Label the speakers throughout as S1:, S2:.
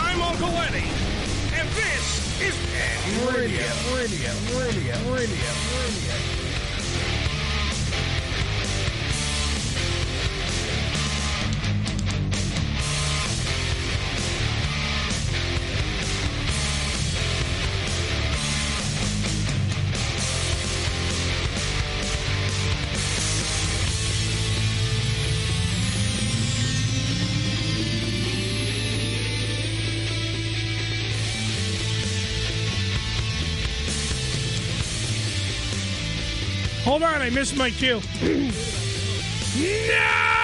S1: I'm Uncle Eddie, and this is Ed Radio. Radio, Radio, Radio, Radio. Hold on, I missed my cue.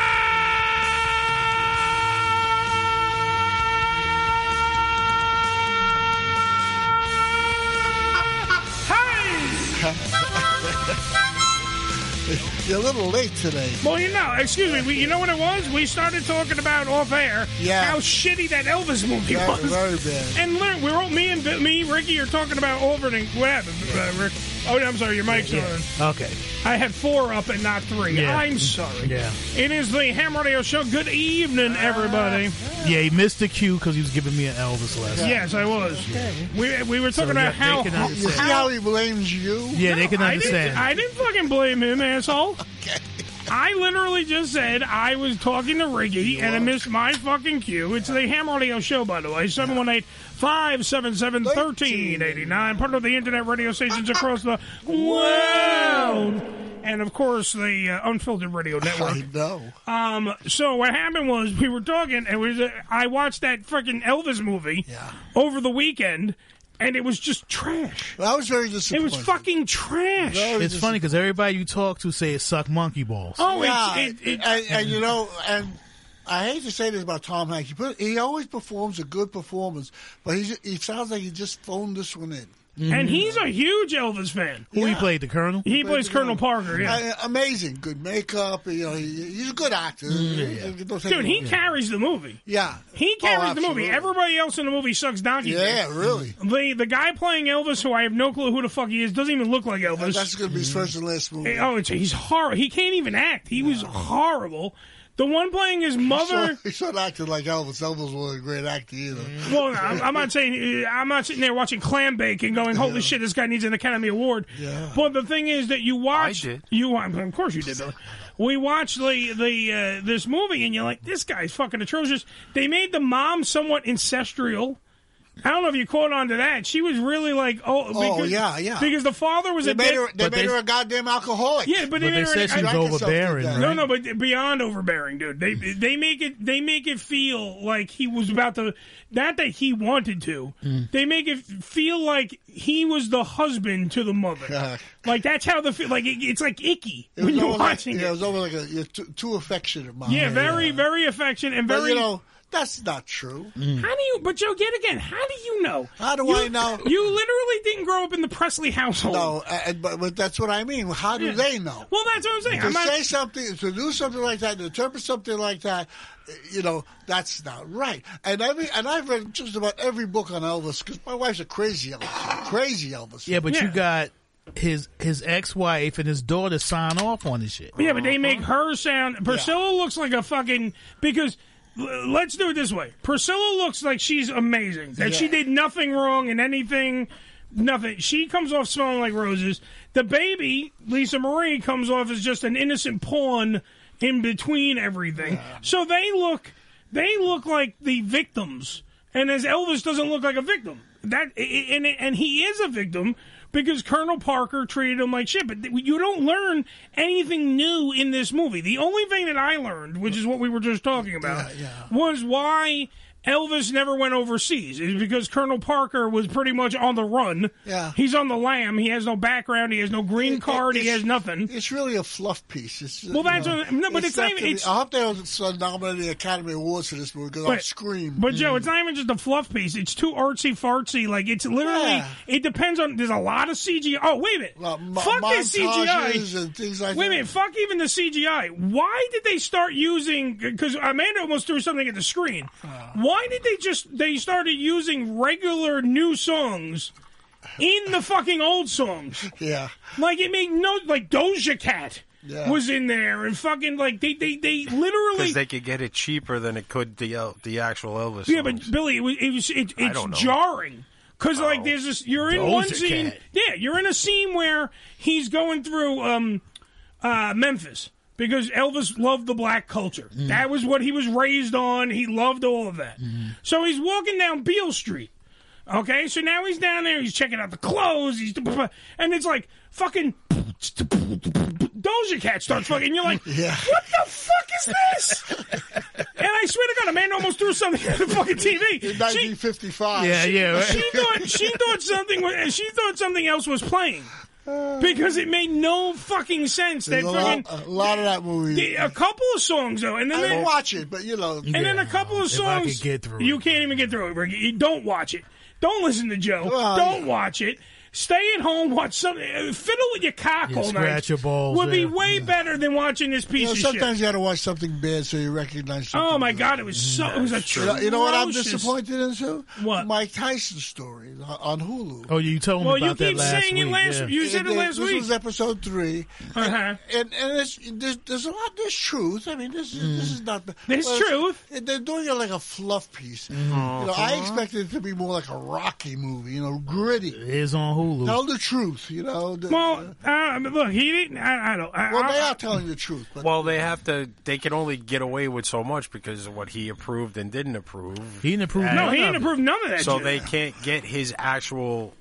S2: You're a little late today.
S1: Well, you know, excuse me. We, you know what it was? We started talking about off air
S2: Yeah.
S1: how shitty that Elvis movie
S2: Very,
S1: was.
S2: very bad.
S1: And learn, we're all, me and me, Ricky are talking about Auburn and whatever. Uh, Rick. Oh, I'm sorry, your mic's on.
S3: Okay.
S1: I had four up and not three.
S3: Yeah.
S1: I'm sorry.
S3: Yeah.
S1: It is the Ham Radio Show. Good evening, everybody.
S3: Yeah, he missed the cue because he was giving me an Elvis last time.
S1: Yes, I was. We, we were talking
S3: So, yeah,
S1: about how.
S3: they can
S1: ho-
S2: You see how he blames you?
S3: Yeah, they can
S1: I didn't-
S3: understand.
S1: I didn't, fucking blame him, asshole. I literally just said I was talking to Riggy and I missed my fucking cue. It's the Ham Radio Show, by the way. 718 577 1389. Part of the internet radio stations across the world. And of course, the uh, Unfiltered Radio Network.
S2: I know.
S1: Um, so what happened was we were talking, and we was, uh, I watched that freaking Elvis movie
S2: Yeah.
S1: over the weekend, and it was just trash.
S2: I was very
S1: It
S2: disappointed.
S1: was fucking trash.
S2: I was
S3: it's funny because everybody you talk to say it suck monkey balls.
S1: Oh,
S2: Yeah,
S1: it's, it, it,
S2: and, and you know, and I hate to say this about Tom Hanks, he put, he always performs a good performance, but he he sounds like he just phoned this one in.
S1: and he's a huge Elvis fan.
S3: Who he played, the Colonel?
S1: He plays Colonel Parker. Yeah. Mm,
S2: Uh, amazing, good makeup. You know, he, he's a good actor. Don't take
S1: Dude,
S2: it
S1: he
S2: away.
S1: carries the movie.
S2: yeah,
S1: He
S2: Oh,
S1: carries the movie.
S2: absolutely.
S1: Everybody else in the movie sucks donkey.
S2: Yeah, really.
S1: dick. The the guy playing Elvis, who I have no clue who the fuck he is, doesn't even look like Elvis.
S2: That's going to be his first and last movie.
S1: Oh, it's, he's horrible. He can't even act. He was horrible. The one playing his mother.
S2: He's not acting like Elvis. Elvis wasn't a great actor either.
S1: Mm. Well, no, I'm, I'm not saying uh, I'm not sitting there watching clam bake and going, "Holy shit, this guy needs an Academy Award."
S2: Yeah.
S1: But the thing is that you watch,
S4: did.
S1: you of course you did, Billy. We watched the the uh, this movie and you're like, "This guy's fucking atrocious." They made the mom somewhat ancestral. I don't know if you caught on to that. She was really like,
S2: Oh,
S1: "Oh, because-
S2: yeah, yeah.
S1: because the father was
S2: They
S1: a
S2: made
S1: dick-
S2: her. They
S3: but
S2: made
S3: they-
S2: her a goddamn alcoholic.
S1: yeah,
S3: But
S1: but,
S3: they said she
S1: I-
S2: Drank
S3: was
S2: herself to
S3: overbearing,
S2: death.
S3: right?
S1: no, no, but beyond overbearing, dude. They
S2: Hmm.
S1: they make it they make it feel like he was about to not that he wanted to.
S2: Hmm.
S1: They make it feel like he was the husband to the mother.
S2: Yeah.
S1: Like that's how the fe- like it, it's like icky
S2: It was
S1: when you're
S2: almost like-
S1: watching
S2: yeah, it
S1: it.
S2: was almost like a you're too, too affectionate, mom.
S1: Yeah, very very affectionate and
S2: But,
S1: very.
S2: you know, that's not true.
S1: how do you? But Joe, get again. How do you know?
S2: How do
S1: you,
S2: I know?
S1: You literally didn't grow up in the Presley household.
S2: No, and, but, but that's what I mean. How do they know?
S1: Well, that's what I'm saying.
S2: to
S1: I'm not-
S2: say something, to do something like that, to interpret something like that, you know, that's not right. And every, and I've read just about every book on Elvis because my wife's a crazy Elvis, fan, crazy Elvis.
S3: Yeah,
S2: fan.
S3: but
S1: Yeah.
S3: you got his his ex wife and his daughter sign off on this shit.
S1: Yeah, but they make her sound. Priscilla looks like a fucking because. l- Let's do it this way. Priscilla looks like she's amazing. That she
S2: Yeah.
S1: did nothing wrong in anything, nothing. She comes off smelling like roses. The baby Lisa Marie comes off as just an innocent pawn in between everything. So they look, they look like the victims, and as Elvis doesn't look like a victim. That i- i- and and he is a victim because Colonel Parker treated him like shit. But th- you don't learn anything new in this movie. The only thing that I learned, which is what we were just talking about, was why Elvis never went overseas is because Colonel Parker was pretty much on the run.
S2: Yeah.
S1: He's on the lam. He has no background. He has no green card. he
S2: it's-
S1: has nothing.
S2: It's really a fluff piece. It's,
S1: Well, that's what- no, but it's not even-
S2: gonna be-
S1: it's-
S2: I hope they don't uh, nominate the Academy Awards for this movie because I'll
S1: But-
S2: scream. Mm.
S1: But Joe, it's not even just a fluff piece. It's too artsy fartsy. Like it's literally.
S2: Yeah.
S1: It depends on. There's a lot of CGI. Oh wait a minute.
S2: Well, mo-
S1: Fuck this CGI.
S2: montages and things like
S1: Wait a
S2: that.
S1: minute, fuck even the CGI. Why did they start using? Because Amanda almost threw something at the screen. Why did they just? They started using regular new songs in the fucking old songs.
S2: Yeah.
S1: Like it made no. Like Doja Cat
S2: Yeah.
S1: was in there, and fucking like they they they literally.
S4: Because they could get it cheaper than it could the El- the actual Elvis.
S1: Yeah,
S4: songs.
S1: but Billy, it was, it was it, it's
S4: don't know. Oh,
S1: jarring because like there's this you're in
S3: Doja
S1: one scene.
S3: Cat.
S1: Yeah, you're in a scene where he's going through um, uh, Memphis because Elvis loved the black culture.
S4: Mm.
S1: That was what he was raised on. He loved all of that. So he's walking down Beale Street. Okay, so now he's down there. He's checking out the clothes. He's and it's like fucking Doja Cat starts fucking. You're like, what the fuck is this? and I swear to God, Amanda almost threw something at the
S2: In
S1: fucking TV. She,
S2: 1955.
S3: Yeah, yeah. Right.
S1: she thought she thought something was, she thought something else was playing because it made no fucking sense. That
S2: There's a, lot,
S1: fucking
S2: a lot of that movie.
S1: a couple of songs though, and then
S2: I
S1: they,
S2: didn't watch it, but you know,
S1: and then a couple of
S3: If I could
S1: songs.
S3: get through it.
S1: you can't even get through it, Ricky. You don't watch it. Don't listen to Joe.
S2: Well,
S1: don't
S2: yeah.
S1: watch it. Stay at home. Watch something. uh, Fiddle with your cock all night.
S3: scratch your balls,
S1: Would be
S3: yeah.
S1: way better than watching this piece
S2: you know,
S1: of
S2: sometimes
S1: shit.
S2: you got to watch something bad so you recognize something.
S1: Oh my
S2: good.
S1: god, it was so. It was a
S2: You know, you know what I'm disappointed in too?
S1: What?
S2: Mike Tyson's story on- on Hulu.
S3: Oh, you told me
S1: Well,
S3: about
S1: you
S3: that
S1: keep
S3: last
S1: saying
S3: week.
S1: it last.
S3: yeah.
S1: You said it
S2: And
S1: last
S2: this
S1: week.
S2: was episode three,
S1: Uh-huh.
S2: and and it's, there's, there's a lot there's truth. I mean, this is this is not the-
S1: Mm. There's
S2: well, it's-
S1: truth. Uh-huh.
S2: it- They're doing it like a fluff piece.
S3: Mm-hmm.
S2: You know, I expected it to be more like a Rocky movie. You know, gritty.
S3: It is on Hulu.
S2: Tell the truth. You know. The,
S1: Well, uh, look, he didn't. I, I don't. I,
S2: well, they
S1: I-
S2: are telling the truth. But
S4: Well, they have to. They can only get away with so much because of what he approved and didn't approve.
S3: He didn't approve.
S1: no,
S3: none
S1: he
S3: of
S1: didn't
S3: it.
S1: approve none of that.
S4: so
S1: shit.
S4: they can't get his actual,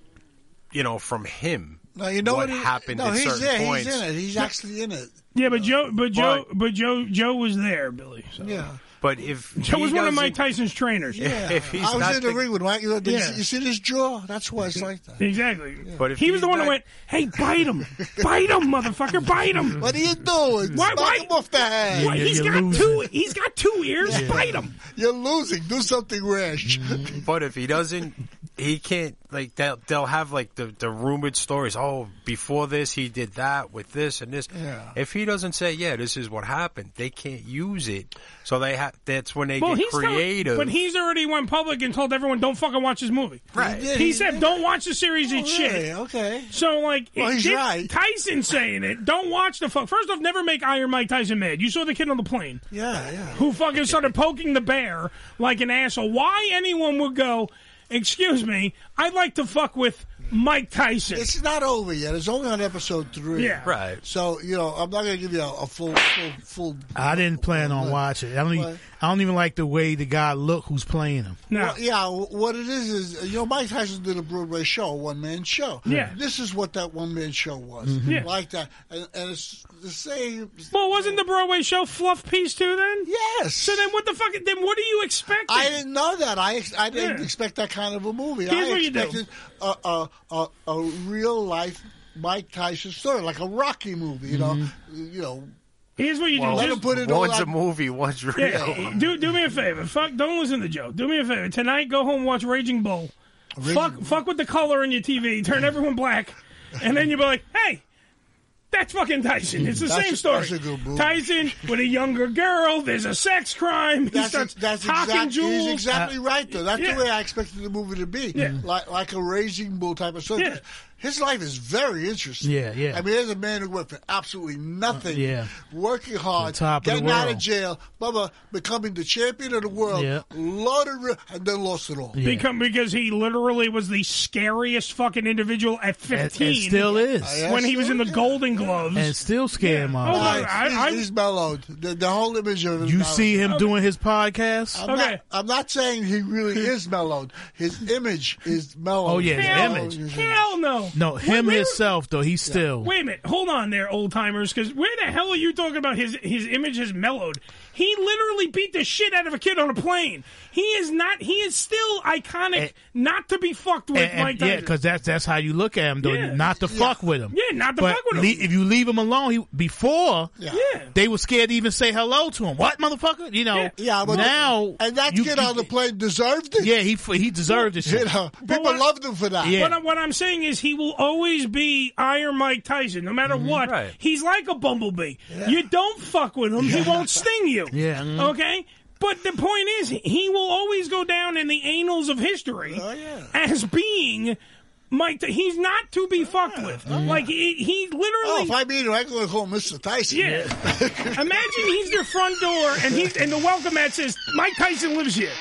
S4: you know, from him.
S2: now you know
S4: what
S2: he-
S4: happened
S2: No,
S4: at
S2: he's
S4: certain
S2: there.
S4: points.
S2: He's in it. He's actually in it. Uh,
S1: Yeah, but Joe, but Joe, but, Joe, Joe was there, Billy. So.
S2: Yeah.
S4: But if
S1: Joe
S4: he
S1: was one of Mike
S4: doesn't-
S1: Tyson's trainers.
S4: if he's
S2: I
S4: not
S2: was in the,
S4: the-
S2: ring with Mike. You, know, did you-
S1: Yeah.
S2: you see this jaw? That's why it's like that.
S1: Exactly.
S4: But if
S1: he was
S4: he's
S1: the one who
S4: not-
S1: went, "Hey, bite him, bite him, motherfucker, bite him."
S2: What are you doing?
S1: Why-
S2: Smack
S1: why-
S2: him off the head.
S1: What,
S3: Yeah,
S1: he's
S3: you're
S1: got two.
S3: losing.
S1: He's got two ears. Bite him.
S2: You're losing. Do something rash.
S4: Mm-hmm. But if he doesn't, he can't. Like they'll they'll have like the the rumored stories. Oh, before this he did that with this and this.
S2: Yeah.
S4: If he doesn't say, yeah, this is what happened, they can't use it. So they have. That's when they
S1: Well,
S4: get
S1: he's telling-
S4: creative.
S1: but he's already went public and told everyone, "Don't fucking watch this movie."
S4: Right.
S2: He did.
S1: He said, "Don't watch the series. It's shit."
S2: Really? Oh, Okay.
S1: So like,
S2: Well,
S1: it
S2: he's
S1: did-
S2: right.
S1: Tyson saying it. Don't watch the fuck. First off, never make Iron Mike Tyson mad. You saw the kid on the plane
S2: Yeah, yeah.
S1: who fucking started poking the bear like an asshole. Why anyone would go? Excuse me, I'd like to fuck with Mike Tyson.
S2: It's not over yet. It's only on episode three.
S1: Yeah.
S4: right.
S2: So you know, I'm not going to give you a, a full, full, full.
S3: I didn't plan on watching. it. I don't. Even, I don't even like the way the guy look who's playing him.
S1: no.
S2: Well, yeah, what it is is you know Mike Tyson did a Broadway show, a one man show.
S1: Yeah.
S2: This is what that one man show was
S1: Yeah.
S2: like that, and, and it's the same.
S1: Well, wasn't the Broadway show fluff piece too? Then.
S2: Yes.
S1: So then, what the fuck? Then what do you expect?
S2: I didn't know that. I ex- I didn't
S1: Yeah.
S2: expect that kind of a movie.
S1: Here's
S2: I
S1: what you do.
S2: expected a, a, a a real life Mike Tyson story, like a Rocky movie. You know, you know.
S1: Mm-hmm. Here's what you
S4: Well,
S1: do.
S2: Let him
S1: Just-
S2: put it all
S4: one's
S2: out.
S4: a movie, one's real.
S1: Yeah, do do me a favor. Fuck, don't listen to Joe. Do me a favor tonight. Go home, watch Raging Bull. fuck, fuck with the color in your TV. Turn everyone black, and then you'll be like, hey. That's fucking Tyson. It's the
S2: That's-
S1: same story.
S2: that's a good movie.
S1: Tyson with a younger girl. There's a sex crime. He
S2: That's,
S1: starts
S2: that's
S1: hocking
S2: exactly,
S1: jewels.
S2: he's exactly right, though. That's
S1: Uh, yeah.
S2: the way I expected the movie to be, Mm-hmm.
S1: Yeah.
S2: like like a Raging Bull type of story.
S1: Yeah.
S2: His life is very interesting.
S3: Yeah, yeah.
S2: I mean, there's a man who went for absolutely
S1: Uh,
S2: nothing,
S3: yeah.
S2: working hard,
S3: The top of the
S2: getting out of
S3: world.
S2: jail, blah, blah, becoming the champion of the world,
S3: Yeah.
S2: loaded, re- and then lost it all.
S1: Become, because he literally was the scariest fucking individual at 15
S3: And, and still is.
S1: when he was in the Golden Gloves.
S3: And still scared him
S1: Oh,
S3: off.
S1: my-
S2: Right.
S1: I-
S2: he's,
S1: I-
S2: he's mellowed. The, the whole image of him.
S3: You
S2: is
S3: see
S2: mellowed.
S3: him doing his podcast.
S2: I'm,
S1: Okay.
S2: not, I'm not saying he really is mellowed. His image is mellowed.
S3: Oh, yeah, his
S1: Hell,
S3: image.
S1: hell no.
S3: No, him
S1: wait, wait.
S3: himself though, he's still.
S1: Wait a minute, hold on there, old timers, because where the hell are you talking about his his image has mellowed? He literally beat the shit out of a kid on a plane. He is not. He is still iconic, not to be fucked with.
S3: And- and-
S1: Mike
S3: yeah,
S1: Tyson.
S3: because that's that's how you look at him, though.
S1: Yeah.
S3: Not to fuck with him.
S1: Yeah, not to
S3: But
S1: fuck with him.
S3: le- if you leave him alone, he before
S2: Yeah.
S1: yeah,
S3: they were scared to even say hello to him. What motherfucker? You know.
S1: Yeah.
S2: Yeah, but
S3: now
S2: and that
S3: you-
S2: kid
S3: you-
S2: on the plane deserved it.
S3: Yeah, he f- he deserved this
S2: You
S3: shit.
S2: know, people
S1: what-
S2: loved him for that.
S3: Yeah.
S1: What, I, what I'm saying is he will always be Iron Mike Tyson, no matter what.
S4: Right.
S1: He's like a bumblebee. You don't fuck with him, he won't sting you.
S3: Yeah, mhm.
S1: Okay? But the point is, he will always go down in the annals of history
S2: Oh, yeah.
S1: as being Mike. Ty- He's not to be fucked with. Like, he, he literally.
S2: Oh, if I meet him, I'm going to call Mr. Tyson.
S1: Yeah. Imagine he's your front door and he's and the welcome mat says Mike Tyson lives here.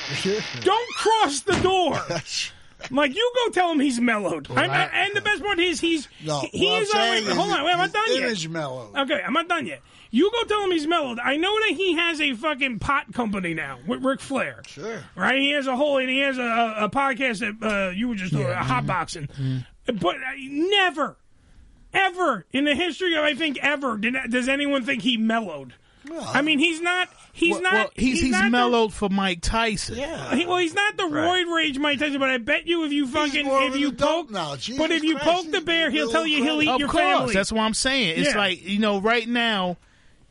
S1: Don't cross the door. Like you go tell him he's mellowed. I'm not,
S3: I-
S1: and the best part is he's
S2: No,
S1: he- he
S2: what I'm
S1: is
S2: saying
S1: already. Hold
S2: is
S1: on, wait, I'm not
S2: his
S1: done
S2: image
S1: yet.
S2: mellowed.
S1: Okay, I'm not done yet. You go tell him he's mellowed. I know that he has a fucking pot company now with Ric Flair.
S2: Sure.
S1: Right? He has a whole and he has a, a- a podcast that uh, you were just uh, hotboxing. But I never, ever in the history of I think ever did, does anyone think he mellowed. I mean, he's not. He's not.
S3: well, he's he's,
S1: not the-
S3: mellowed for Mike Tyson.
S2: Yeah.
S1: he, well, he's not the
S4: Right.
S1: roid rage Mike Tyson, but I bet you if you fucking
S2: more
S1: if
S2: of an
S1: you
S2: adult
S1: poke,
S2: now. Jesus
S1: but if you
S2: Christ,
S1: poke the
S2: he's
S1: bear, he'll
S2: a
S1: tell you he'll
S2: little
S1: eat
S2: crap.
S3: Of
S1: your
S3: course,
S1: family.
S3: that's what I'm saying. It's
S1: Yeah.
S3: like you know, right now,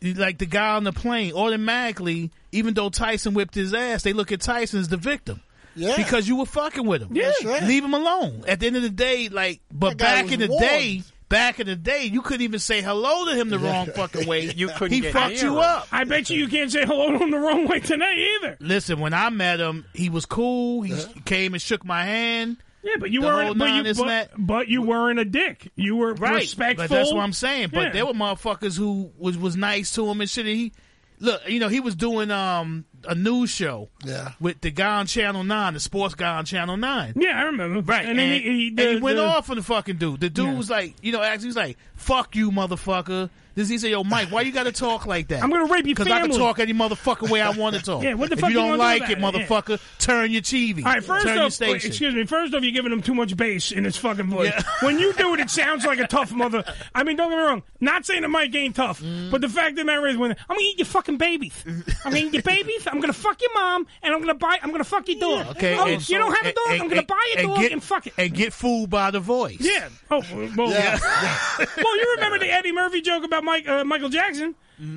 S3: like the guy on the plane, automatically, even though Tyson whipped his ass, they look at Tyson as the victim.
S2: Yeah.
S3: because you were fucking with him.
S1: Yeah.
S2: That's right.
S3: leave him alone. At the end of the day, like, but
S2: That guy
S3: back
S2: was
S3: in the
S2: warned.
S3: day, back in the day, you couldn't even say hello to him the wrong fucking way.
S4: You couldn't
S3: He
S4: get
S3: fucked
S4: near
S3: you
S4: him.
S3: up.
S1: I bet you you can't say hello to him the wrong way today either.
S3: Listen, when I met him, he was cool. He came and shook my hand.
S1: Yeah, but you
S3: The whole
S1: weren't. But
S3: nine
S1: you,
S3: is
S1: but,
S3: that-
S1: but you weren't a dick. You were
S3: right.
S1: respectful.
S3: But that's what I'm saying. But
S1: Yeah.
S3: there were motherfuckers who was was nice to him and shit. And he look, you know, he was doing um a news show.
S2: Yeah.
S3: With the guy on Channel Nine, the sports guy on Channel Nine.
S1: Yeah, I remember.
S3: Right.
S1: and then he, he,
S3: and
S1: the-
S3: he went
S1: the-
S3: off on the fucking dude. The dude
S1: Yeah.
S3: was like, you know, actually he was like, fuck you, motherfucker. This he said, yo, Mike, why you gotta talk like that?
S1: I'm gonna rape your
S3: Because I can
S1: family.
S3: talk any motherfucking way I want to talk.
S1: Yeah, what the
S3: if
S1: fuck
S3: you
S1: you
S3: don't
S1: wanna do
S3: like
S1: about
S3: it,
S1: it? Yeah.
S3: motherfucker, turn your TV.
S1: All right, first
S3: turn your
S1: off, wait,
S3: station.
S1: excuse me. First off, you're giving him too much bass in his fucking voice. When you do it, it sounds like a tough mother. I mean, don't get me wrong. Not saying that Mike ain't tough,
S3: Mm.
S1: but the fact of the matter is, when I'm gonna eat your fucking babies, I'm gonna eat your babies. I'm gonna fuck your mom, and I'm gonna buy. I'm gonna fuck your dog.
S3: Okay.
S1: Oh,
S3: and-
S1: you don't have a
S3: and-
S1: dog.
S3: and-
S1: I'm gonna buy a
S3: and
S1: dog
S3: get-
S1: and fuck it.
S3: And get fooled by the voice.
S1: Yeah. Oh well.
S2: Yeah.
S1: well, you remember the Eddie Murphy joke about Mike uh, Michael Jackson?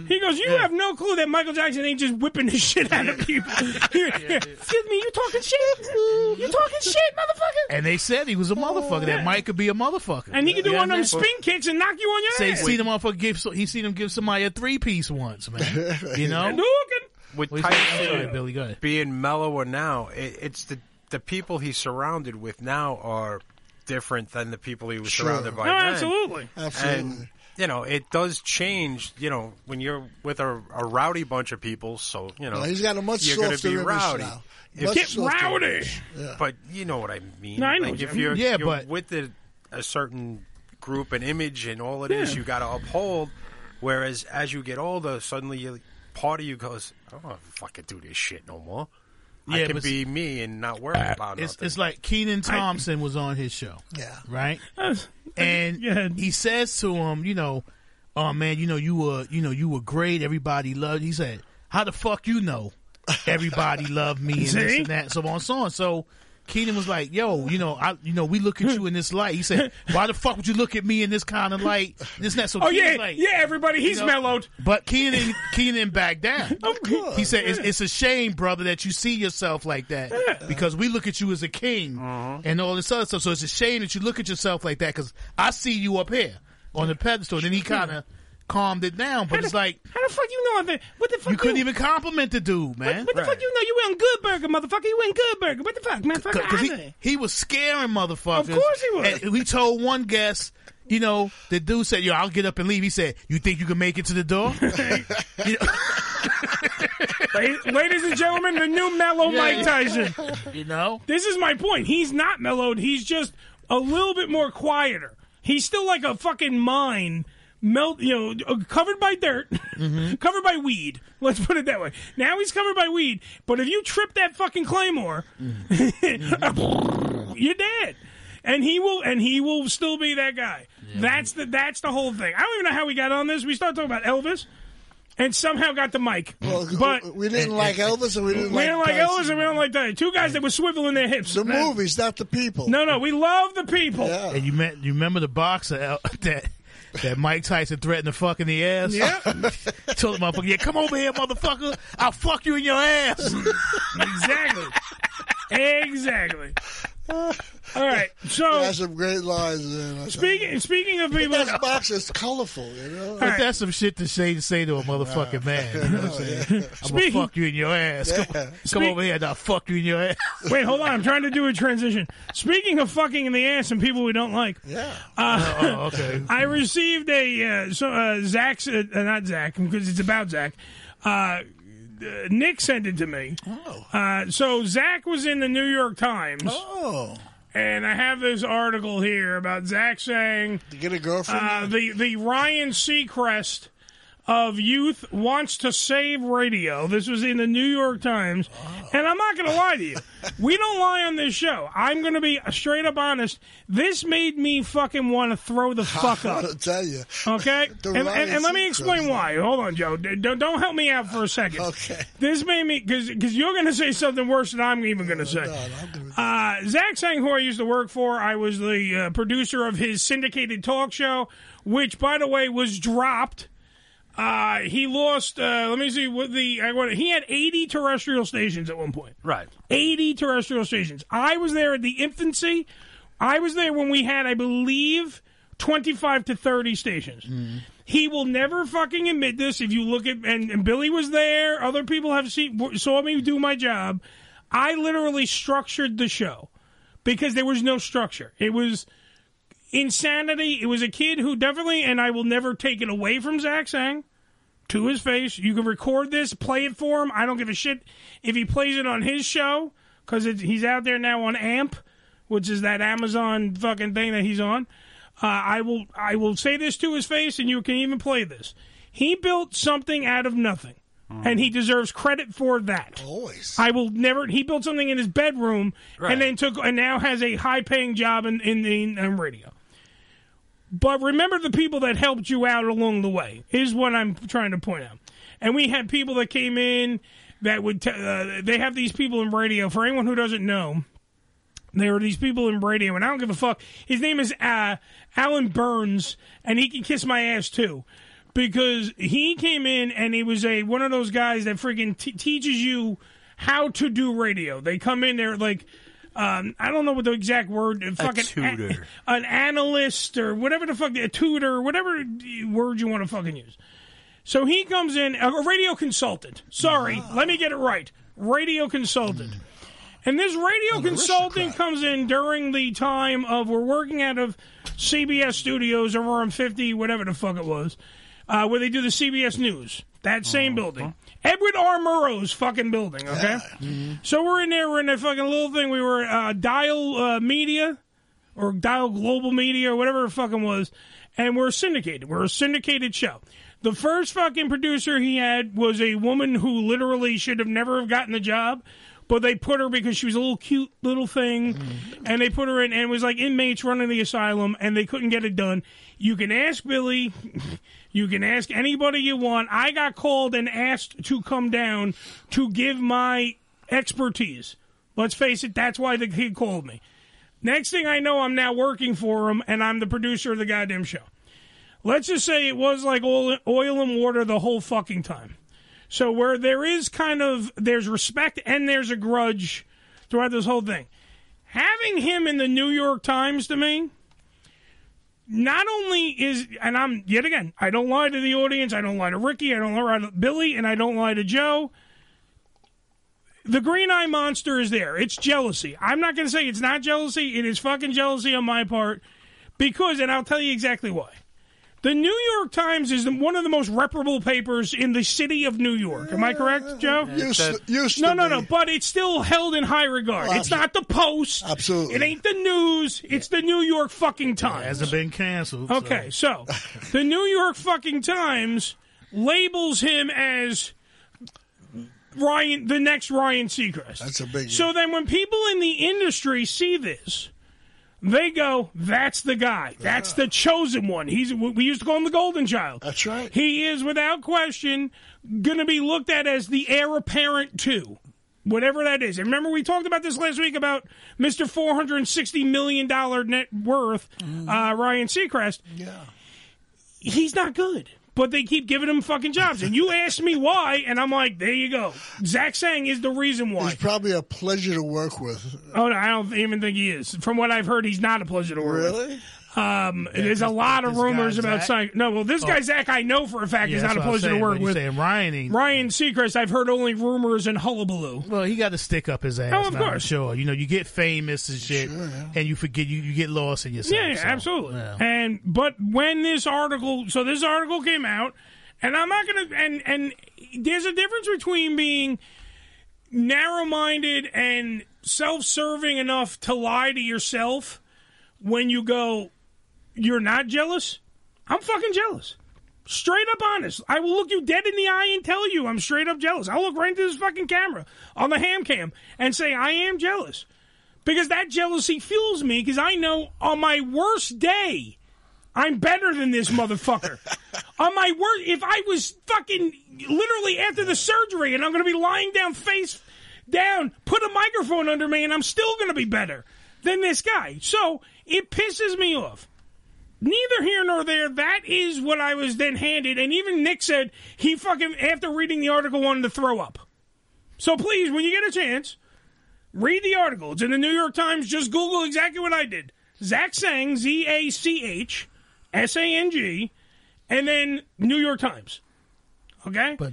S1: He goes, "You have no clue that Michael Jackson ain't just whipping the shit out of people." Here, here. Excuse me, you talking shit? You talking shit, motherfucker?
S3: And they said he was a motherfucker. That Mike could be a motherfucker.
S1: And he can do
S3: You know
S1: one of
S3: what I
S1: them
S3: mean?
S1: spin kicks and knock you on your
S3: Say he
S1: ass.
S3: seen the motherfucker give. So, he seen him give somebody a three piece once, man. You know.
S1: Look at-
S4: With
S3: What you say? Go ahead,
S4: Tyson
S3: Billy, go ahead.
S4: being mellower now, it, it's the the people he's surrounded with now are different than the people he was
S2: Sure.
S4: surrounded by.
S1: No,
S4: then.
S1: absolutely.
S2: Absolutely.
S4: And you know, it does change. You know, when you're with a, a rowdy bunch of people, so you know
S2: Well, he's got a much
S4: you're gonna
S2: softer
S4: be
S2: image
S4: rowdy.
S2: now.
S4: If-
S2: Much
S1: Get
S2: softer
S1: rowdy.
S2: image.
S4: But you know what I mean.
S1: No, I know
S4: Like,
S1: what you
S4: if
S1: mean.
S4: you're,
S3: Yeah,
S4: you're
S3: but-
S4: with a, a certain group and image and all it is, you got to uphold. Whereas as you get older, suddenly you, part of you goes, I don't want to fucking do this shit no more.
S3: Yeah,
S4: I can
S3: but
S4: be me and not worry
S1: Uh,
S4: about
S3: It's,
S4: nothing.
S3: it's like Keenan Thompson was on his show,
S2: Yeah.
S3: right?
S1: Yeah.
S3: And he says to him, you know, oh man, you know you were, you know you were great. Everybody loved. He said, how the fuck you know? Everybody loved me and this
S1: See?
S3: and that, and so on, and so on. So Keenan was like, yo, you know, I, you know, we look at you in this light. He said, why the fuck would you look at me in this kind of light? This and that. So
S1: Oh
S3: Keenan's
S1: yeah,
S3: like,
S1: yeah. Everybody, he's
S3: know-
S1: mellowed.
S3: But Keenan, Keenan backed down.
S1: Of course.
S3: He said, it's, "It's a shame, brother, that you see yourself like that because we look at you as a king
S1: Uh-huh.
S3: and all this other stuff. So it's a shame that you look at yourself like that because I see you up here on the pedestal." And then he kind of calmed it down, but it's like
S1: How the fuck you know? I'm the- What the fuck?
S3: you couldn't even compliment the dude, man,
S1: What the fuck
S4: Right.
S1: you know? You went Good Burger, motherfucker. You went Good Burger. What the fuck, man? Fuck
S3: because
S1: out
S3: he he was scaring motherfuckers.
S1: Of course he was.
S3: And we told one guest. You know, the dude said, "Yo, I'll get up and leave." He said, "You think you can make it to the door?" You know-
S1: La- Ladies and gentlemen, the new mellow Mike Tyson.
S3: you know?
S1: This is my point. He's not mellowed. He's just a little bit more quieter. He's still like a fucking mine, melt, you know, uh, covered by dirt,
S3: Mm-hmm.
S1: covered by weed. Let's put it that way. Now he's covered by weed.
S3: Mm-hmm.
S1: But if you trip that fucking claymore, you're dead. and he will and he will still be that guy. that's the that's the whole thing. I don't even know how we got on this. We started talking about Elvis, and somehow got the mic. but
S2: we didn't like Elvis, and we didn't
S1: we
S2: like
S1: don't like
S2: Tyson.
S1: Elvis, and we don't like that. Two guys that were swiveling their hips.
S2: The
S1: That-
S2: movies, not the people.
S1: No, no, we love the people.
S2: Yeah.
S3: And you met, you remember the boxer El- that that Mike Tyson threatened to fuck in the ass?
S1: Yeah.
S3: Told the motherfucker, yeah, come over here, motherfucker. I'll fuck you in your ass.
S1: exactly. Exactly. All right. So
S2: That's some great lines. in it.
S1: speaking speaking of people,
S2: That's box is colorful, you know.
S3: But that's some shit to say, say to a motherfucking man. You know what I'm saying? I'm going to
S1: Speaking-
S3: fuck you in your ass. Come, come
S1: Speak-
S3: over here and I'll fuck you in your ass.
S1: wait, hold on. I'm trying to do a transition. Speaking of fucking in the ass and people we don't like, uh,
S2: Yeah.
S3: oh, okay.
S1: I received a uh, so uh, Zach's uh, uh, not Zach because it's about Zach. Uh, uh, Nick sent it to me.
S2: Oh.
S1: Uh, so Zach was in the New York Times,
S2: Oh.
S1: and I have this article here about Zach saying
S2: You get a girlfriend?
S1: uh, the the Ryan Seacrest of youth wants to save radio. This was in the New York Times, and I'm not going to lie to you. We don't lie on this show. I'm going to be straight up honest. This made me fucking want to throw the fuck up.
S2: I'll tell you.
S1: Okay,
S2: The
S1: and, and,
S2: Ryan
S1: and let me
S2: Seacrest.
S1: explain why. Hold on, Joe. D- Don't don't help me out for a second.
S2: Okay.
S1: This made me because because you're going to say something worse than I'm even going to say.
S2: God, I'm gonna-
S1: Uh, Zach Sang, who I used to work for, I was the uh, producer of his syndicated talk show, which, by the way, was dropped. Uh, he lost. Uh, let me see what the I, what, he had eighty terrestrial stations at one point.
S4: Right.
S1: 80 terrestrial stations. I was there at the infancy. I was there when we had, I believe, 25 to 30 stations. He will never fucking admit this. If you look at, and, and Billy was there, other people have seen, w- saw me do my job. I literally structured the show because there was no structure. It was insanity. It was a kid who definitely, and I will never take it away from Zach Sang to his face. You can record this, play it for him. I don't give a shit if he plays it on his show because he's out there now on AMP, which is that Amazon fucking thing that he's on. Uh, I will I will say this to his face, and you can even play this. He built something out of nothing, and he deserves credit for that.
S2: Always.
S1: I will never. He built something in his bedroom
S4: Right.
S1: and then took and now has a high paying job in in, in, in radio. But remember the people that helped you out along the way is what I'm trying to point out. And we had people that came in that would t- uh, they have these people in radio. For anyone who doesn't know, there are these people in radio, and I don't give a fuck. His name is uh, Alan Burns, and he can kiss my ass too, because he came in and he was a one of those guys that freaking t- teaches you how to do radio. They come in there like. Um, I don't know what the exact word. uh, fucking
S4: tutor.
S1: an analyst, or whatever the fuck, a tutor, whatever word you want to fucking use. So he comes in, a radio consultant. Sorry, let me get it right. Radio consultant. And this radio consultant comes in during the time of we're working out of CBS studios over on 50, whatever the fuck it was, uh, where they do the CBS News. That same building. Edward R. Murrow's fucking building, okay? So we're in there, we're in that fucking little thing. We were uh, Dial uh, Media or Dial Global Media or whatever it fucking was, and we're syndicated. We're a syndicated show. The first fucking producer he had was a woman who literally should have never have gotten the job, but they put her because she was a little cute little thing, and they put her in and it was like inmates running the asylum, and they couldn't get it done. You can ask Billy, you can ask anybody you want. I got called and asked to come down to give my expertise. Let's face it, that's why the kid called me. Next thing I know, I'm now working for him, and I'm the producer of the goddamn show. Let's just say it was like oil, oil and water the whole fucking time. So where there is kind of there's respect and there's a grudge throughout this whole thing. Having him in the New York Times to me, not only is and I'm yet again I don't lie to the audience, I don't lie to Ricky, I don't lie to Billy, and I don't lie to Joe the green eye monster is there. It's jealousy. I'm not going to say it's not jealousy. It is fucking jealousy on my part because, and I'll tell you exactly why. The New York Times is the- one of the most reparable papers in the city of New York. Am I correct, Joe?
S2: used, to- used
S1: No,
S2: to
S1: no,
S2: be.
S1: no. But it's still held in high regard.
S2: Well,
S1: It's not the Post.
S2: Absolutely.
S1: It ain't the news. It's the New York fucking Times.
S3: Hasn't been canceled. so-
S1: Okay, so the New York fucking Times labels him as Ryan, the next Ryan Seacrest.
S2: That's a big
S1: So then, when people in the industry see this, They go, that's the guy. That's the chosen one. He's we we used to call him the golden child.
S2: That's right.
S1: He is without question going to be looked at as the heir apparent to whatever that is. And remember we talked about this last week about Mr. 460 million dollar net worth uh, Ryan Seacrest
S2: Mm-hmm. Yeah.
S1: he's not good. But they keep giving him fucking jobs. And you asked me why, and I'm like, there you go. Zach Sang is the reason why.
S2: It's probably a pleasure to work with.
S1: Oh, no, I don't even think he is. From what I've heard, he's not a pleasure to work with.
S2: Really?
S1: Um, there's a lot of
S3: this guy,
S1: rumors about
S3: Zach? Oh.
S1: Sang. No, well, this guy, Zach, I know for a fact is not a pleasure to work with.
S3: Saying Ryan ain't.
S1: Ryan Seacrest, I've heard only rumors and hullabaloo.
S3: Well, he got to stick up his ass.
S1: Oh, of
S3: now, I'm
S1: course.
S3: sure. You know, you get famous and shit, and you forget you, you get lost in yourself.
S1: Yeah, yeah,
S3: so,
S1: absolutely.
S3: yeah.
S1: And but when this article, so this article came out, and I'm not gonna, and and there's a difference between being narrow-minded and self-serving enough to lie to yourself when you go, you're not jealous. I'm fucking jealous. Straight up honest. I will look you dead in the eye and tell you I'm straight up jealous. I'll look right into this fucking camera on the ham cam and say I am jealous because that jealousy fuels me because I know on my worst day, I'm better than this motherfucker. on my worst, if I was fucking literally after the surgery and I'm going to be lying down face down, put a microphone under me and I'm still going to be better than this guy. So it pisses me off. Neither here nor there. That is what I was then handed. And even Nick said he fucking, after reading the article, wanted to throw up. So please, when you get a chance, Read the article. It's in the New York Times. Just Google exactly what I did. Zach Sang, Z A C H S A N G, and then New York Times. Okay?
S3: But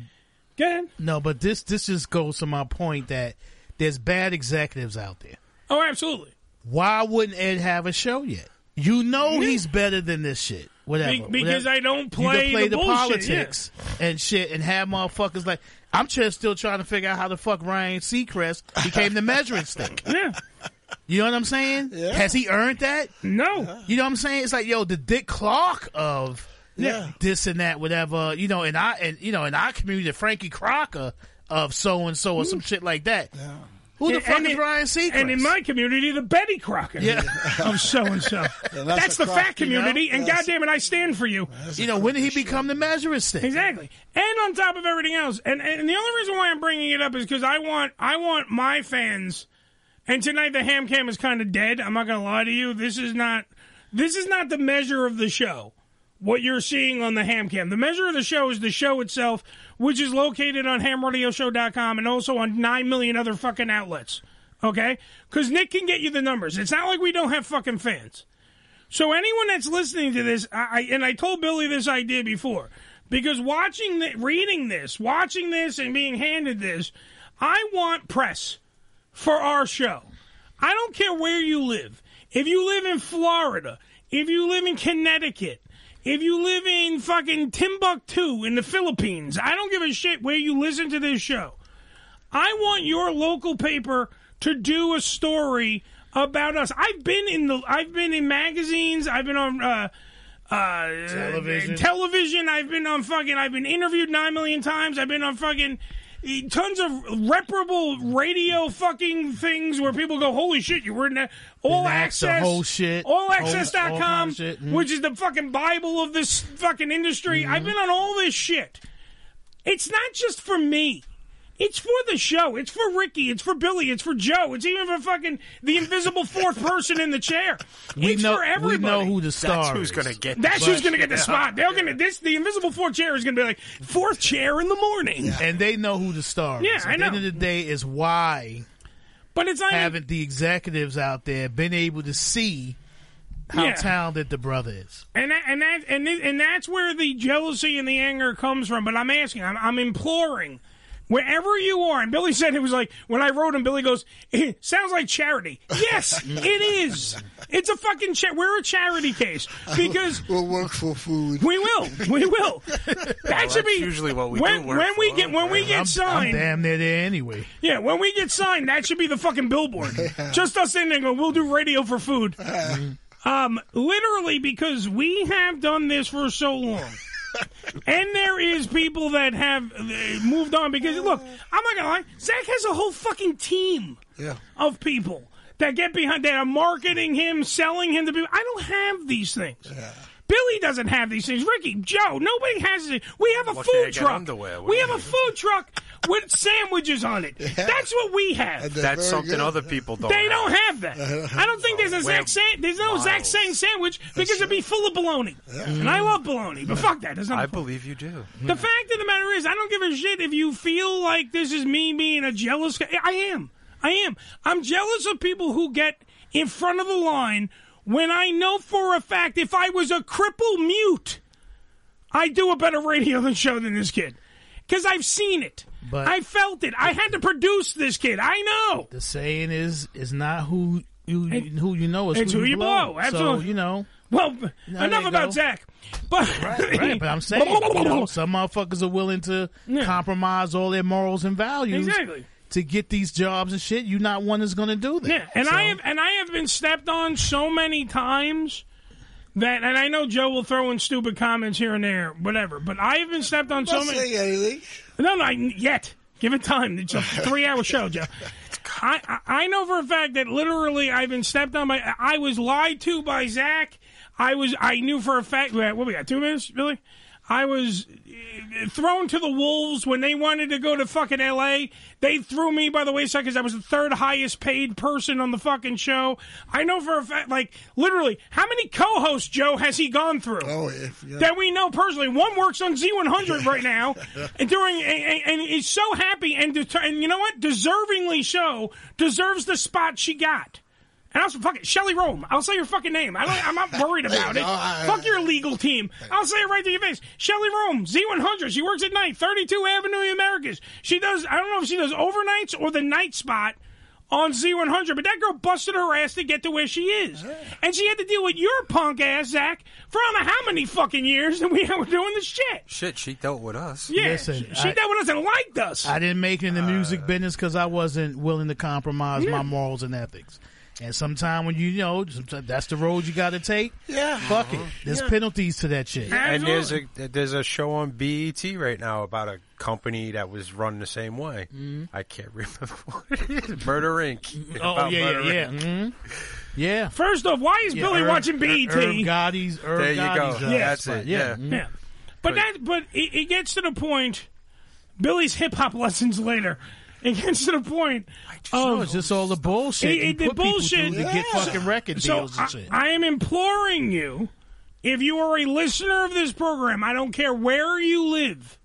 S1: Go ahead.
S3: no, but this this just goes to my point that there's bad executives out there.
S1: Oh, absolutely.
S3: Why wouldn't Ed have a show yet? You know he's better than this shit. Whatever.
S1: Be- because
S3: whatever.
S1: I don't
S3: you
S1: play,
S3: can play
S1: the,
S3: the,
S1: bullshit,
S3: politics and shit and have motherfuckers like I'm just still trying to figure out how the fuck Ryan Seacrest became the measuring stick.
S1: Yeah. yeah.
S3: You know what I'm saying? Has he earned that?
S1: No.
S3: You know what I'm saying? It's like, yo, the Dick Clark of
S2: Yeah.
S3: this and that, whatever. You know, and I and you know, in our community, the Frankie Crocker of so and so or some shit like that. Who the
S1: And-
S3: fuck
S1: and
S3: is
S1: it-
S3: Ryan Seacrest?
S1: And in my community, the Betty Crocker
S3: yeah,
S1: of so and so.
S2: that's
S1: That's the
S2: a crock,
S1: fat
S2: you know?
S1: community, and
S2: That's-
S1: goddamn it, I stand for you.
S3: you know, when did he become the measuring stick?
S1: Exactly. And on top of everything else, and, and the only reason why I'm bringing it up is because I want I want my fans. And tonight the ham cam is kind of dead. I'm not gonna lie to you. This is not this is not the measure of the show. What you're seeing on the ham cam. The measure of the show is the show itself, which is located on hamradioshow.com and also on nine million other fucking outlets. Okay? Because Nick can get you the numbers. It's not like we don't have fucking fans. So anyone that's listening to this, I, I and I told Billy this idea before, because watching, the, reading this, watching this, and being handed this, I want press for our show. I don't care where you live. If you live in Florida, if you live in Connecticut, if you live in fucking Timbuktu in the Philippines, I don't give a shit where you listen to this show. I want your local paper to do a story about us. I've been in the I've been in magazines, I've been on uh uh,
S3: Television.
S1: television. I've been on fucking. I've been interviewed nine million times. I've been on fucking eh, tons of reparable radio fucking things where people go, "Holy shit, you were in that all
S3: Been asked the
S1: access,
S3: whole shit.
S1: all
S3: Whole-
S1: access.com,
S3: all kind of shit, Mm-hmm. mhm.
S1: which is the fucking bible of this fucking industry. I've been on all this shit. It's not just for me. It's for the show. It's for Ricky. It's for Billy. It's for Joe. It's even for fucking the invisible fourth person in the chair.
S3: We
S1: it's
S3: know
S1: for
S3: we
S1: everybody.
S3: know who the star
S4: That's
S3: is.
S4: who's going to get
S1: That's
S4: this.
S1: who's gonna get the spot. They're gonna this the invisible fourth chair is gonna be like fourth chair in the morning.
S3: and they know who the star
S1: Yeah,
S3: is.
S1: I
S3: At the end
S1: know.
S3: of the day, is why
S1: But it's not even,
S3: haven't the executives out there been able to see how
S1: Yeah.
S3: talented the brother is?
S1: and that, and that and thi- and that's where the jealousy and the anger comes from. But I'm asking, I'm, I'm imploring, wherever you are. And Billy said it was like when I wrote him. Billy goes, it "Sounds like charity." Yes, it is. It's a fucking cha- we're a charity case because
S2: We'll work for food.
S1: we will, we will. That should be
S4: usually what we
S1: when,
S4: do work
S1: when we
S4: for.
S1: get when we get
S3: I'm,
S1: signed.
S3: I'm damn near there anyway.
S1: Yeah, when we get signed, that should be the fucking billboard. Just us in there going, we'll do radio for food. um, literally, because we have done this for so long. and there is people that have uh, moved on because, look, I'm not going to lie, Zach has a whole fucking team
S2: Yeah.
S1: of people that get behind that are marketing him, selling him to people. I don't have these things. Billy doesn't have these things. Ricky, Joe, nobody has it. We have a
S4: Well, they
S1: food
S4: get
S1: truck.
S4: underwear,
S1: we have a
S4: wouldn't
S1: food truck with sandwiches on it. That's what we have.
S2: They're
S4: That's
S2: very
S4: something
S2: good.
S4: other people don't.
S1: They don't have that. I don't think there's a
S4: We're
S1: Zach San- there's no Zach
S4: miles.
S1: Sang sandwich because it'd be full of baloney. And I love baloney, but fuck that. That's not
S4: Mm. I
S1: the point.
S4: believe you do.
S1: The fact of the matter is, I don't give a shit if you feel like this is me being a jealous guy. I am. I am. I'm jealous of people who get in front of the line when I know for a fact if I was a cripple mute, I do a better radio than show than this kid. Because I've seen it.
S3: But-
S1: I felt it. I had to produce this kid. I know.
S3: The saying is, "It's not who you who you know, it's,
S1: it's who you blow. Absolutely.
S3: So you know,
S1: Well,
S3: there
S1: enough
S3: you
S1: about
S3: go.
S1: Zach. But,
S3: right? But I'm saying, you know, some motherfuckers are willing to compromise all their morals and values
S1: Exactly.
S3: to get these jobs and shit. You're not one that's going to do that.
S1: Yeah, and
S3: So-
S1: I have and I have been stepped on so many times that, and I know Joe will throw in stupid comments here and there, whatever. But I have been stepped on so
S2: Don't
S1: many.
S2: say anything.
S1: No, no, I, yet. Give it time. It's a three-hour show, Joe. I, I I know for a fact that literally I've been stepped on by. I was lied to by Zach. I was. I knew for a fact. What we got? Two minutes, really? I was eh, thrown to the wolves when they wanted to go to fucking L.A. They threw me by the wayside because I was the third highest paid person on the fucking show. I know for a fact. Like literally, how many co-hosts Joe has he gone through?
S2: Oh, if, yeah.
S1: that we know personally. One works on Z100 right now, and during and, and is so happy and deter- and you know what, deservingly so deserves the spot she got. And also, fuck it, Shelly Rome. I'll say your fucking name. I don't, I'm not worried about it.
S2: No, I-
S1: fuck your legal team. I'll say it right to your face. Shelly Rome, Z100. She works at night, 32 Avenue of the Americas. She does. I don't know if she does overnights or the night spot on Z100, but that girl busted her ass to get to where she is. And she had to deal with your punk ass, Zach, for I don't know how many fucking years that we were doing this shit.
S4: Shit, she dealt with us.
S1: Yeah,
S3: Listen,
S1: she, she
S3: I-
S1: dealt with us and liked us.
S3: I didn't make it in the music business because I wasn't willing to compromise my morals and ethics. And sometime when you, you know, sometime that's the road you got to take.
S2: Yeah.
S3: Fuck it. There's penalties to that shit.
S4: And there's
S1: Absolutely.
S4: a there's a show on BET right now about a company that was run the same way.
S3: Mm-hmm.
S4: I can't remember what it is. Murder Inc.
S3: Oh
S4: About
S3: yeah,
S4: Murder,
S3: yeah, yeah.
S4: Inc.
S3: Mhm. Yeah.
S1: First off, why is
S3: Yeah,
S1: Billy
S3: Irv-
S1: watching E BET?
S3: Irv Gotti's, Irv
S4: There you go.
S3: Gotti's, uh,
S4: Yeah. That's
S3: spot.
S4: it, yeah.
S3: Mhm.
S1: Yeah, but that but it, it gets to the point. Billy's hip hop lessons later. It gets to the point.
S3: No,
S1: of,
S3: it's just all the bullshit.
S1: It-
S3: you
S1: it- the
S3: put people
S1: bullshit-
S3: through to get
S2: Yeah.
S3: fucking record
S1: so
S3: deals
S1: I,
S3: and shit.
S1: I am imploring you, if you are a listener of this program, I don't care where you live,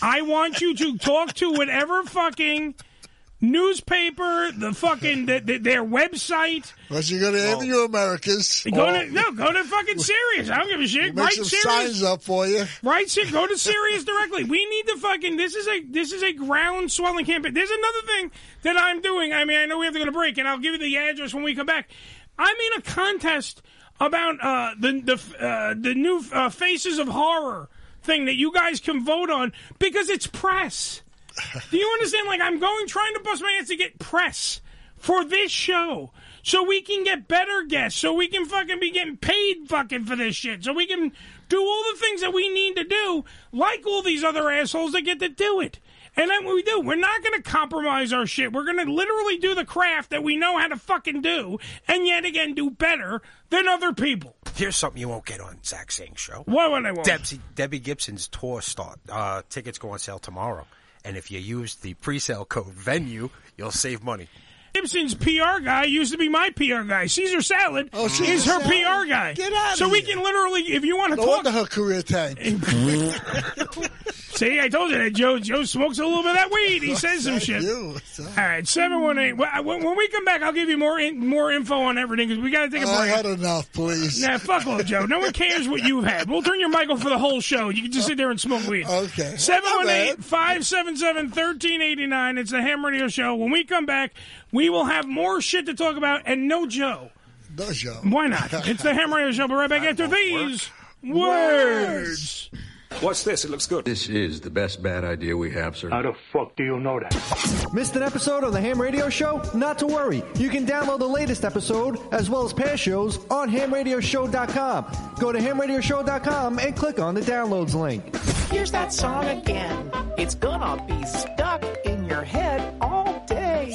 S1: I want you to talk to whatever fucking newspaper, the fucking the, the, their website.
S2: Unless you go to Avenue Americas,
S1: Go to no, go to fucking Sirius. I don't give a shit.
S2: make
S1: Right,
S2: some
S1: Sirius.
S2: signs up for you.
S1: Right, sir. Go to Sirius directly. We need to fucking. This is a this is a ground swelling campaign. There's another thing that I'm doing. I mean, I know we have to go to break, and I'll give you the address when we come back. I'm in a contest about uh, the the uh, the new uh, Faces of Horror thing that you guys can vote on because it's press. Do you understand? Like, I'm going trying to bust my ass to get press for this show so we can get better guests, so we can fucking be getting paid fucking for this shit, so we can do all the things that we need to do, like all these other assholes that get to do it. And then what we do, we're not going to compromise our shit. We're going to literally do the craft that we know how to fucking do, and yet again do better than other people.
S4: Here's something you won't get on Zach Singh show.
S1: Why would I want?
S4: Debbie, Debbie Gibson's tour start. Uh, tickets go on sale tomorrow. And if you use the pre-sale code venue, you'll save money.
S1: Gibson's PR guy used to be my PR guy. Caesar Salad
S2: Oh, Caesar
S1: is her
S2: Salad.
S1: PR guy.
S2: Get outta
S1: so we
S2: here.
S1: can literally, if you want to
S2: No
S1: talk,
S2: wonder her career tanked.
S1: See, I told you that Joe Joe smokes a little bit of that weed. He says some shit.
S2: You. It's, uh,
S1: All right, seven one eight. When when we come back, I'll give you more in, more info on everything because we got to take a
S2: I
S1: break.
S2: had Oh, enough, please.
S1: Nah, fuck off, Joe. No one cares what you've had. We'll turn your mic off for the whole show. You can just sit there and smoke weed.
S2: Okay.
S1: 718 577 1389. It's the Ham Radio Show. When we come back, we will have more shit to talk about and no Joe.
S2: No show.
S1: Why not? It's the Ham Radio Show. We'll be right back after these words.
S5: What's this? It looks good.
S6: This is the best bad idea we have, sir.
S7: How the fuck do you know that?
S8: Missed an episode of the Ham Radio Show? Not to worry. You can download the latest episode, as well as past shows, on hamradioshow.com. Go to hamradioshow.com and click on the downloads link.
S9: Here's that song again. It's gonna be stuck in your head all day.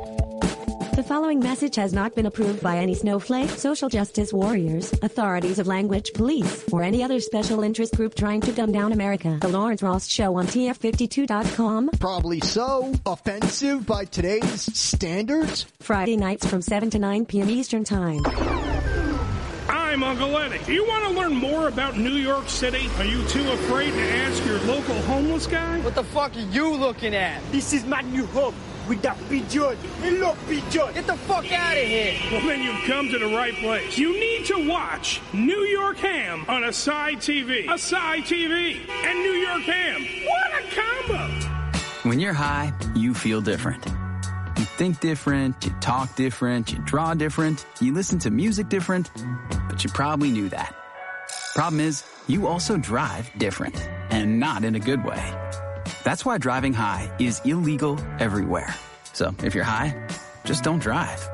S6: The following message has not been approved by any snowflake, social justice warriors, authorities of language police, or any other special interest group trying to dumb down America. The Lawrence Ross Show on TF52.com.
S10: Probably so. Offensive by today's standards?
S6: Friday nights from 7 to 9 p.m. Eastern Time.
S1: I'm Uncle Eddie. Do you want to learn more about New York City? Are you too afraid to ask your local homeless guy? What the fuck are you looking at? This is my new home. With that pigeon. Hey, look, pigeon. Get the fuck out of here. Well, then you've come to the right place. You need to watch New York Ham on Asai TV. Asai TV and New York Ham. What a combo!
S11: When you're high, you feel different. You think different, you talk different, you draw different, you listen to music different, but you probably knew that. Problem is, you also drive different, and not in a good way. That's why driving high is illegal everywhere. So if you're high, just don't drive.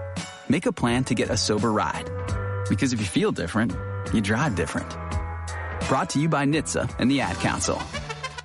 S11: Make a plan to get a sober ride. Because if you feel different, you drive different. Brought to you by NHTSA and the Ad Council.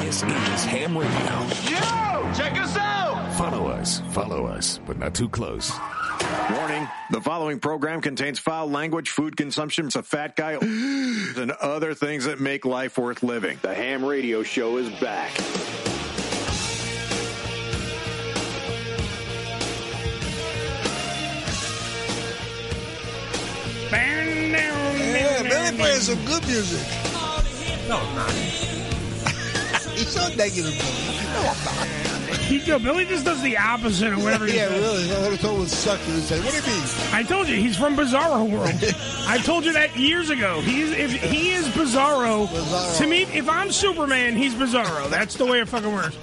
S12: This is Ham Radio. Yo! Check us out! Follow us, follow us, but not too close.
S9: Warning the following program contains foul language, food consumption, it's a fat guy, and other things that make life worth living. The Ham Radio Show is back.
S2: Yeah, Billy plays some good music.
S4: No, not.
S2: He's so negative. Billy. No, I'm not.
S1: He, yo, Billy just does the opposite of whatever he
S2: yeah,
S1: says.
S2: really. I would have told him suck. He would say, "What do you mean?"
S1: I told you he's from Bizarro World. I told you that years ago. He's if he is Bizarro, to me, if I'm Superman, he's Bizarro. That's the way it fucking works.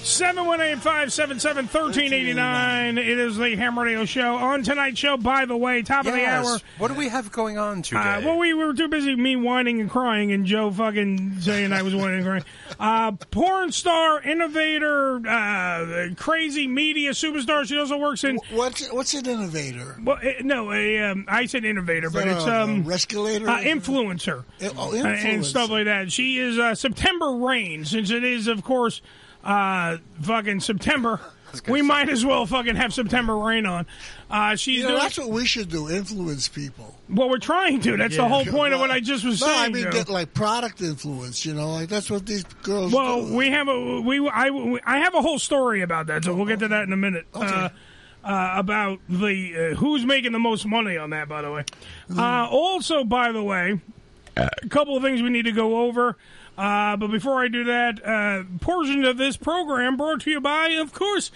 S1: 718-577-1389. It is the Ham Radio Show. On tonight's show, by the way, top
S4: Yes.
S1: of the hour.
S4: What do we have going on today?
S1: Uh, well, we were too busy me whining and crying, and Joe fucking saying I was whining and crying. Uh, porn star, innovator, uh, crazy media superstar. She also works in.
S2: What's what's an innovator?
S1: Well, eh, no, a, um, I said innovator,
S2: Is
S1: but
S2: that
S1: it's
S2: a- a
S1: um,
S2: resculator?
S1: uh, influencer,
S2: oh,
S1: Uh, and stuff like that. She is uh, September Rain, since it is, of course, uh, fucking September. We might as well fucking have September Rain on. Uh, she's
S2: You know,
S1: doing-
S2: that's what we should do: influence people.
S1: well, we're trying to. That's the whole point of what I just was
S2: no,
S1: saying.
S2: I mean,
S1: Joe.
S2: get like product influence. You know, like that's what these girls.
S1: Well,
S2: do.
S1: we have a we I, I have a whole story about that, so we'll get to that in a minute. Uh, uh, about the uh, who's making the most money on that, by the way. Uh, also, by the way, a couple of things we need to go over. Uh, but before I do that, uh, portion of this program brought to you by, of course,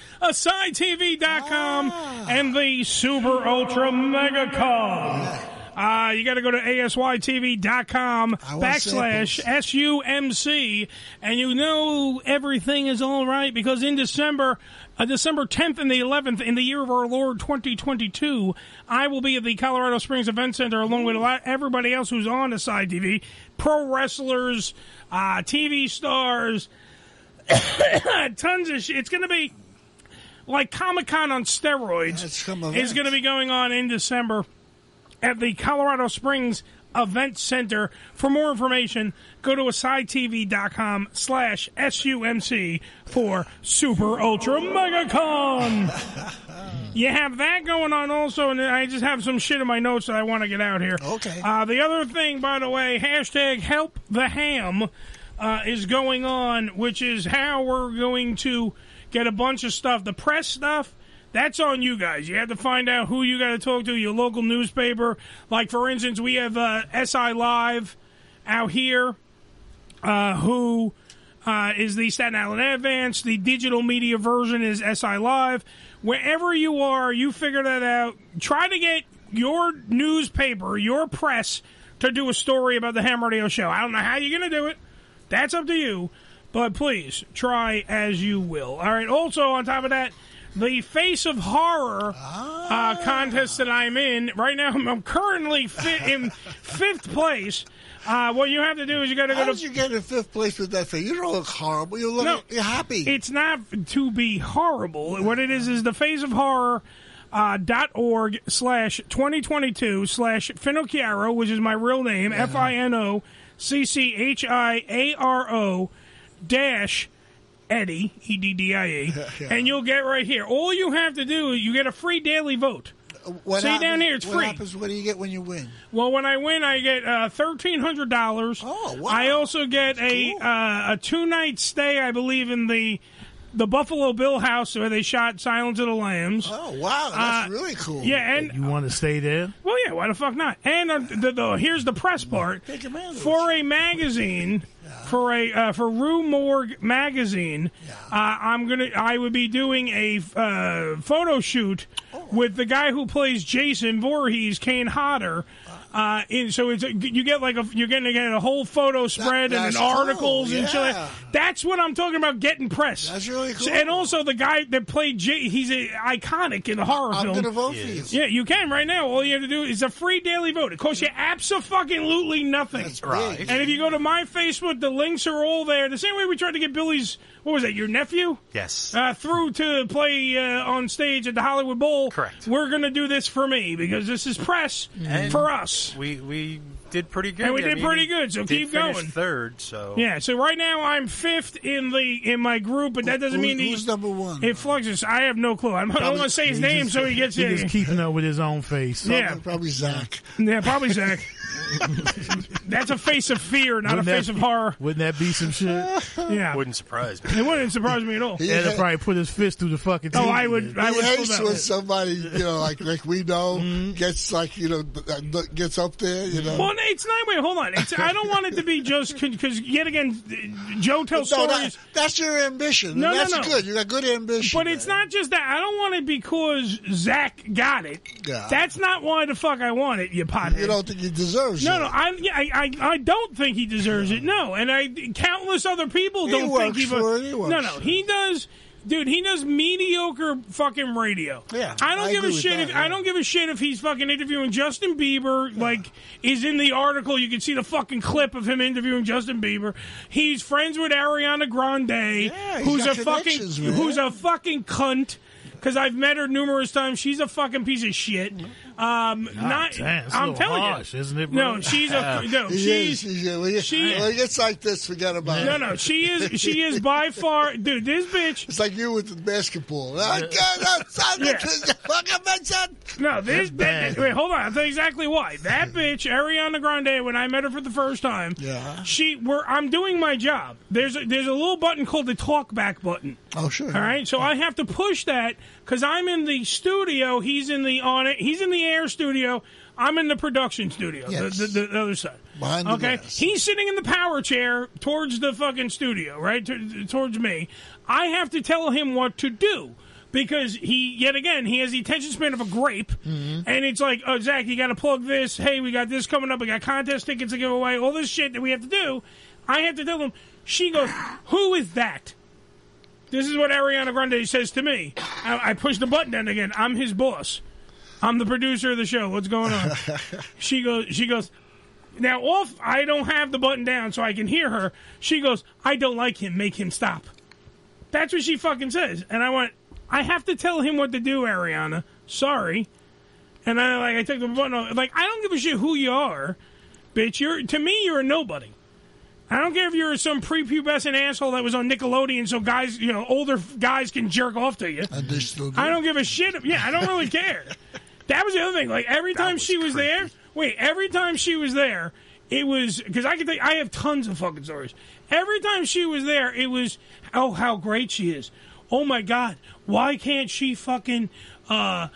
S1: AsaiTV.com and the Super Ultra Mega Con. Uh, you got to go to asytv.com
S13: want
S1: backslash SUMC, and you know everything is all right because in December, uh, December 10th and the 11th, in the year of our Lord 2022, I will be at the Colorado Springs Event Center along with a lot, everybody else who's on the side TV, pro wrestlers, uh, TV stars, tons of shit. It's going to be like Comic Con on steroids is going to be going on in December at the Colorado Springs Event Center. For more information, go to asidetv.com slash SUMC for Super Ultra MegaCon. You have that going on also, and I just have some shit in my notes that I want to get out here. Okay. Uh, the other thing, by the way, hashtag help the ham uh, is going on, which is how we're going to get a bunch of stuff. The press stuff, that's on you guys. You have to find out who you got to talk to, your local newspaper. Like, for instance, we have uh, SI Live out here uh, who uh, is the Staten Island Advance. The digital media version is SI Live. Wherever you are, you figure that out. Try to get your newspaper, your press, to do a story about the Ham Radio Show. I don't know how you're going to do it. That's up to you. But please try as you will. All right. Also, on top of that, the Face of Horror
S2: Ah.
S1: uh, contest that I'm in right now. I'm currently fi- in fifth place. Uh, what you have to do is you got to go
S2: How
S1: to.
S2: did you get in fifth place with that thing? You don't look horrible. You look.
S1: no, happy. It's not to be horrible. What it is is the Face of Horror. Uh, dot org slash 2022 slash Finocchiaro, which is my real name, F I N O C C H I A R O dash Eddie, E D D I E, and you'll get right here. All you have to do is you get a free daily vote.
S2: What
S1: See down
S2: happens-
S1: here, it's
S2: what
S1: free.
S2: happens- what do you get when you win?
S1: Well, when I win, I get uh, thirteen hundred dollars. Oh, wow! I also get a uh, a two night stay, I believe, in the the Buffalo Bill House where they shot Silence of the Lambs. Oh,
S2: wow, that's really cool.
S1: Yeah, and
S3: you want to stay there?
S1: well, yeah, why the fuck not? And uh, the, the, here's the press part for a magazine, for a uh, for Rue Morgue magazine. Uh, I'm gonna, I would be doing a uh, photo shoot
S2: Oh.
S1: with the guy who plays Jason Voorhees, Kane Hodder. Uh, in, so it's a, you get like a you're getting to get a whole photo spread and
S2: that's
S1: an
S2: cool,
S1: articles and shit. like-
S2: yeah.
S1: That's what I'm talking about getting press. That's
S2: really cool.
S1: And also the guy that played J, he's a, iconic in the horror
S2: I'm
S1: film.
S2: gonna vote for you.
S1: Yeah, you can right now. All you have to do is a free daily vote. It costs you absolutely nothing.
S4: right. big.
S1: And if you go to my Facebook, the links are all there. The same way we tried to get Billy's, what was that, your nephew?
S4: Yes.
S1: Uh, through to play uh, on stage at the Hollywood Bowl. Correct. We're going to do this for me because this is press
S4: And
S1: for us.
S4: We we did pretty good.
S1: And we
S4: I
S1: did
S4: mean,
S1: pretty
S4: we
S1: good, so
S4: did
S1: keep
S4: finish
S1: going.
S4: Third, so
S1: Yeah, so right now I'm fifth in the in my group, but that doesn't
S2: Who-
S1: mean
S2: who's number one.
S1: It fluctuates. I have no clue. I'm, I don't want to say his name so he gets
S3: he
S1: in.
S3: just keeping up with his own face.
S1: Yeah.
S2: Probably Zach.
S1: Yeah, probably Zach. That's a face of fear, not
S3: Wouldn't
S1: a
S3: that
S1: face of
S3: be-
S1: horror.
S3: Wouldn't that be some shit?
S1: Yeah.
S4: Wouldn't surprise me.
S1: It wouldn't surprise me at all.
S3: Ed would probably put his fist through the fucking.
S1: Oh,
S3: TV.
S1: I would- I
S2: he
S1: would
S2: hates
S1: pull that.
S2: when somebody you know like like we know gets like you know th- uh, th- gets up there. You know.
S1: Well, it's not. Wait, hold on. It's, I don't want it to be just because yet again, Joe tells
S2: No, that-
S1: stories.
S2: that's your ambition.
S1: No,
S2: and that's
S1: no, no.
S2: good. You got good ambition.
S1: But it's not just that. I don't want it because Zach got it.
S2: Yeah.
S1: That's not why the fuck I want it, you pothead. You
S2: don't think he deserves
S1: no,
S2: it.
S1: No, I, yeah, I, I, I don't think he deserves it. No, and I countless other people
S2: He
S1: don't think
S2: works
S1: he.
S2: for it. He works
S1: no, no,
S2: for
S1: he does. Dude, he does mediocre fucking radio. Yeah, I don't
S2: I
S1: give a
S2: agree with
S1: shit.
S2: that,
S1: if, I don't give a shit if he's fucking interviewing Justin Bieber. Like, is in the article. You can see the fucking clip of him interviewing Justin Bieber. He's friends with Ariana Grande,
S2: he's
S1: who's a
S2: got
S1: fucking
S2: connections, man.
S1: who's a fucking cunt. Because I've met her numerous times. She's a fucking piece of shit. Um, not,
S3: damn, it's a
S1: I'm
S3: little
S1: telling
S3: harsh,
S1: you,
S3: isn't it, bro?
S1: No, she's a no.
S2: He
S1: She's
S2: is, he's- uh, when,
S1: she-
S2: she, when it gets like this, forget about
S1: no,
S2: it.
S1: no. She is she is by far, dude. This bitch.
S2: It's like you with the basketball. I
S1: Yeah.
S2: can't- I- I- fucking mention.
S1: No, this
S2: bad.
S1: bitch. Wait, hold on. I'll tell you exactly why. That bitch, Ariana Grande, when I met her for the first time,
S2: Yeah.
S1: she were I'm doing my job. There's a, there's a little button called the talk back button.
S2: Oh sure.
S1: All right, so I have to push that because I'm in the studio. He's in the on it. He's in the air studio. I'm in the production studio.
S2: Yes.
S1: The, the, the other side.
S2: Behind the
S1: okay, he's sitting in the power chair towards the fucking studio, right t- towards me. I have to tell him what to do because he yet again he has the attention span of a grape,
S2: Mm-hmm.
S1: and it's like, oh Zach, you got to plug this. Hey, we got this coming up. We got contest tickets to give away. All this shit that we have to do. I have to tell him. She goes, who is that? This is what Ariana Grande says to me. I, I push the button down again. I'm his boss. I'm the producer of the show. What's going on? she goes. She goes. Now off. I don't have the button down, so I can hear her. She goes. I don't like him. Make him stop. That's what she fucking says. And I went. I have to tell him what to do, Ariana. Sorry. And I like. I took the button. Off. Like I don't give a shit who you are, bitch. You're to me. You're a nobody. I don't care if you're some prepubescent asshole that was on Nickelodeon, so guys, you know, older f- guys can jerk off to you. I don't give a shit. Yeah, I don't really care. That was the other thing. Like every time she was there, wait, every time she was there, it was because I can think I have tons of fucking stories. Every time she was there, it was oh how great she is. Oh my god, why can't she fucking? Uh,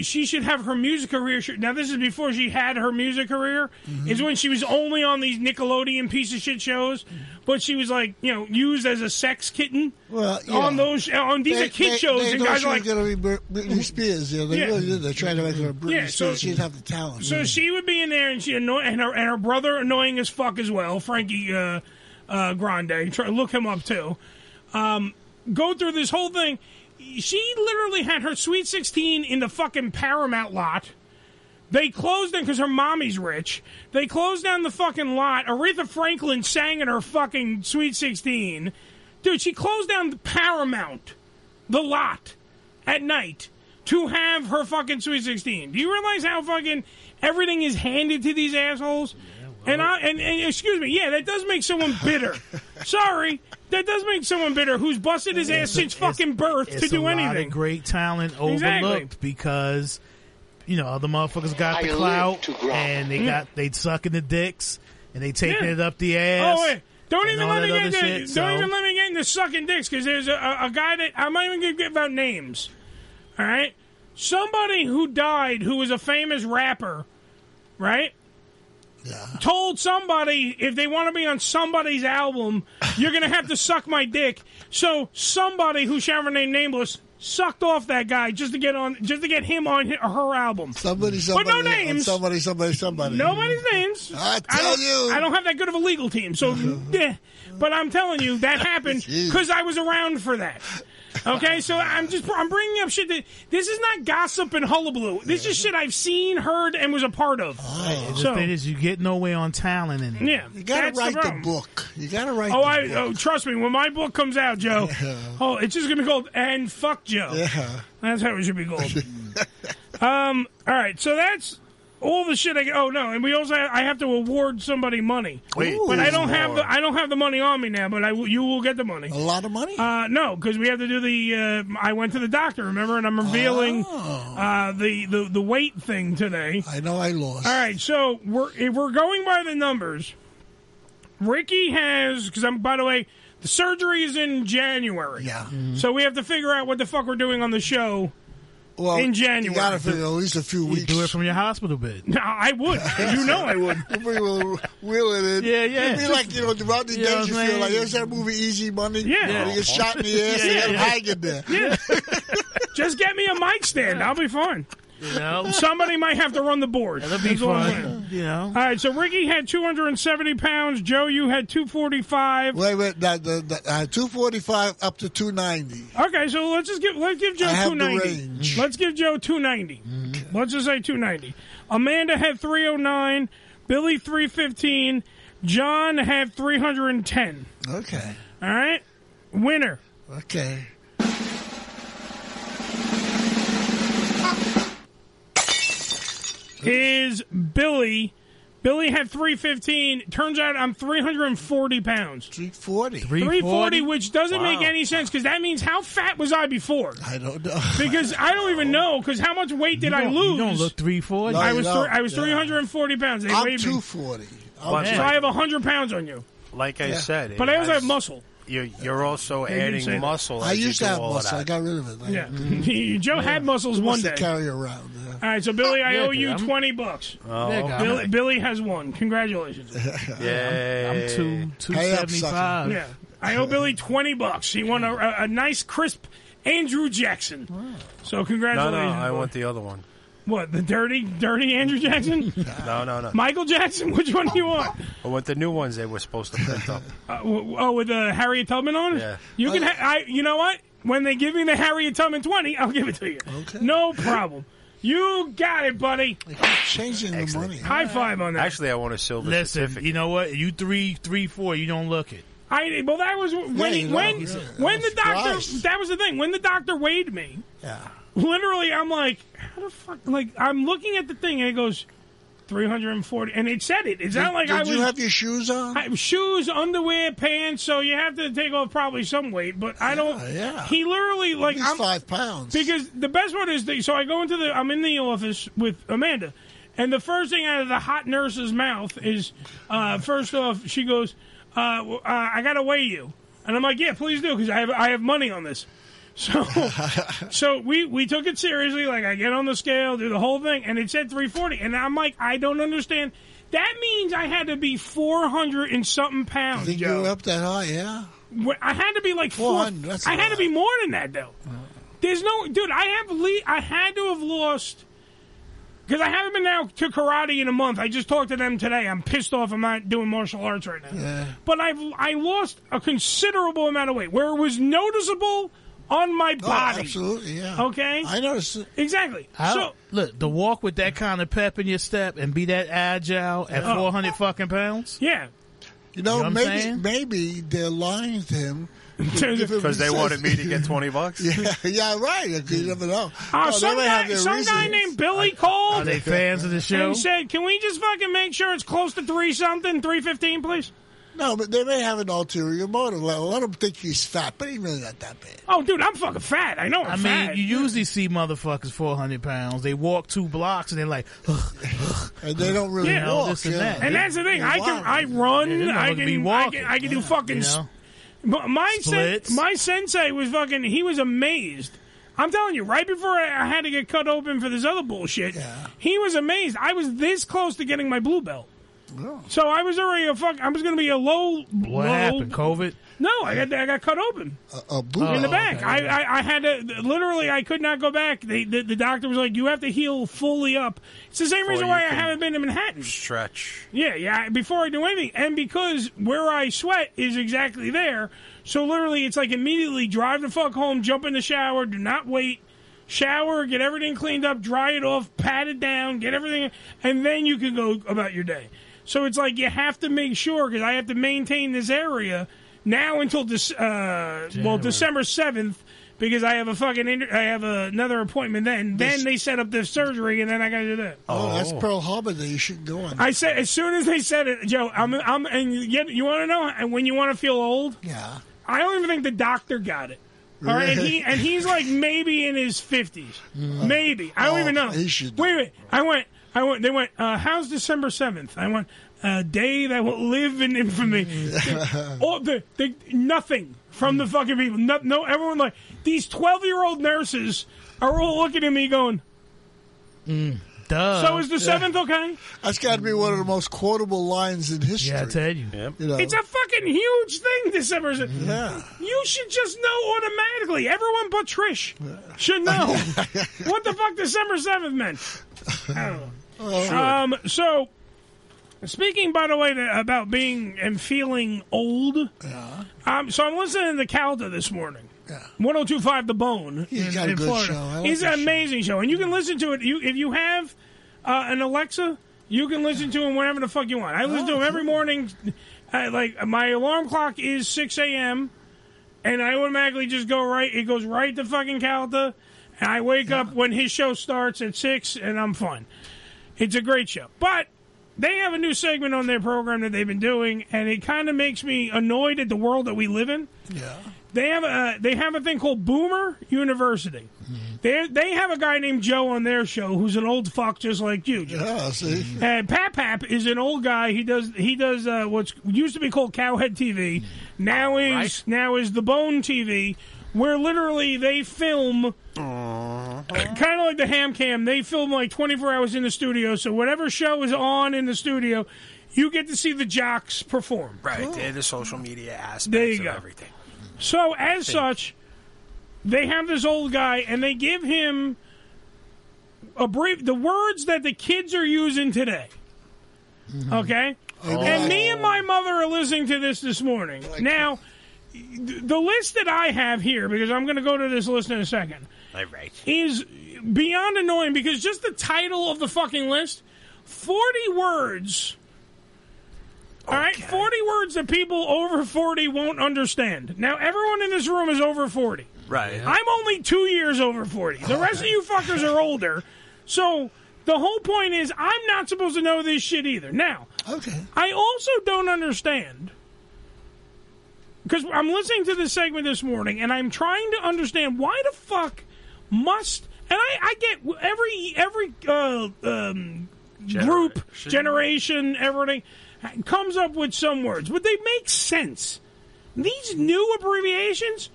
S1: she should have her music career. Should, now, this is before she had her music career.
S2: Mm-hmm.
S1: Is when she was only on these Nickelodeon piece of shit shows,
S2: Mm-hmm.
S1: but she was like, you know, used as a sex kitten.
S2: Well, you
S1: on
S2: know,
S1: those on these
S2: they,
S1: are kid
S2: they,
S1: shows,
S2: They
S1: and
S2: know
S1: guys
S2: she
S1: are like,
S2: was going to be Br- Britney Spears. You know, they
S1: Yeah.
S2: really did. They're trying to make her a Britney
S1: Yeah, so-
S2: Spears. She didn't have the talent.
S1: So she would be in there, and she annoy, and her and her brother annoying as fuck as well. Frankie uh, uh, Grande, try, look him up too. Um, go through this whole thing. She literally had her Sweet Sixteen in the fucking Paramount lot. They closed down because her mommy's rich. They closed down the fucking lot. Aretha Franklin sang in her fucking Sweet 16. Dude, she closed down the Paramount, the lot, at night to have her fucking Sweet 16. Do you realize how fucking everything is handed to these assholes? and I and, and excuse me, yeah, that does make someone bitter. Sorry, that does make someone bitter who's busted his ass since fucking birth
S3: it's
S1: to do
S3: a lot of
S1: anything.
S3: great talent overlooked
S1: Exactly.
S3: because you know other motherfuckers got
S1: I
S3: the
S1: live
S3: clout
S1: to grow.
S3: and they
S1: Mm.
S3: got they sucking the dicks and they taking
S1: Yeah.
S3: it up the ass.
S1: Oh wait, don't
S3: and
S1: even
S3: all
S1: let
S3: that
S1: me get
S3: other
S1: into,
S3: shit,
S1: don't
S3: so-
S1: even let me get into sucking dicks because there's a, a, a guy that I'm not even gonna get about names. All right, somebody who died who was a famous rapper, right? Told somebody if they want to be on somebody's album, you're gonna have to suck my dick. So somebody who shall remain nameless sucked off that guy just to get on, just to get him on hi- her album.
S2: Somebody, somebody,
S3: uh,
S1: but no names.
S2: somebody, somebody, somebody.
S1: Nobody's names. I
S2: tell
S1: don't,
S2: you.
S1: I don't have that good of a legal team, so yeah. But I'm telling you, that happened because I was around for that. Okay, so I'm just I'm bringing up shit that this is not gossip and hullabaloo. This is shit I've seen, heard, and was a part of.
S3: The
S1: So
S3: thing is, you get nowhere on talent, and
S1: yeah,
S3: Oh, You gotta
S1: that's
S3: write the
S1: problem.
S2: book. You gotta write.
S1: Oh,
S3: the
S1: I
S3: book.
S1: oh trust me, when my book comes out, Joe. Oh, it's just gonna be called and fuck Joe.
S2: Yeah.
S1: That's how it should be called. um. All right. So that's all the shit I. Oh no, and we also I have to award somebody money.
S2: Wait,
S1: but I
S2: there's
S1: don't have
S2: more.
S1: the I don't have the money on me now. But I will- you will get the money. A
S2: lot of money.
S1: Uh, no, because we have to do the. Uh, I went to the doctor. Remember, and I'm
S2: Ah.
S1: revealing
S2: Oh.
S1: uh, the the the weight thing today.
S2: I know I lost.
S1: All right, so we're if we're going by the numbers. Ricky has because I'm by the way, the surgery is in January. Yeah. So we have to figure out what the fuck we're doing on the show.
S2: Well,
S1: in January.
S2: you gotta figure at least a few weeks.
S3: do it from your hospital bed.
S1: No, I would. You know I would.
S2: we will wheel it in.
S3: Yeah, yeah.
S2: It'd be like, you know, throughout the
S3: You know
S2: days, you
S3: what I'm
S2: feel like,
S3: saying?
S2: there's that movie Easy Money.
S1: Yeah.
S2: Where you get shot in the ass
S1: Yeah.
S2: and you hang in there.
S1: Yeah. Just get me a mic stand. I'll be fine.
S3: You know?
S1: Somebody might have to run the board. That'll
S3: be fun. You know?
S1: All right, so Ricky had 270 pounds. Joe, you had 245.
S2: Wait, wait, that, the, the, uh, 245 up to 290.
S1: Okay, so let's just give let's give Joe
S2: I have the
S1: 290. Let's give Joe 290. Let's just say 290. Amanda had 309. Billy 315. John had 310.
S2: Okay.
S1: All right, winner.
S2: Okay.
S1: is Billy. Billy had 315. Turns out I'm 340 pounds.
S2: 340.
S1: 340, which doesn't make
S2: Wow.
S1: any sense because that means how fat was I before?
S2: I don't know.
S1: Because I don't
S2: Oh.
S1: even know because how much weight did I
S3: don't-
S1: lose?
S3: You don't look three four.
S1: I was three, I was 340 pounds. They
S2: I'm
S1: weighed me.
S2: 240.
S1: So
S4: Okay.
S1: I have 100 pounds on you.
S4: Like I
S1: Yeah.
S4: said,
S1: But
S4: it
S1: I also
S4: has-
S1: have muscle.
S4: You're, you're also
S1: They did say
S4: adding
S1: that.
S4: muscle.
S2: I
S4: as you
S2: used to
S4: do
S2: have
S4: all of
S2: muscle.
S4: that.
S2: I got rid of it. mm.
S1: Yeah. Joe had muscles one
S2: What's to
S1: day.
S2: carry around.
S1: All right, so Billy, I
S2: Yeah,
S1: owe
S2: dude,
S1: you
S2: I'm-
S1: 20 bucks.
S2: Oh, There you go.
S1: Billy, Billy has one. Congratulations.
S4: Yeah.
S3: I'm two two seventy five.
S1: Yeah, I owe Billy twenty bucks. He won a, a, a nice crisp Andrew Jackson. So
S4: No,
S1: congratulations.
S4: no, I
S1: boy.
S4: want the other one.
S1: What the dirty, dirty Andrew Jackson?
S4: No, no, no.
S1: Michael Jackson? Which one do you want?
S4: I want the new ones they were supposed to print up.
S1: Uh, w- oh, with uh, Harriet Tubman on it.
S4: Yeah.
S1: You
S3: Oh.
S1: can. Ha- I. You know what? When they give me the Harriet Tubman twenty, I'll give it to you. Okay. No problem. You got it, buddy.
S2: Changing the money.
S1: High five on that.
S4: Actually, I want a silver
S3: Listen, you know what? You three three four. You don't look it.
S1: I well, that was when
S3: Yeah,
S1: he-
S3: you know,
S1: when
S3: yeah.
S1: when the doctor.
S3: Christ.
S1: That was the thing. When the doctor weighed me,
S2: Yeah.
S1: literally, I'm like, how the fuck? Like, I'm looking at the thing and it goes 340, and it said it. It's not
S2: Did-
S1: like
S2: did
S1: I was.
S2: you have your shoes on?
S1: I, shoes, underwear, pants. So you have to take off probably some weight, but I don't.
S2: yeah.
S1: He literally like
S2: least
S1: I'm
S2: five pounds.
S1: Because the best part is, that, so I go into the. I'm in the office with Amanda, and the first thing out of the hot nurse's mouth is, uh, first off, she goes, uh, w- uh, "I gotta weigh you," and I'm like, "Yeah, please do," because I have I have money on this. So, so we we took it seriously. Like I get on the scale, do the whole thing, and it said 340, and I'm like, I don't understand. That means I had to be 400 and something pounds.
S2: Think you were up that high, yeah?
S1: Wh- I had to be like four.
S2: 400, that's a
S1: I had to be more than that though. There's no dude. I have le- I had to have lost because I haven't been out to karate in a month. I just talked to them today. I'm pissed off. I'm not doing martial arts right now.
S2: Yeah.
S1: But I've I lost a considerable amount of weight where it was noticeable on my body.
S2: Oh, absolutely, yeah.
S1: Okay, I
S2: noticed
S1: exactly.
S3: I
S1: so
S3: don't- look, to walk with that kind of pep in your step and be that agile at
S2: Yeah.
S3: 400 fucking pounds.
S1: Oh. Yeah.
S2: You know,
S3: what I'm
S2: maybe
S3: saying?
S2: maybe they're lying to him
S4: Because they wanted me to get 20 bucks?
S2: Yeah, yeah, right. You never know.
S1: Uh,
S2: No, Oh, they
S1: some
S2: may
S1: guy,
S2: have their
S1: some guy
S2: reasons.
S1: named Billy Cole.
S2: are they fans of the show?
S1: And he said, "Can we just fucking make sure it's close to three something, three fifteen, please?"
S2: No, but they may have an ulterior motive. Let, let him think he's fat, but he's really not that bad.
S1: Oh, dude, I'm fucking fat. I know I'm
S3: I mean,
S1: fat.
S3: you usually see motherfuckers 400 pounds. They walk two blocks and they're like,
S2: and they don't really
S3: you know,
S1: walk,
S3: This and,
S1: yeah.
S3: that.
S1: And that's the thing. I can I
S3: Yeah,
S1: run.
S3: them
S1: I
S3: motherfuckers be
S1: can, I
S3: walking.
S1: can I can do fucking.
S3: you
S1: s-
S3: know?
S1: But my sen-
S3: Splits.
S1: my sensei was fucking. He was amazed. I'm telling you, right before I I had to get cut open for this other bullshit, he was amazed. I was this close to getting my blue belt. So I was already a fuck. I was going to be a low.
S3: What
S1: low,
S3: happened? COVID?
S1: No, I got I got cut open
S2: A, a blue
S1: in the
S2: Oh,
S1: back.
S2: okay.
S1: I, I I had to literally I could not go back. They, the the doctor was like, you have to heal fully up. It's the same
S4: Before
S1: reason
S4: you
S1: why I
S4: can-
S1: haven't been to Manhattan.
S4: Stretch.
S1: Yeah, yeah. Before I do anything, and because where I sweat is exactly there, so literally it's like immediately drive the fuck home, jump in the shower, do not wait, shower, get everything cleaned up, dry it off, pat it down, get everything, and then you can go about your day. So it's like you have to make sure because I have to maintain this area now until this uh, well December seventh. Because I have a fucking, inter- I have another appointment. Then, then they set up the surgery, and then I got to do that.
S2: Oh, that's Pearl Harbor that you shouldn't go on.
S1: I said as soon as they said it, Joe. I'm, I'm, and yet you want to know, and when you want to feel old,
S2: yeah.
S1: I don't even think the doctor got it. All right, and he and he's like maybe in his fifties,
S2: Mm.
S1: maybe I don't
S2: Oh,
S1: even know.
S2: he should
S1: Wait, wait. I went, I went. They went. Uh, how's December seventh? I went. A day that will live in infamy.
S2: Mm.
S1: All the, the nothing from the fucking people. No, no everyone like these twelve-year-old nurses are all looking at me going.
S3: Mm, Duh.
S1: So is the seventh okay?
S2: That's got to be one of the most quotable lines in history. Yeah, I
S3: tell you.
S2: you know,
S1: It's a fucking huge thing, December.
S2: Yeah.
S1: You should just know automatically. Everyone but Trish should know what the fuck December 7th meant. I don't know.
S2: Oh, Sure.
S1: Um, so, speaking, by the way, to, about being and feeling old, um, so I'm listening to Calda this morning. Yeah. 1025 The Bone.
S2: He's
S1: in,
S2: got a
S1: in
S2: good
S1: Florida.
S2: show. I like
S1: He's
S2: that
S1: an amazing show. And you can listen to it you, if you have uh, an Alexa, you can listen to him whenever the fuck you want. I listen
S2: Oh,
S1: to him every morning. I, like, my alarm clock is 6 a.m., and I automatically just go right. It goes right to fucking Calda, and I wake up when his show starts at 6, and I'm fine. It's a great show. But they have a new segment on their program that they've been doing, and it kind of makes me annoyed at the world that we live in.
S2: Yeah.
S1: They have a they have a thing called Boomer University. They they have a guy named Joe on their show who's an old fuck just like you. Joe.
S2: Yeah, see.
S1: And Pap Pap is an old guy. He does he does uh, what's used to be called Cowhead TV. Now is now is the Bone TV, where literally they film. Kind of like the ham cam, they film like 24 hours in the studio. So whatever show is on in the studio, you get to see the jocks perform.
S4: Right. They're the social media aspects
S1: There you
S4: of
S1: go.
S4: everything.
S1: So as
S4: Think.
S1: such, they have this old guy, and they give him a brief the words that the kids are using today.
S4: Mm-hmm.
S1: Okay,
S4: Oh.
S1: and me and my mother are listening to this this morning. Now, th- the list that I have here, because I'm going to go to this list in a second,
S4: All right.
S1: is beyond annoying because just the title of the fucking list, forty words. All right, 40 words that people over 40 won't understand. Now, everyone in this room is over 40.
S4: Right.
S1: I'm only two years over 40. The rest of you fuckers are older. So the whole point is I'm not supposed to know this shit either. Now,
S2: okay.
S1: I also don't understand because I'm listening to this segment this morning and I'm trying to understand why the fuck must and I, I get every every uh, um, group generation everything comes up with some words, but they make sense. These new abbreviations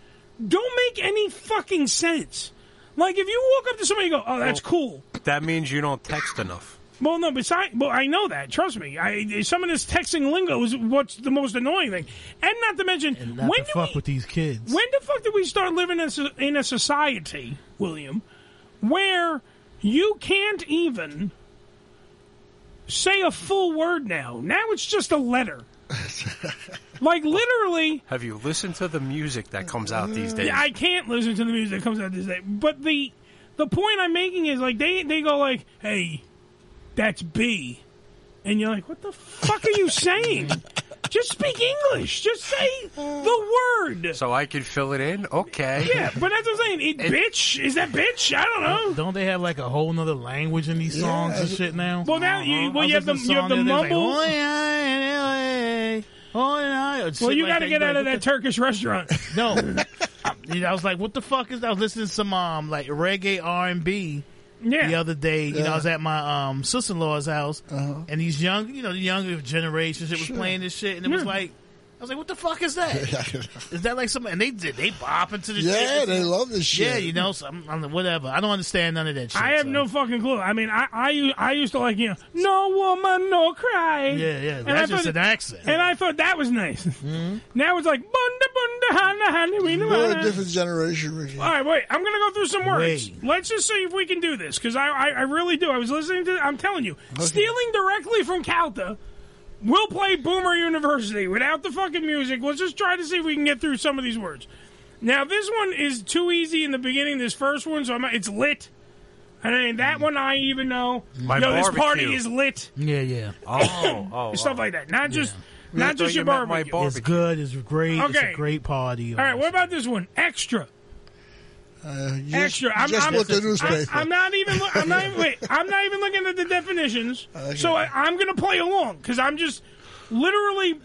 S1: don't make any fucking sense. Like if you walk up to somebody and go, "Oh, that's cool."
S4: That means you don't text enough.
S1: Well, no, besides, well, I know that. Trust me. I, some of this texting lingo is what's the most annoying thing, and not to mention
S3: Not
S1: when
S3: to fuck with these kids.
S1: when the fuck did we start living in a, so- in a society, William, where you can't even say a full word now? Now it's just a letter. like literally,
S4: Have you listened to the music that comes out these days?
S1: I can't listen to the music that comes out this day. But the the point I'm making is like they they go like, "Hey, that's B," and you're like, "What the fuck are you saying?" Just speak English. Just say the word.
S4: So I can fill it in? Okay.
S1: Yeah, but that's what I'm saying. It, bitch, is that bitch? I don't know.
S3: Don't, don't they have like a whole nother language in these songs and shit now?
S1: Well, now you- well,
S3: I
S1: you have the-
S3: listen to a
S1: you have
S3: song
S1: the
S3: that is
S1: mumble.
S3: Like, "Oi, aye, aye, aye, oi, aye," or shit
S1: Well, you
S3: like
S1: got to
S3: that.
S1: get
S3: You're
S1: out of
S3: like,
S1: that Turkish restaurant.
S3: No, I, I was like, "What the fuck is that?" I was listening to some um like reggae R and B. The other day, you know, I was at my um sister in law's house,
S2: Uh-huh.
S3: and these young, you know, the younger generation shit was
S14: Sure.
S3: playing this shit, and it was
S14: Yeah.
S3: like, I was like, "What the fuck is that?" Is that like something? And they did. They bop into the shit.
S2: Yeah, they love this
S3: Yeah,
S2: shit.
S3: you know, so I'm, I'm- whatever. I don't understand none of that shit.
S1: I have no fucking clue. I mean, I, I u- I used to like you know, no woman, no cry.
S3: Yeah, yeah,
S1: And
S3: that's
S1: I
S3: just
S1: thought-
S3: an accent.
S1: And I thought that was nice.
S2: Mm-hmm.
S1: Now it's like bunda bunda hana hana we know
S2: We're
S1: hana."
S2: a different generation, Ricky.
S1: All right, wait. I'm gonna go through some words.
S2: Wait.
S1: Let's just see if we can do this because I, I I really do. I was listening to. I'm telling you, stealing directly from Calta. We'll play Boomer University without the fucking music. Let's just try to see if we can get through some of these words. Now this one is too easy in the beginning. This first one, so I'm, it's lit. I mean that one I even know.
S4: My
S1: Yo, this
S4: barbecue.
S1: party is lit.
S3: Yeah, yeah.
S4: Oh, oh,
S1: stuff like that. Not just not just your barbecue.
S3: It's good. It's great.
S1: Okay.
S3: It's a great party.
S1: All right, what about this one? Extra.
S3: Uh,
S1: Extra. I'm,
S2: just
S1: I'm,
S2: look the
S1: I'm-
S2: newspaper.
S1: I'm not even. Lo- I'm not even. Wait. I'm not even looking at the definitions. So I, I'm going to play along because I'm just literally.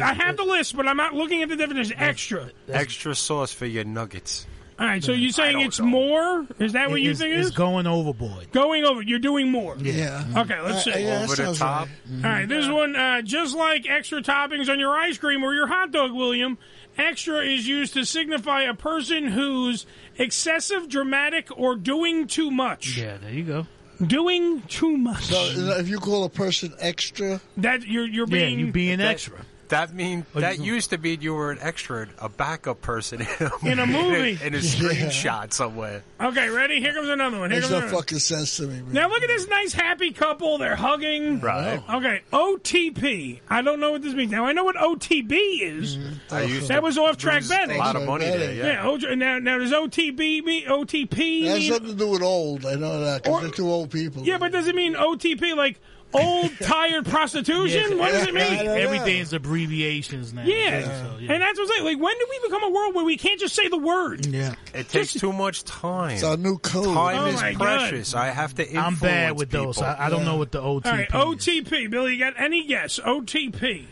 S1: I have the list, but I'm not looking at the definition. Extra.
S4: Extra sauce for your nuggets.
S1: All right. So you're saying it's more? Is that what you think it is?
S3: It's going overboard.
S1: Going over. You're doing more.
S3: Yeah.
S1: Okay. Let's see.
S3: Uh, yeah, that Over the sounds top.
S1: All right. This one, uh, just like extra toppings on your ice cream or your hot dog, William. Extra is used to signify a person who's excessive, dramatic, or doing too much.
S3: Yeah, there you go.
S1: Doing too much.
S2: So uh, if you call a person extra,
S1: that you're you're
S4: being- that- That mean
S2: Oh,
S4: that
S2: you-
S4: used to mean you were an extra, a backup person in a,
S1: In a movie.
S4: in a, screenshot somewhere.
S1: Okay, ready? Here comes another one. Here
S2: makes
S1: comes
S2: no
S1: another one.
S2: fucking sense to me. Man.
S1: Now look at this nice happy couple. They're hugging.
S4: Right.
S1: Okay. OTP. I don't know what this means. Now I know what OTB is.
S2: Mm-hmm.
S4: I used
S1: That
S4: to
S1: was off track
S4: lose
S1: betting.
S4: A lot of money there.
S1: Yeah. O- now, now does OTB mean OTP?
S2: It has
S1: mean-
S2: something to do with old. I know that because they're two old people.
S1: yeah, but does it mean OTP like old tired
S3: Mm-hmm.
S1: prostitution? what does it mean?
S3: Everything's abbreviations now.
S1: Yeah. and that's what I'm saying. Like, when do we become a world where we can't just say the word?
S3: Yeah,
S4: It takes too much time. It's
S2: our new code.
S4: Time
S1: Oh
S4: is
S1: my God.
S4: precious. I have to influence
S3: I'm bad with those.
S4: people.
S3: I, I don't know what the OTP.
S1: All right, OTP. Billy, you got any guess? OTP.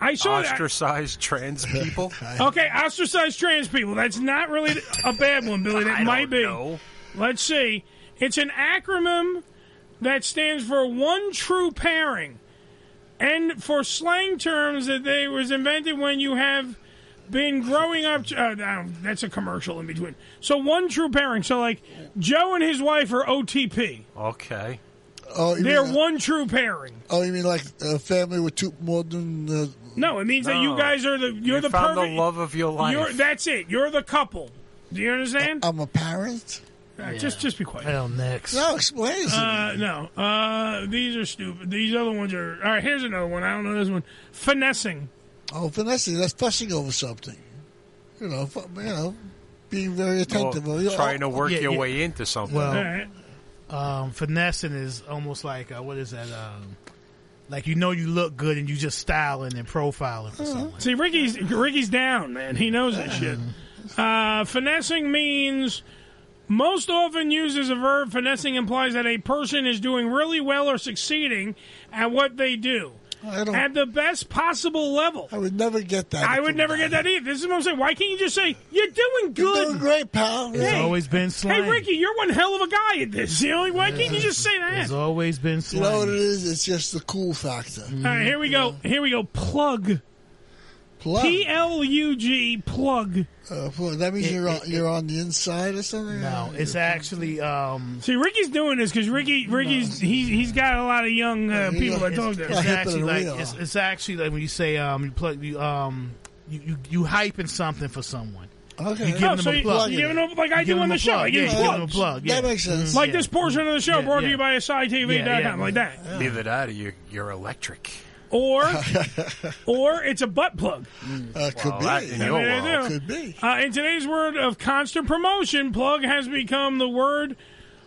S1: I saw that.
S4: Ostracized trans people.
S1: Okay, ostracized trans people. That's not really a bad one, Billy. That might be. Let's see. It's an acronym that stands for one true pairing, and for slang terms that they was invented when you have been growing up. To, uh, no, that's a commercial in between. So one true pairing. So like Joe and his wife are OTP.
S4: Okay.
S2: Oh, you
S1: They're
S2: mean,
S1: one true pairing.
S2: oh, you mean like a family with two more than uh,
S1: No, it means that you
S2: No.
S1: guys are the you're
S2: You
S1: the
S2: found the
S1: perfect
S2: love of your life.
S1: You're, that's it. You're the couple. Do you understand? Uh,
S2: I'm a parent.
S1: Just just be quiet.
S3: Hell, next.
S2: No, explain.
S1: Uh, no, uh, these are stupid. These other ones are. All right, here's another one. I don't know this one. Finessing.
S2: Oh, finessing. That's fussing over something. You know, fu- you know, being very attentive.
S4: Well,
S2: You know,
S4: trying to
S2: oh,
S4: work
S2: yeah,
S4: your
S2: yeah.
S4: way into something.
S3: Well, um, finessing is almost like uh, what is that? Um, like you know you look good and you just styling and profiling for something.
S1: Uh-huh. See, Ricky's Ricky's down, man. He knows that shit. Uh, finessing means most often used as a verb. Finessing implies that a person is doing really well or succeeding at what they do
S2: don't-
S1: at the best possible level.
S2: I would never get that.
S1: I would never get that either. This is what I'm saying. Why can't you just say you're doing good? You're doing
S2: great, pal.
S3: It's always been
S1: Hey,
S3: slang.
S1: Ricky, you're one hell of a guy at this. You know, why can't you just say that?
S3: It's always been
S2: You
S3: slang. Oh.
S2: know what it is? It's just the cool factor.
S1: All right, here we go. Here we go. Plug.
S2: Plug.
S1: P L U G plug.
S2: Uh, plug. That means you're on, you're on the inside or something.
S3: No, it's actually um.
S1: See, Ricky's doing this because Ricky, Ricky's he's he's got a lot of young uh, people that talk to him.
S3: It's actually like it's, it's actually like when you say um you plug you um you you, you hyping something for someone.
S1: Okay.
S3: You give
S1: Oh,
S3: them
S1: so
S3: a
S1: you-
S3: plug.
S1: you giving them- like I
S3: You
S1: do
S3: give them
S1: on the
S3: a
S1: show, I
S3: plug.
S1: give
S3: yeah, you give
S1: plugs.
S3: them a plug.
S1: That
S3: yeah.
S1: makes sense.
S3: Mhm.
S4: Mm-hmm.
S1: Like this portion of the show brought to you by SciTV.com, like that.
S4: Either that or you're, you're electric.
S1: Or, or it's a butt plug.
S2: Uh, could
S4: Well,
S2: be.
S4: that in your
S1: Yeah, they
S4: world.
S1: do.
S2: Could be.
S1: oh, Uh, in today's word of constant promotion, plug has become the word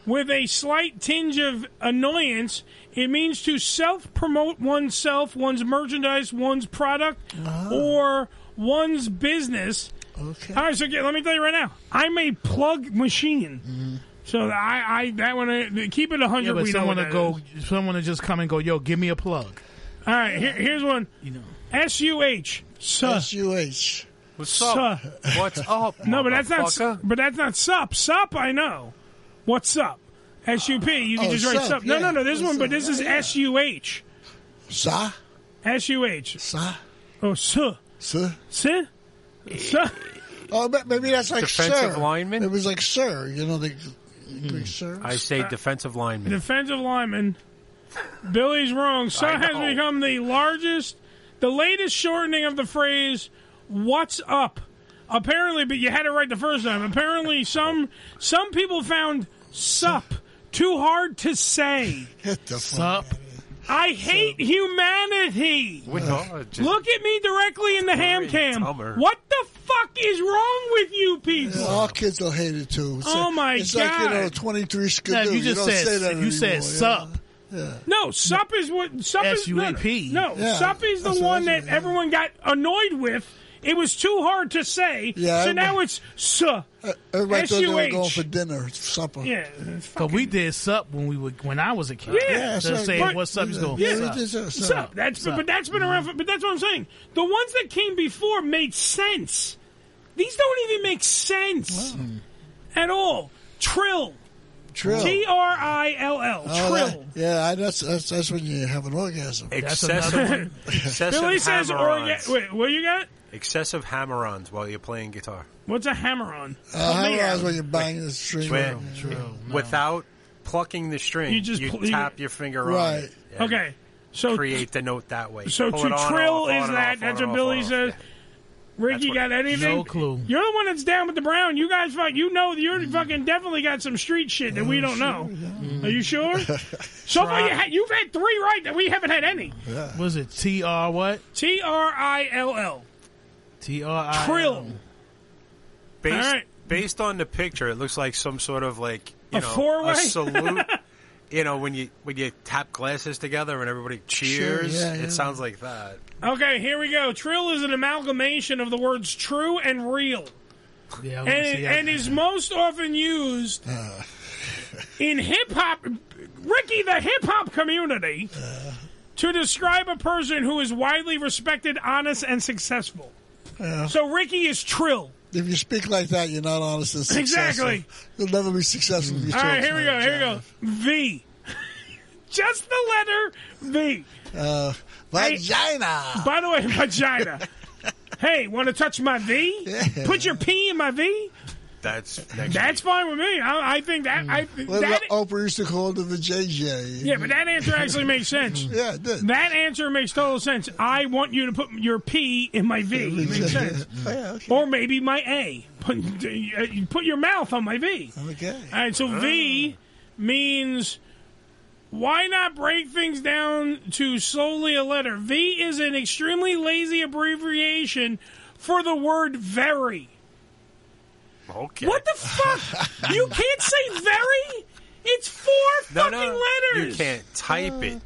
S1: with a slight tinge of annoyance. It means to self promote oneself, one's merchandise, one's product,
S2: Ah.
S1: or one's business. Okay. All right, so get, let me tell you right now I'm a plug machine. So I, I that one uh, keep it Mm-hmm. hundred.
S3: Yeah, but
S1: we know
S3: someone
S1: what
S3: to
S1: that
S3: go,
S1: is.
S3: someone to just come and go. Yo, give me a plug.
S1: All right, here, here's one. You know, S U H. S
S2: U H.
S4: What's up? What's up?
S1: No, but that's
S4: motherfucker?
S1: not. But that's not sup. Sup, I know. What's up? S U P. You can
S2: oh,
S1: just write
S2: sup,
S1: sup. No,
S2: yeah.
S1: no, no. This
S2: What's
S1: one, but
S2: up?
S1: this is
S2: Yeah, yeah.
S1: S U H.
S2: Sa.
S1: S U H.
S2: Sa.
S1: Oh, su.
S2: Su.
S1: Su. Su.
S2: Oh, ma- maybe that's like
S4: Defensive
S2: sir.
S4: lineman?
S2: It was like sir. You know the
S1: Hmm.
S2: Greek sir.
S4: I
S1: Uh,
S4: say defensive lineman.
S1: Defensive lineman. Billy's wrong. Su
S4: I
S1: has
S4: know.
S1: become the largest, the latest shortening of the phrase "What's up." Apparently, but you had it right the first time. Apparently, some some people found sup too hard to say.
S3: Sup?
S1: I hate humanity.
S4: We're not just-
S1: Look at me directly in the ham cam.
S4: dumber.
S1: What the fuck is wrong with you people?
S2: All kids will hate it too. It's
S1: Oh,
S2: like,
S1: my
S2: it's like you know
S1: God.
S2: twenty three
S1: No,
S2: skidoo.
S1: you just
S2: don't
S1: said-
S2: say that
S1: you said
S2: anymore,
S1: sup.
S2: You know? Yeah.
S1: No, sup is what sup is no,
S2: S-U-A-P.
S1: No,
S2: Yeah,
S1: sup is the
S2: that's what
S1: one
S2: I
S1: that
S2: said,
S1: everyone got annoyed with. It was too hard to say.
S2: Yeah,
S1: so
S2: I-
S1: now it's su.
S2: Everybody thought they were going
S1: S-U-H.
S2: for dinner, supper.
S1: Yeah,
S3: But we did sup when we were when I was a kid.
S1: Yeah, yeah
S3: so saying what's up, you go.
S1: Yeah,
S3: sup.
S1: Sup. That's
S3: Sup.
S1: but that's been around. For, but that's what I'm saying. The ones that came before made sense. These don't even make sense at all. Trill.
S2: Trill.
S1: T R I L L.
S2: Oh, that-
S1: Trill.
S2: yeah, I, that's, that's that's when you have an orgasm.
S4: Excessive, excessive
S1: Billy says
S4: hammer-ons.
S1: orga- wait, what you got?
S4: Excessive hammer-ons while you're playing guitar.
S1: What's a Oh, hammer on?
S2: Uh, how about when you're banging the string?
S4: Where- Without plucking the string,
S1: You
S4: you,
S1: just pl- you-
S4: tap your finger on
S1: Right.
S4: it. and
S1: Okay, so
S4: create the note that way.
S1: So
S4: Pull
S1: to
S4: it on,
S1: trill
S4: off, on
S1: is
S4: and
S1: that?
S4: off,
S1: that's what
S4: on and off,
S1: Billy
S4: on and off.
S1: says. Ricky got anything?
S3: No clue.
S1: You're the one that's down with the brown. You guys, fuck, you know, you're
S2: Mm-hmm.
S1: fucking definitely got some street shit that we don't know. Are you sure?
S4: Mm-hmm.
S1: so far, you had, you've had three right that we haven't had any.
S3: Was it T R what?
S1: T R I L L.
S3: T R I
S1: Trill.
S4: Based,
S1: All right.
S4: based on the picture, it looks like some sort of like you
S1: A
S4: know
S1: four-way?
S4: a salute. you know when you when you tap glasses together and everybody cheers,
S1: yeah, yeah.
S4: it sounds like that.
S1: Okay, here we go. Trill is an amalgamation of the words true and real,
S3: Yeah, I
S1: and,
S3: wanna see that.
S1: and is most often used
S2: Uh,
S1: in hip hop, Ricky, the hip hop community,
S2: Uh.
S1: to describe a person who is widely respected, honest, and successful.
S2: Uh.
S1: So Ricky is Trill.
S2: If you speak like that, you're not honest and successful.
S1: Exactly.
S2: You'll never be successful. If you
S1: All right,
S2: talk
S1: here we go.
S2: like
S1: Here we go. V. Just the letter V.
S2: Uh, vagina.
S1: by the way, vagina. hey, want to touch my V? Put your P in my V.
S4: That's next
S1: That's fine with me. I, I think that I
S2: Mm. What
S1: that
S2: Oprah used to call them the JJ.
S1: yeah, but that answer actually makes sense.
S2: yeah, it did.
S1: That answer makes total sense. I want you to put your P in my V. It makes sense.
S2: Oh,
S1: Or maybe my A. Put, you put your mouth on my V.
S2: Okay.
S1: All right, so V means why not break things down to solely a letter? V is an extremely lazy abbreviation for the word very.
S4: Okay.
S1: What the fuck? you can't say very? It's four
S4: No,
S1: fucking
S4: no,
S1: letters.
S4: you can't type it.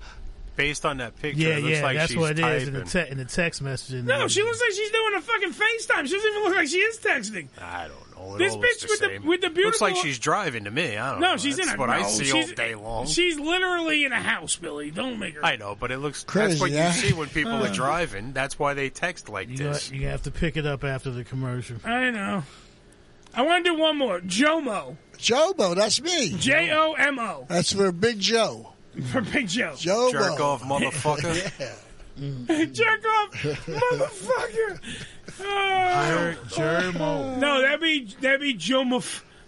S4: Based on that picture,
S3: Yeah,
S4: it looks
S3: yeah,
S4: like
S3: that's
S4: she's
S3: what it
S4: typing.
S3: is in the, te- in the text message. in
S1: No,
S3: there.
S1: she looks like she's doing a fucking FaceTime. She doesn't even look like she is texting.
S4: I don't know. It
S1: This
S4: all looks
S1: bitch with the-
S4: same.
S1: with the
S4: looks like
S1: beautiful-
S4: she's driving to me. I don't know.
S1: No, she's
S4: That's
S1: in a
S4: what I
S1: no,
S4: see all
S1: she's-
S4: day long.
S1: She's literally in a house, Billy. Don't make her.
S4: I know, but it looks
S1: Crazy,
S4: That's what
S1: huh?
S4: you see when people
S1: Uh.
S4: are driving. That's why they text like
S3: You
S4: this.
S3: got- you have to pick it up after the commercial.
S1: I know. I want to do one more. Jomo.
S2: Jomo, that's me.
S1: J O M O.
S2: That's for Big Joe.
S1: For Big Joe.
S2: Jomo.
S4: Jerk off, motherfucker.
S1: Jerk off, motherfucker. Oh.
S3: Jermo.
S1: No, that'd be that'd be Jomo.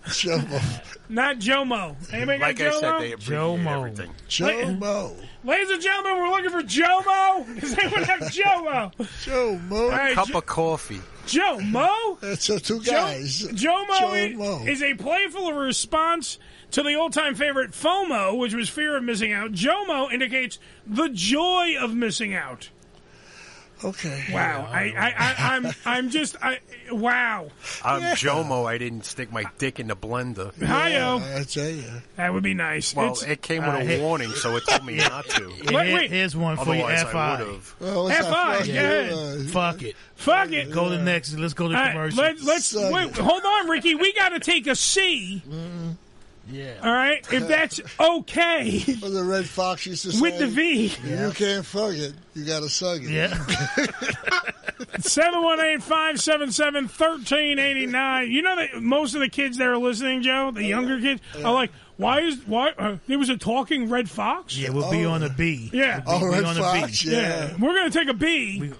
S2: Jomo.
S1: Not Jomo. Anybody
S4: Like
S1: got
S4: I
S1: Jomo?
S4: said, they abbreviate Jomo. everything.
S2: Jomo.
S1: Ladies and gentlemen, we're looking for Jomo. Does anyone have Jomo?
S2: Jomo.
S4: A cup of coffee.
S1: Joe Mo?
S2: So two guys.
S1: Joe Mo, i-
S2: Mo.
S1: is a playful response to the old time favorite FOMO, which was fear of missing out. Jomo indicates the joy of missing out.
S2: Okay.
S1: Wow. I, I, I, I'm I'm just I wow.
S4: I'm
S1: Yeah.
S4: Jomo. I didn't stick my dick in the blender.
S1: Hi-yo.
S2: I tell you.
S1: That would be nice.
S4: Well,
S1: It's-
S4: it came with
S1: Uh,
S4: a
S1: hey-
S4: warning, so it told me not to.
S1: Wait, wait.
S3: Here's one for you,
S4: Otherwise, I
S3: FI.
S4: would have.
S2: Well,
S1: Oh, it's FI, not- yeah. yeah.
S3: Fuck it.
S1: Fuck it.
S3: Go to next. Let's go to
S1: All right,
S3: commercial.
S1: let, let's wait, hold on, Ricky. We got to take a C. Mm,
S3: Yeah.
S1: All right, if that's okay.
S2: Well, the Red Fox used to say,
S1: With the V.
S2: You can't fuck it. You got to suck it.
S3: Yeah.
S1: 718 577 1389. You know that most of the kids that are listening, Joe, the younger kids, are like, why is, why, uh, there was a talking red fox?
S3: Yeah, we'll be on a B.
S1: Yeah.
S3: We'll
S2: Oh,
S3: be, on a B.
S1: We're going to take a B.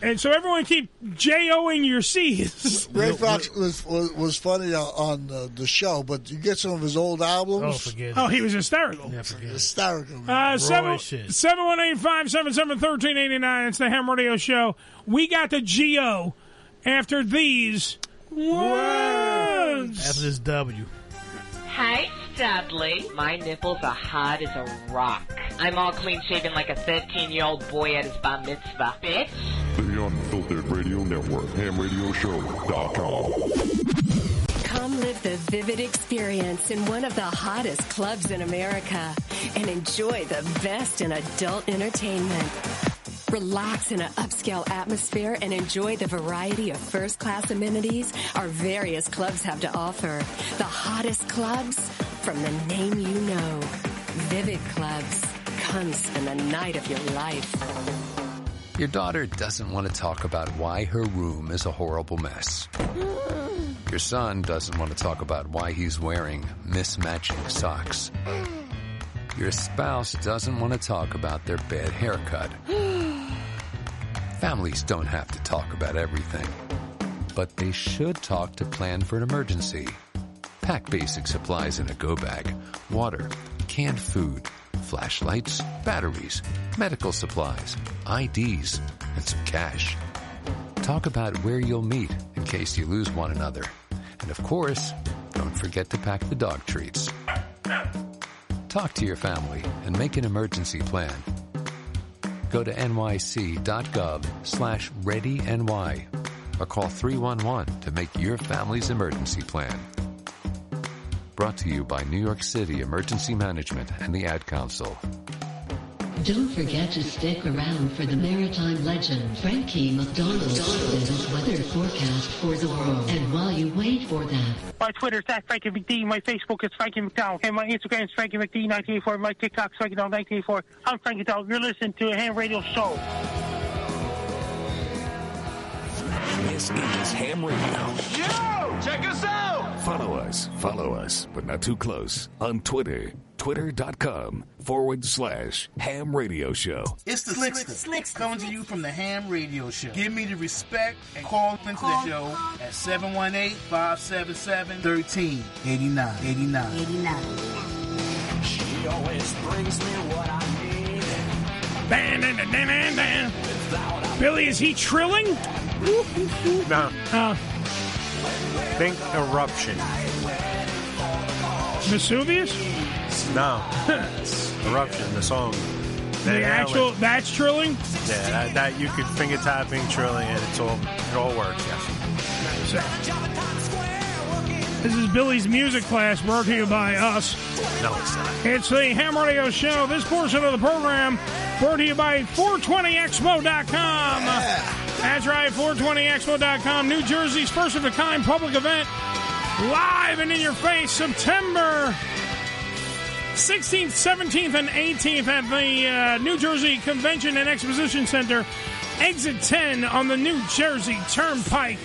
S1: and so everyone keep J-O-ing your C's.
S2: Red Fox was, was was funny on, on the, the show, but you get some of his old albums.
S1: Oh, forget it. Oh, he was hysterical. Yeah,
S3: forget
S2: hysterical.
S1: Uh, seven one eight five seven seven thirteen eighty nine. It's the Ham Radio Show. We got the Geo after these words.
S3: After this W.
S15: Hi, Dudley. My nipples are hard as a rock. I'm all clean shaven like a 13 year old boy at his bar mitzvah. Bitch.
S12: The Unfiltered Radio Network, hamradioshow.com.
S16: Come live the vivid experience in one of the hottest clubs in America and enjoy the best in adult entertainment. Relax in an upscale atmosphere and enjoy the variety of first class amenities our various clubs have to offer. The hottest clubs from the name you know. Vivid Clubs. Come spend the night of your life.
S17: Your daughter doesn't want to talk about why her room is a horrible mess. Your son doesn't want to talk about why he's wearing mismatching socks. Your spouse doesn't want to talk about their bad haircut. Families don't have to talk about everything, but they should talk to plan for an emergency. Pack basic supplies in a go bag, water, canned food, flashlights, batteries, medical supplies, IDs, and some cash. Talk about where you'll meet in case you lose one another. And of course, don't forget to pack the dog treats. Talk to your family and make an emergency plan. Go to nyc.gov slash readyny or call 311 to make your family's emergency plan. Brought to you by New York City Emergency Management and the Ad Council.
S18: Don't forget to stick around for the maritime legend Frankie McDonald's latest weather forecast for the world. And while you wait for that,
S13: My Twitter is at Frankie McD. My Facebook is Frankie McDowell. And my Instagram is Frankie McD1984. My TikTok is Frankie McDowell 1984. I'm Frankie McDowell. You're listening to a ham radio show.
S12: This is Ham Radio.
S13: Yo! Check us out!
S12: Follow us, follow us, but not too close on Twitter. Twitter.com forward slash ham radio show.
S3: It's the Slickster, coming to you from the Ham Radio Show. Give me the respect and call into
S12: Call.
S3: the show at 718-577-1389. 89. 89.
S8: She always brings me what I need.
S1: Ban, dan, dan, dan, dan, dan. Billy, is he trilling?
S4: No.
S1: Uh,
S4: Think eruption.
S1: Vesuvius?
S4: No. eruption, the song.
S1: The actual, that's trilling?
S4: Yeah, that, that you could finger tapping, trilling, and it's all it all works. Yes.
S1: This is Billy's music class brought to you by us.
S4: No, it's not.
S1: It's the Ham Radio Show. This portion of the program brought to you by 420expo.com. That's right, 420expo.com, New Jersey's first of a kind public event, live and in your face, September 16th, 17th, and 18th at the uh, New Jersey Convention and Exposition Center, exit 10 on the New Jersey Turnpike.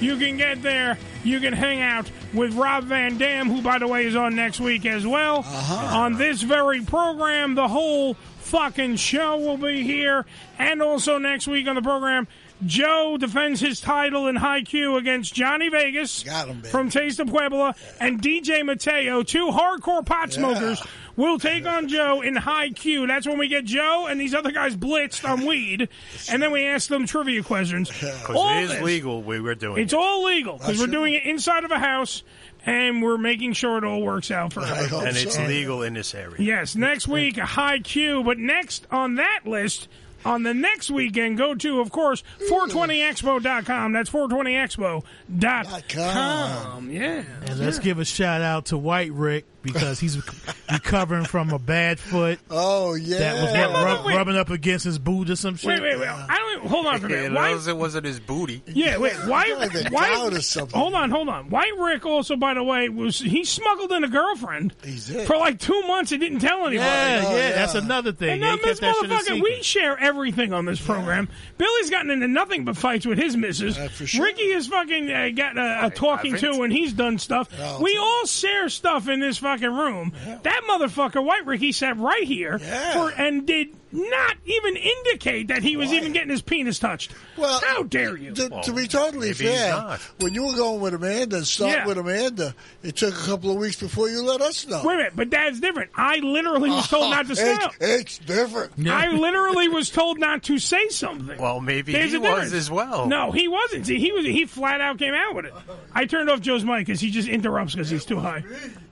S1: You can get there You can hang out with Rob Van Dam, who, by the way, is on next week as well. On this very program, the whole fucking show will be here. And also next week on the program, Joe defends his title in high Q against Johnny Vegas from Taste of Puebla and DJ Mateo, two hardcore pot smokers. will take on Joe in high Q. That's when we get Joe and these other guys blitzed on weed, and then we ask them trivia questions. All
S4: Because it is
S1: this-
S4: legal. We were doing
S1: it's
S4: it.
S1: all legal because we're doing it inside of a house, and we're making sure it all works out for everybody.
S4: and it's legal in this area.
S1: Yes, next week a high Q, but next on that list. On the next weekend, go to, of course, 420expo.com. That's 420expo.com. Yeah.
S3: And let's give a shout out to White Rick because he's recovering from a bad foot.
S2: Oh yeah,
S3: that was
S1: Yeah,
S3: what,
S1: but
S3: rub,
S1: wait.
S3: rubbing up against his boot or some shit.
S1: Wait, wait, wait. I don't hold on for a minute.
S4: It
S1: Why-
S4: was, it wasn't his booty.
S1: Yeah, wait. Why?
S4: Like a
S1: Why?
S4: clown or something.
S1: Hold on, hold on. White Rick also, by the way, was he smuggled in a girlfriend
S2: did.
S1: for like two months and didn't tell anybody.
S3: Yeah, Oh, yeah, that's another thing.
S1: And
S3: They
S1: now
S3: kept
S1: this
S3: that shit a
S1: motherfucker,
S3: secret.
S1: we share everything on this program. Billy's gotten into nothing but fights with his missus.
S2: Uh,
S1: Ricky has fucking uh, got a, a talking to when he's done stuff. we all share stuff in this fucking room. That motherfucker, White Ricky, sat right here for, and did not even indicate that he was even getting his penis touched.
S2: Well,
S1: how dare you? Oh,
S2: To, to be totally
S1: maybe he's
S2: fair,
S1: not.
S2: when you were going with Amanda and starting
S1: Yeah.
S2: with Amanda, it took a couple of weeks before you let us know.
S1: Wait a minute, but that's different. I literally was told not to
S2: It's-
S1: stop.
S2: It's different.
S1: I literally was told not to say something.
S4: Well, maybe
S1: There's
S4: he
S1: a
S4: was
S1: difference.
S4: as well.
S1: No, he wasn't. See, he was. He flat out came out with it. I turned off Joe's mic because he just interrupts because he's too high.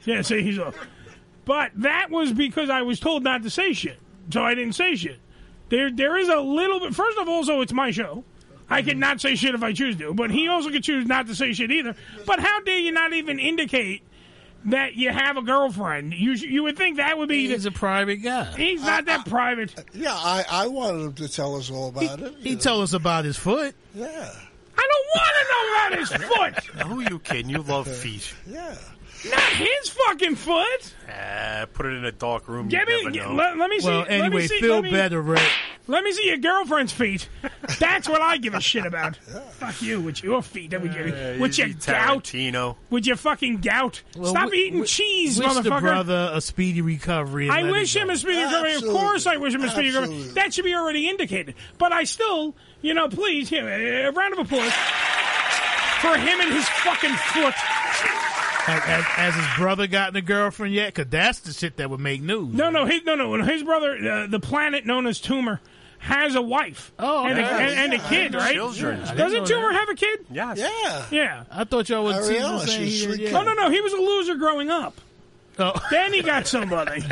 S1: Yeah, see, he's off. But that was because I was told not to say shit, so I didn't say shit. There, there is a little bit. First of all, so it's my show. I can not say shit if I choose to, but he also could choose not to say shit either. But how dare you not even indicate that you have a girlfriend? You sh- you would think that would be. He's
S3: a private guy.
S1: He's not that private.
S2: Yeah, I, I wanted him to tell us all about it.
S3: He told us about his foot.
S2: Yeah.
S1: I don't want to know about his foot.
S4: Who you kidding? You love feet.
S1: Not his fucking foot.
S4: Ah, put it in a dark room.
S1: Get
S4: you
S1: me-
S4: never know.
S1: let- let me see-
S3: Well,
S1: let me
S3: anyway,
S1: see-
S3: feel
S1: let me-
S3: better, Rick.
S1: Let me see your girlfriend's feet. That's what I give a shit about. Fuck you with your feet. That we give
S4: Yeah,
S1: you.
S4: you
S1: With your
S4: see
S1: gout.
S4: Tarantino.
S1: With your fucking gout.
S3: Well,
S1: Stop
S3: wi-
S1: eating
S3: wi-
S1: cheese,
S3: wish the
S1: motherfucker.
S3: brother a speedy recovery. and
S1: I
S3: let
S1: wish
S3: it
S1: him
S3: go.
S1: a speedy recovery. Of course, I wish him a speedy recovery. That should be already indicated. But I still, you know, please, here, a round of applause for him and his fucking foot.
S3: Has, has- has his brother gotten a girlfriend yet? Because that's the shit that would make news.
S1: No, no, his, no, no. His brother, uh, the planet known as Tumor, has a wife oh, and, a,
S3: okay.
S1: and, and a
S3: Yeah,
S1: kid,
S3: I
S1: right?
S3: didn't know that. I didn't
S1: Doesn't
S3: know
S1: Tumor
S3: that.
S1: have a kid?
S4: Yes.
S2: Yeah.
S1: Yeah.
S3: I thought y'all was teasing
S1: Ariella,
S3: saying
S1: she's
S3: he-
S1: sweet
S3: yeah. Oh.
S1: No, no, no. He was a loser growing up. Then he got somebody.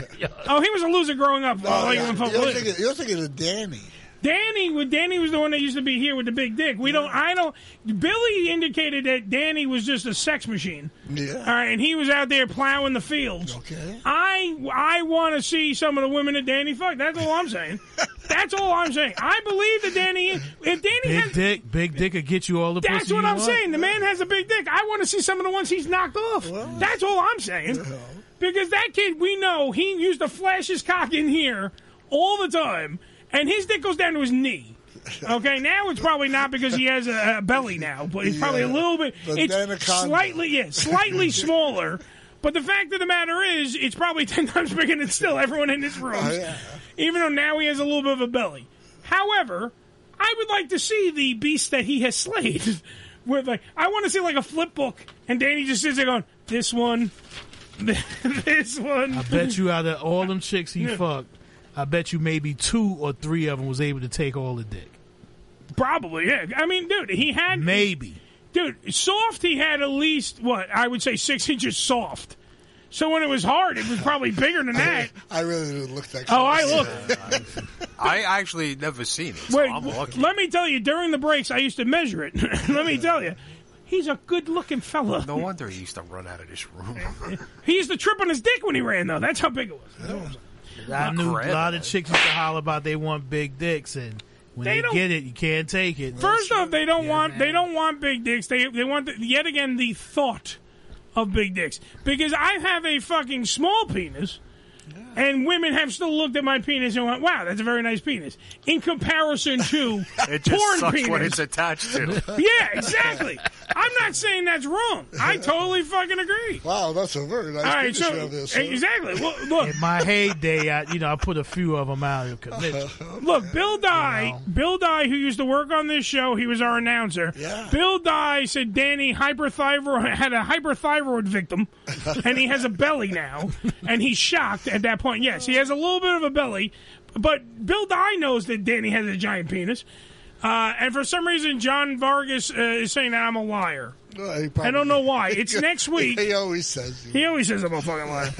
S1: oh, he was a loser growing up.
S2: No,
S1: Oh, like,
S2: yeah,
S1: when folk
S2: you're,
S1: lived.
S2: thinking, you're thinking of Danny.
S1: Danny, was- Danny was the one that used to be here with the big dick. We don't. I don't. Billy indicated that Danny was just a sex machine.
S2: Yeah.
S1: All right, and he was out there plowing the fields. Okay. I I want to see some of the women that Danny fucked. That's all I'm saying. That's all I'm saying. I believe that Danny. If Danny
S3: Big
S1: has,
S3: dick, big dick could get you all the
S1: that's
S3: pussy
S1: what
S3: you
S1: I'm
S3: want.
S1: saying. The man has a big dick. I want to see some of the ones he's knocked off. That's all I'm saying. Because that kid, we know he used to flash his cock in here all the time, and his dick goes down to his knee. Okay, now it's probably not because he has a, a belly now, but it's probably a
S2: Yeah.
S1: little bit.
S2: But then a
S1: it's
S2: condom.
S1: slightly, yeah, slightly smaller. But the fact of the matter is, it's probably ten times bigger than still everyone in this room. Even though now he has a little bit of a belly. However, I would like to see the beast that he has slayed. With like, I want to see like a flip book, and Danny just sits there going, "This one, this one."
S3: I bet you out of all them chicks he
S1: Yeah.
S3: fucked, I bet you maybe two or three of them was able to take all the dick.
S1: Probably, yeah. I mean, dude, he had
S3: maybe,
S1: dude, soft. He had at least what I would say six inches soft. So when it was hard, it was probably bigger than that.
S2: I really didn't look that.
S1: Oh, I
S2: close.
S1: look.
S4: I actually never seen it. So
S1: Wait,
S4: I'm
S1: w-
S4: lucky.
S1: let me tell you. During the breaks, I used to measure it. let me tell you, he's a good-looking fella.
S4: No wonder he used to run out of this room.
S1: He used to trip on his dick when he ran, though. Oh, That's how big it was.
S3: I knew
S4: Crap.
S3: a lot of chicks used to holler about they want big dicks, and when
S1: They
S3: they,
S1: don't-
S3: get it, you can't take it.
S1: First off, they don't want they don't want big dicks. They they want the, yet again the thought of big dicks because I have a fucking small penis. And women have still looked at my penis and went, "Wow, that's a very nice penis." In comparison to
S4: It just
S1: porn
S4: sucks
S1: penis.
S4: what it's attached to.
S1: yeah, exactly. I'm not saying that's wrong. I totally fucking agree.
S2: Wow, that's a very nice
S1: All right,
S2: picture
S1: so-
S2: of this.
S1: exactly. Well, look.
S3: In my heyday, I, you know, I put a few of them out. of convention.
S1: Look, Bill Dye, Bill Dye, who used to work on this show, he was our announcer.
S3: Yeah.
S1: Bill Dye said Danny hyperthyroid had a hyperthyroid victim, and he has a belly now, and he's shocked at that point. Yes, he has a little bit of a belly, but Bill Dye knows that Danny has a giant penis, uh, and for some reason, John Vargas uh, is saying that I'm a liar. I don't know why. It's next week.
S2: He always says.
S1: He always says I'm a fucking liar.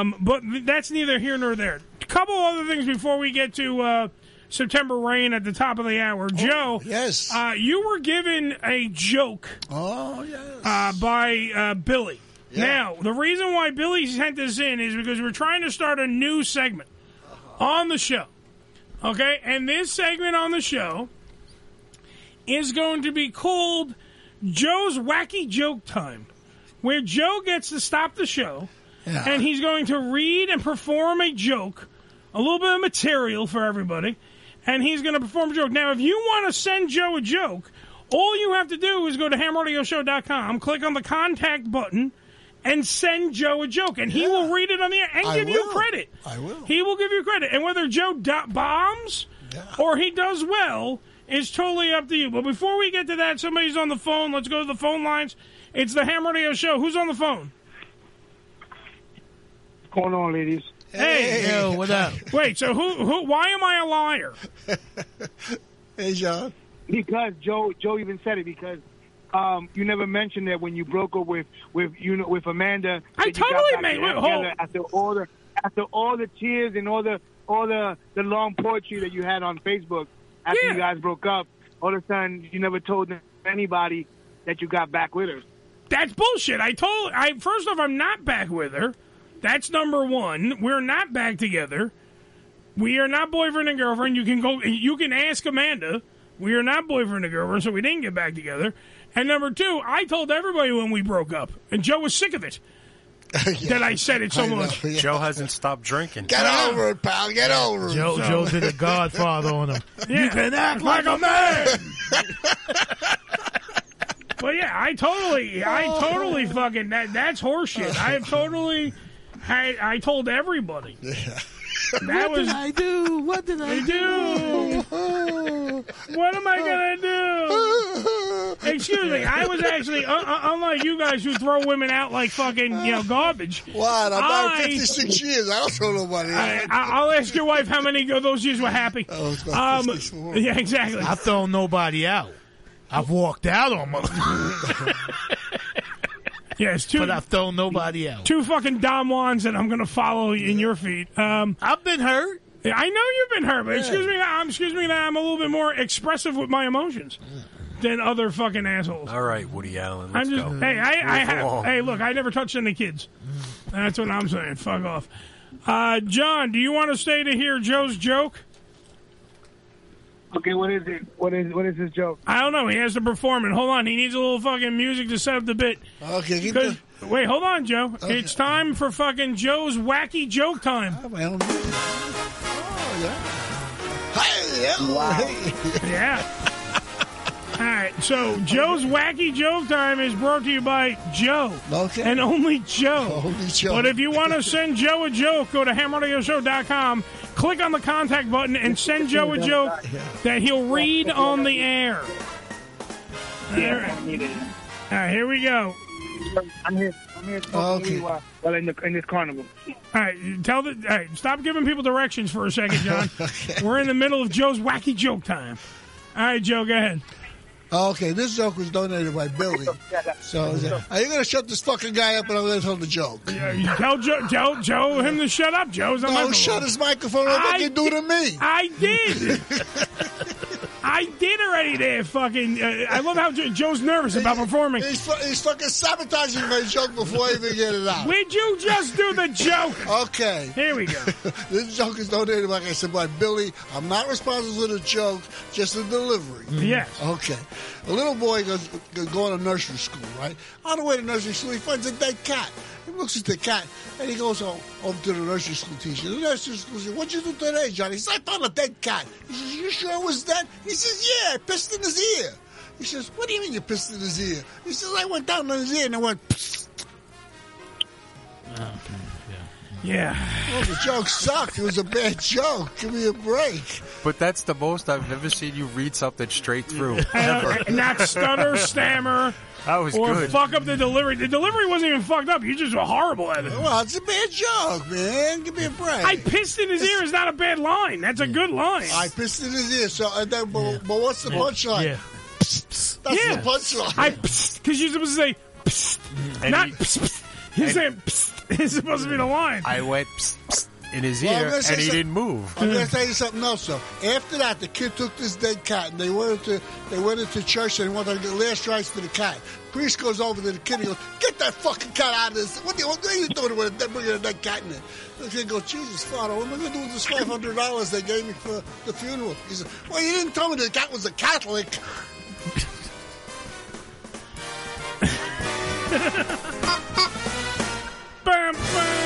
S1: Um, but th- that's neither here nor there. A couple other things before we get to uh, September rain at the top of the
S2: Oh,
S1: hour. Joe, yes, uh, you were given a joke.
S2: Oh yes,
S1: uh, by uh, Billy. Now the reason why Billy sent this in is because we're trying to start a new segment on the show. Okay, and this segment on the show is going to be called Joe's Wacky Joke Time, where Joe gets to stop the show and he's going to read and perform a joke, a little bit of material for everybody, and he's going to perform a joke. Now, if you want to send Joe a joke, all you have to do is go to hamradioshow.com, click on the contact button, and send Joe a joke, and he will read it on the air and
S2: I
S1: give you
S2: will.
S1: credit.
S2: I will.
S1: He will give you credit. And whether Joe do- bombs or he does well is totally up to you. But before we get to that, somebody's on the phone. Let's go to the phone lines. It's the Ham Radio Show. Who's on the phone?
S16: going on, ladies?
S1: Hey,
S3: yo, what up?
S1: Wait, so who? Who? Why am I a liar?
S2: hey, John.
S16: Because Joe, Joe even said it because um, you never mentioned that when you broke up with with you know with Amanda.
S1: I
S16: that you got
S1: totally
S16: back
S1: made- wait,
S16: together
S1: hold.
S16: after all the after all the tears and all the all the the long poetry that you had on Facebook after you guys broke up. All of a sudden, you never told anybody that you got back with her.
S1: That's bullshit. I told. I first off, I'm not back with her. That's number one. We're not back together. We are not boyfriend and girlfriend. You can go. You can ask Amanda. We are not boyfriend and girlfriend, so we didn't get back together. And number two, I told everybody when we broke up, and Joe was sick of it that I said it so much.
S4: Joe hasn't stopped drinking.
S1: Get over it, pal. Get over it.
S3: Joe,
S1: So-
S3: Joe did a Godfather on him.
S1: You can act like a man. but yeah, I totally, I totally fucking that. That's horseshit. I have totally. I, I told everybody. That
S7: What
S1: was
S7: did
S1: I do? What did I do? what am I gonna do? Excuse me. I was actually, uh, uh, unlike you guys who throw women out like fucking you know garbage.
S2: What? I'm
S1: I-
S2: married 56 years. I don't know nobody.
S1: I, I- I'll ask your wife how many of those years were happy.
S2: Oh,
S1: Um, yeah, exactly.
S3: I've thrown nobody out. I've walked out on them.
S1: yeah, it's too.
S3: But I've thrown nobody out.
S1: two fucking Dom Juans that I'm going to follow in your feet. Um,
S3: I've been hurt.
S1: I know you've been hurt, but
S3: Yeah.
S1: excuse me, I'm excuse me that I'm a little bit more expressive with my emotions than other fucking assholes.
S4: All right, Woody Allen.
S1: I'm
S4: Let's
S1: just
S4: go.
S1: hey,
S4: Move
S1: I, I have,
S4: along.
S1: hey, look, I never touched any kids. That's what I'm saying. Fuck off, uh, John. Do you want to stay to hear Joe's joke?
S16: Okay, what is it? What is what is this joke?
S1: I don't know. He has to perform it. Hold on. He needs a little fucking music to set up the bit.
S2: Okay. keep
S1: Because- Wait, hold on, Joe. It's time for fucking Joe's wacky joke time.
S4: Ah,
S1: yeah. All right, so Joe's wacky joke time is brought to you by Joe okay. and only Joe. But if you want to send Joe a joke, go to hamradioshow.com, click on the contact button, and send Joe a joke that he'll read on the air. All right. All right, here we go.
S16: I'm here. I'm here. Okay. While, while in, the, in this carnival.
S1: All right, tell the. All right, stop giving people directions for a second, John. We're in the middle of Joe's wacky joke time. All right, Joe, go ahead. Uh,
S2: Oh, Okay, this joke was donated by Billy. So, is it- are you going to shut this fucking guy up and I'm going to tell the joke?
S1: you tell Joe, tell Joe him to shut up. Joe's on
S2: No,
S1: microphone.
S2: shut his microphone up like you do to me.
S1: I did. I did already. Stay there, fucking. Uh, I love how Jo- Joe's nervous about performing.
S2: He's, fu- he's fucking sabotaging my joke before I even get it out.
S1: Would you just do the joke?
S2: Okay.
S1: Here we go.
S2: this joke is donated, like I said, by Billy. I'm not responsible for the joke, just the delivery.
S1: Mm-hmm. Yes.
S2: Okay. A little boy goes, goes going to nursery school, right? On the way to nursery school, he finds a dead cat. He looks at the cat and he goes home, over to the nursery school teacher. The nursery school says, What'd you do today, Johnny? He says, I found a dead cat. He says, You sure it was dead? He says, Yeah, I pissed in his ear. He says, What do you mean you pissed in his ear? He says, I went down on his ear and I went, Psst.
S1: Yeah.
S2: Oh, the joke sucked. It was a bad joke. Give me a break.
S4: But that's the most I've ever seen you read something straight through. ever.
S1: And not stutter, stammer.
S4: That was
S1: or
S4: good.
S1: fuck up the delivery. The delivery wasn't even fucked up. You just were horrible at it.
S2: Well, it's a bad joke, man. Give me a break.
S1: I pissed in his ear is not a bad line. That's a good line.
S2: I pissed in his ear. So, and then, but, but what's the punchline?
S1: Yeah.
S2: That's the punchline.
S1: I because you're supposed to say psst,
S4: And
S1: not
S4: he-
S1: psst, psst. You're
S4: and-
S1: saying psst. It's supposed to be the line.
S4: I went psst, psst, in his
S2: Well, I'm
S4: ear,
S2: gonna say
S4: and he
S2: some-
S4: didn't move.
S2: I'm gonna tell you something else though. After that, the kid took this dead cat and they went into they went into church and wanted to get last rites to the cat. Priest goes over to the kid and goes, "Get that fucking cat out of this! What, the, what are you doing with that bringing a dead cat in there?" The kid goes, "Jesus, Father, what am I gonna do with this five hundred dollars they gave me for the funeral?" He said, "Well, you didn't tell me the cat was a Catholic."
S1: Bam, bam.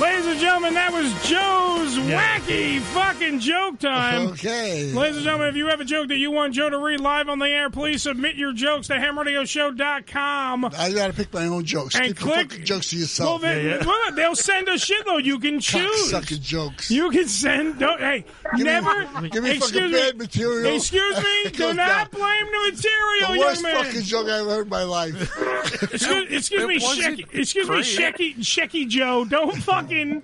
S1: Ladies and gentlemen, that was Joe's wacky fucking joke time.
S2: Okay.
S1: Ladies and gentlemen, if you have a joke that you want Joe to read live on the air, please submit your jokes to hamradioshow.com.
S2: I gotta pick my own jokes.
S1: And
S2: Keep your
S1: click-
S2: fucking jokes to
S1: Well,
S2: yourself.
S1: they, well, they'll send a shitload. You can choose.
S2: Cocksucking jokes.
S1: You can send. Don't, hey,
S2: Give me-
S1: never.
S2: give me fucking
S1: excuse
S2: bad material.
S1: Excuse me.
S2: It
S1: do
S2: goes
S1: not
S2: down.
S1: blame the material,
S2: the worst
S1: young man.
S2: fucking joke I've heard in my life.
S1: Excuse, excuse
S2: It
S1: me,
S2: wasn't
S1: Shecky. Excuse
S2: great.
S1: me, Shecky. Shecky Joe. Don't fucking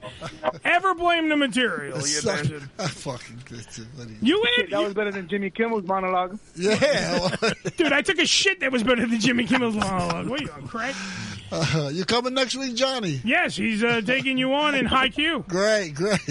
S1: ever blame the material.
S2: It
S1: You
S2: sucked.
S1: bastard.
S2: I fucking that's it, buddy.
S1: You
S16: Shit, that was better than Jimmy Kimmel's monologue.
S2: Yeah,
S1: dude, I took a shit that was better than Jimmy Kimmel's monologue. What are you on crack?
S2: Uh, you coming next week, Johnny?
S1: Yes, he's uh, taking you on in high Q.
S2: Great, great.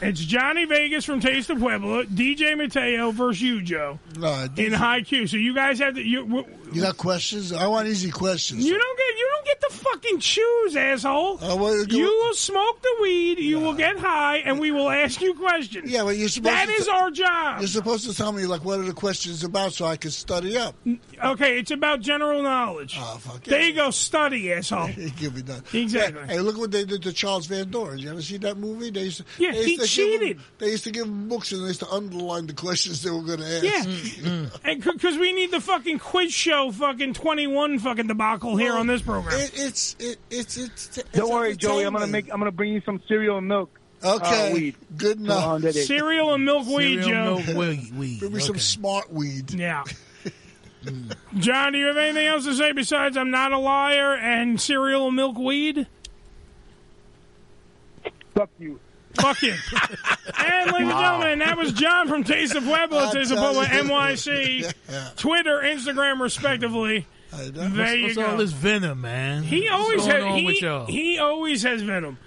S1: It's Johnny Vegas from Taste of Pueblo, DJ Mateo versus you, Joe,
S2: No,
S1: in high Q. So you guys have to. You, w-
S2: you got questions? I want easy questions. Uh,
S1: You don't get you don't get to fucking choose, asshole. you will smoke the weed, you will get high, and we will ask you questions.
S2: Yeah, but you're supposed
S1: That
S2: to
S1: is our job.
S2: You're supposed to tell me like what are the questions about so I can study up. Oh,
S1: Okay, it's about general knowledge. there you go, study, asshole.
S2: Give me that.
S1: Exactly.
S2: Hey, look what they did to Charles Van Doren. You ever see that movie? They used to,
S1: Yeah,
S2: they used
S1: he
S2: to give him-
S1: cheated.
S2: they used to give him books and they used to underline the questions they were going to ask.
S1: Yeah.
S16: Mm.
S1: And because we need the fucking quiz show, fucking twenty one, fucking debacle here on this program.
S2: It, it's it, it's it's. it's
S16: Don't worry, Joey. I'm gonna
S2: entertainment.
S16: make. I'm gonna bring you some cereal and milk.
S2: Okay,
S16: uh, weed.
S2: good enough.
S16: On that day.
S1: Cereal and milk weed,
S16: Cereal,
S1: Joe.
S16: milk,
S3: weed, weed.
S2: Give me some smart weed.
S1: Yeah. John, do you have anything else to say besides I'm not a liar and cereal and milk weed?
S16: Fuck you.
S1: Fuck you. and ladies
S16: Wow.
S1: and gentlemen, that was John from Taste of Pueblo,
S16: I'm
S1: Taste of
S16: telling
S1: Pueblo,
S16: you.
S1: NYC, Twitter, Instagram, respectively. There
S3: what's,
S1: you
S3: what's
S1: go.
S3: all this venom, man?
S1: He
S3: What's
S1: always
S3: going
S1: has.
S3: on
S1: he,
S3: with y'all?
S1: he always has venom.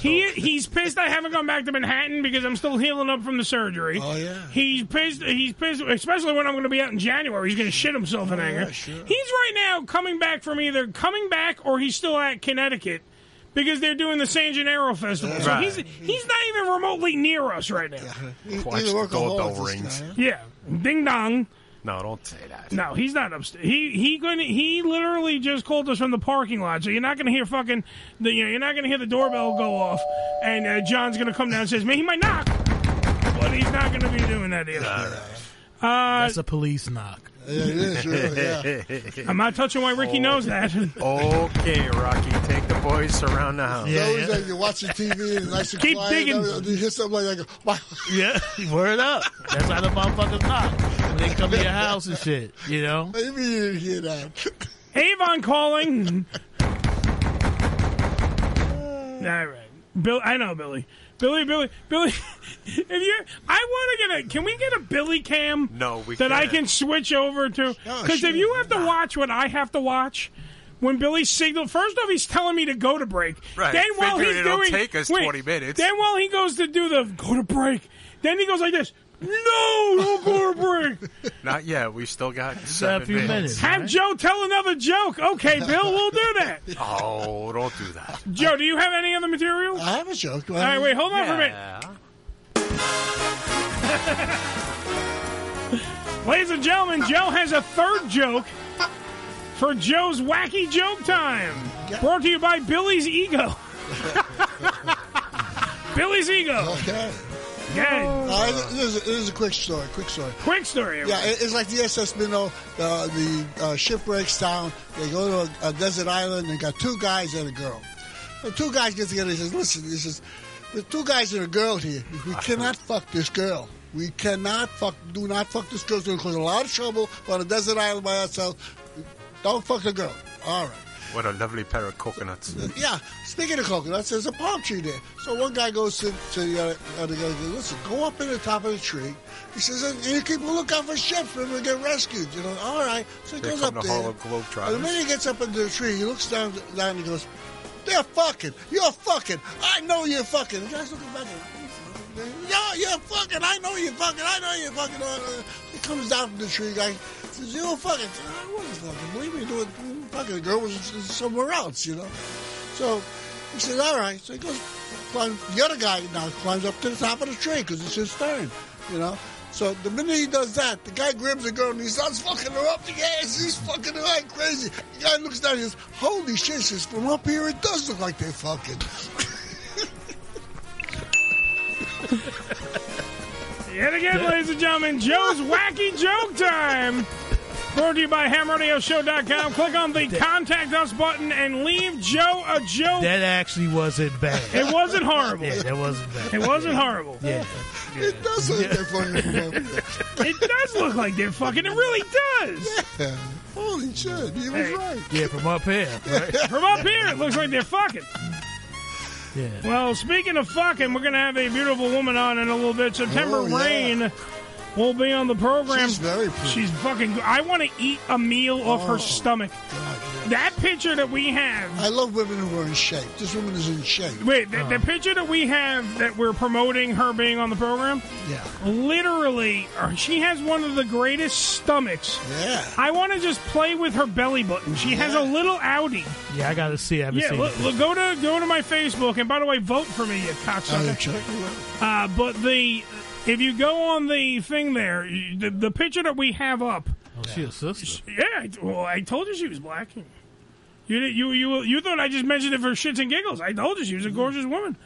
S1: He he's pissed. I haven't gone back to Manhattan because I'm still healing up from the surgery. Oh
S2: yeah.
S1: He's pissed. He's pissed, especially when I'm going to be out in January. He's going to shit himself in
S3: Oh,
S1: anger. He's right now coming back from either coming back or he's still at Connecticut because they're doing the San Gennaro Festival. So
S4: Right.
S1: he's he's not even remotely near us right now.
S4: Watch the doorbell rings.
S1: Yeah. Ding dong.
S4: No, don't say that.
S1: No, he's not upstairs. He he couldn't. He literally just called us from the parking lot. So you're not going to hear fucking. The, you know, you're not going to hear the doorbell go off, and uh, John's going to come down and says, "Man, he might knock, but he's not going to be doing that either." Uh,
S3: That's a police knock.
S1: I'm not touching why Ricky knows that.
S4: okay, Rocky, take the boys around the house.
S2: Those that you're watching TV and nice and
S4: Keep
S2: quiet,
S4: digging.
S2: and everything, You hear something like that. Wow.
S3: Yeah, word up. That's how the motherfuckers knock when they come to your house and shit. You know.
S2: Maybe you didn't hear that.
S1: Avon calling. All right, Bill. I know Billy. Billy, Billy, Billy. if you, I want to get a. Can we get a Billy cam?
S4: No, we
S1: that I
S4: can't.
S1: can switch over to.
S4: Oh,
S1: Because
S4: sure.
S1: if you have to watch what I have to watch. When Billy signaled, first off, he's telling me to go to break.
S4: Right,
S1: Then while
S4: figuring
S1: he's
S4: it'll
S1: doing,
S4: take us
S1: wait,
S4: 20 minutes.
S1: Then while he goes to do the go to break, Then he goes like this. No, don't go to break.
S4: Not yet. We still got seven
S1: few
S4: minutes.
S1: Have Joe tell another joke. Okay, Bill, we'll do that.
S4: Oh, don't do that.
S1: Joe, do you have any other material? I
S2: have a joke.
S1: All right, wait, hold on for a minute.
S4: Yeah.
S1: Ladies and gentlemen, Joe has a third joke for Joe's wacky joke time. Brought to you by Billy's Ego. Billy's Ego.
S2: Okay.
S1: Yeah.
S2: All right, this, is, this is a quick story. Quick story.
S1: Quick story.
S2: Yeah, it- it's like the SS Minnow. Uh, the uh, ship breaks down. They go to a, a desert island and got two guys and a girl. The two guys get together. He says, "Listen, he says, the two guys and a girl here. We cannot fuck this girl. We cannot fuck. Do not fuck this girl. It's going to cause a lot of trouble We're on a desert island by ourselves. Don't fuck the girl. All right."
S4: What a lovely pair of coconuts.
S2: Yeah, speaking of coconuts, there's a palm tree there. So one guy goes to, to the other, other guy, goes, listen, go up in the top of the tree. He says, and you keep a lookout for ships when we get rescued. You know, all right. So he
S4: Here
S2: goes
S4: come
S2: up
S4: the
S2: there.
S4: Harlem
S2: And the
S4: Globetrotters.
S2: minute he gets up into the tree, he looks down, down and he goes, they're fucking. You're fucking. I know you're fucking. The guy's looking back at him. Yeah, you're fucking. I know you're fucking. I know you're fucking. Uh, uh, He comes down from the tree, guy. Says, you're fucking. I wasn't fucking. Believe me, doing fucking. The girl was somewhere else, you know. So he says, all right. So he goes, climbs, the other guy now climbs up to the top of the tree because it's his turn, you know. So the minute he does that, the guy grabs the girl and he starts fucking her up the ass. He's fucking her like crazy. The guy looks down and says, holy shit, he says, from up here it does look like they're fucking.
S1: Yet again, ladies and gentlemen, Joe's Wacky Joke Time. Brought to you by HamRadioShow.com. Click on the Contact Us button and leave Joe a joke.
S3: That actually wasn't bad.
S1: It wasn't horrible.
S3: Yeah, that wasn't bad.
S1: It wasn't horrible.
S3: Yeah.
S2: It does look like they're fucking.
S1: it does look like they're fucking. It really does.
S2: Yeah. Holy shit, he was right.
S3: Yeah, from up here. Right?
S1: From up here, it looks like they're fucking.
S3: Yeah.
S1: Well, speaking of fucking, we're going to have a beautiful woman on in a little bit. September
S2: Oh, yeah.
S1: Rain will be on the program.
S2: She's very pretty. Oh,
S1: She's fucking. I want to eat a meal off her stomach. That picture that we have.
S2: I love women who are in shape. This woman is in shape. Uh.
S1: Wait, the, the picture that we have that we're promoting her being on the program.
S2: Yeah.
S1: Literally, uh, she has one of the greatest stomachs.
S2: Yeah.
S1: I want to just play with her belly button. She has a little Audi.
S3: Yeah, I gotta see. I haven't
S1: Yeah,
S3: seen
S1: look,
S3: it.
S1: look, go to go to my Facebook, and by the way, vote for me, you cocksucker. Uh, but the if you go on the thing there, you- the, the picture that we have up.
S3: Oh, she a sister.
S1: Yeah, I, well, I told you she was black. You did- you you you thought I just mentioned it for shits and giggles. I told you she was a gorgeous woman.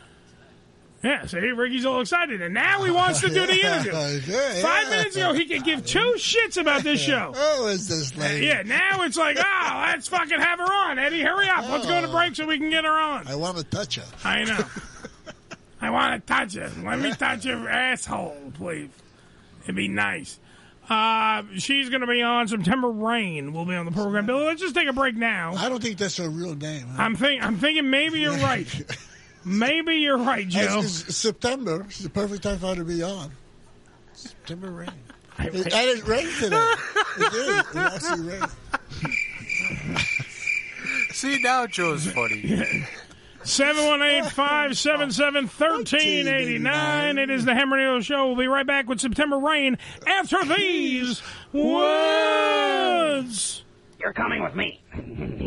S1: Yeah, see, Ricky's all excited, and now he wants to do the interview.
S2: Yeah,
S1: Five
S2: yeah.
S1: minutes ago, he could give two shits about this show.
S2: Oh, is this lady?
S1: Yeah, now it's like, oh, let's fucking have her on, Eddie. Hurry up. Let's
S2: Oh.
S1: go to break so we can get her on.
S2: I want to touch her.
S1: I know. I want to touch her. Let me touch her asshole, please. It'd be nice. Uh, she's going to be on September Rain. Will be on the program. Billy, let's just take a break now.
S2: I don't think that's her real name. Huh?
S1: I'm think I'm thinking maybe you're right. maybe you're right, Joe.
S2: It's- it's September is the perfect time for her to be on. September rain.
S1: I,
S2: it, and it rained today. it did. It actually rained.
S4: See, now Joe's funny.
S1: 718-577-1389. It is the Ham Radio Show. We'll be right back with September Rain after these words.
S15: You're coming with me.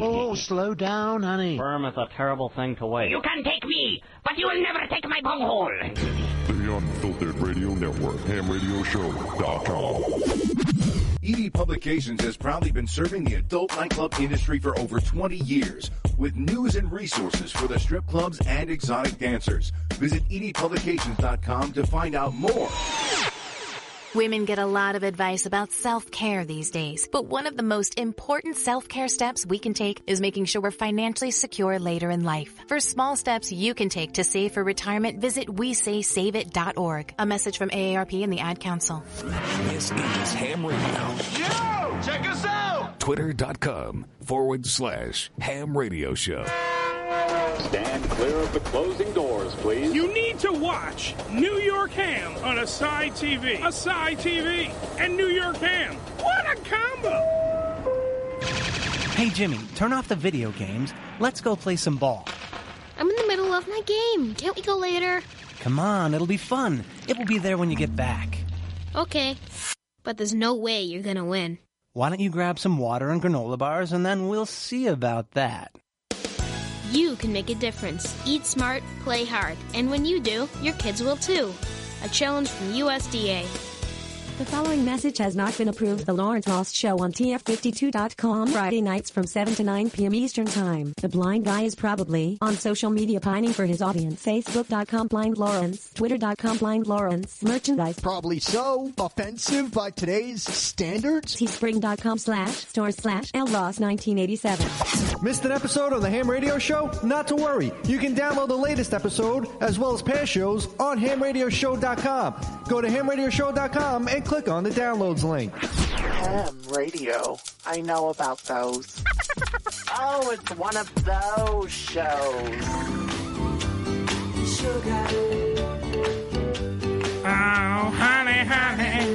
S19: oh, slow down, honey. Sperm is a terrible thing to waste.
S15: You can take me, but you will never take my bunghole.
S20: The Unfiltered Radio Network, hamradioshow.com.
S21: ED E Publications has proudly been serving the adult nightclub industry for over 20 years with news and resources for the strip clubs and exotic dancers. Visit E edpublications.com to find out more.
S22: Women get a lot of advice about self care these days, but one of the most important self care steps we can take is making sure we're financially secure later in life. For small steps you can take to save for retirement, visit WeSaySaveIt.org. A message from AARP and the Ad Council.
S12: This is Ham Radio.
S20: Yo, check us out!
S12: Twitter.com forward slash Ham Radio Show.
S20: Stand clear of the closing doors, please.
S1: You need to watch New York Ham on Asai TV. Asai TV and New York Ham. What a combo!
S23: Hey, Jimmy, turn off the video games. Let's go play some ball.
S24: I'm in the middle of my game. Can't we go later?
S23: Come on, it'll be fun. It will be there when you get back.
S5: Okay. But there's no way you're gonna win.
S23: Why don't you grab some water and granola bars and then we'll see about that.
S5: You can make a difference. Eat smart, play hard, and when you do, your kids will too. A challenge from USDA.
S6: The following message has not been approved. The Lawrence Ross Show on TF52.com Friday nights from 7 to 9 p.m. Eastern Time. The blind guy is probably on social media pining for his audience. Facebook.com blind Lawrence, Twitter.com blind Lawrence, merchandise
S9: probably so offensive by today's standards.
S6: Teespring.com slash store slash LRoss 1987.
S9: Missed an episode of the Ham Radio Show? Not to worry. You can download the latest episode as well as past shows on HamRadioshow.com. Go to HamRadioshow.com and click on the downloads link.
S25: Ham radio. I know about those. oh, it's one of those shows. Sugar.
S1: Oh, honey, honey,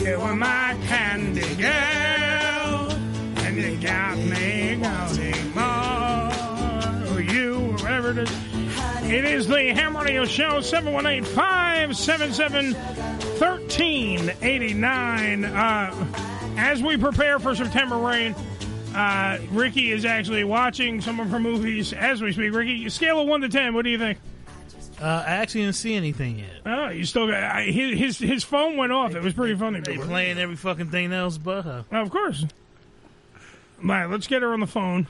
S1: you were my candy girl, and you got me wanting more. Or Oh, You, or whatever it is. It is the Ham Radio Show, 718 577 1389. Uh, As we prepare for September rain, uh, Ricky is actually watching some of her movies as we speak. Ricky, scale of 1 to 10, what do you think?
S3: Uh, I actually didn't see anything yet.
S1: Oh, you still got I, his his his phone went off. It was pretty funny.
S3: They playing every fucking thing else but her.
S1: Oh, of course. All right, let's get her on the phone.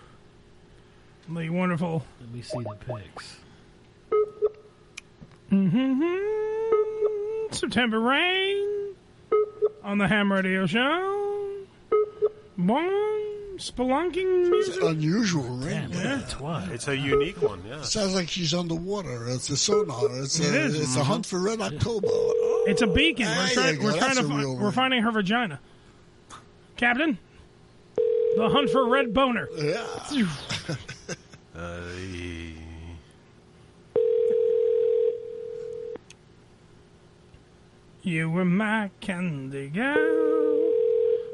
S1: The wonderful.
S3: Let me see the pics.
S1: hmm September rain on the Ham Radio Show. Boom, spelunking music.
S2: Unusual, right?
S1: Yeah.
S4: It's a unique one, yeah.
S2: Sounds like she's underwater. It's a sonar. It's
S1: It
S2: a,
S1: is.
S2: It's a hunt for red October.
S1: It's a beacon. We're,
S2: There
S1: trying,
S2: you go.
S1: we're trying
S2: That's
S1: to
S2: a
S1: fi-
S2: real
S1: we're
S2: ring.
S1: finding her vagina. Captain, the hunt for red boner. Yeah. You were my candy girl,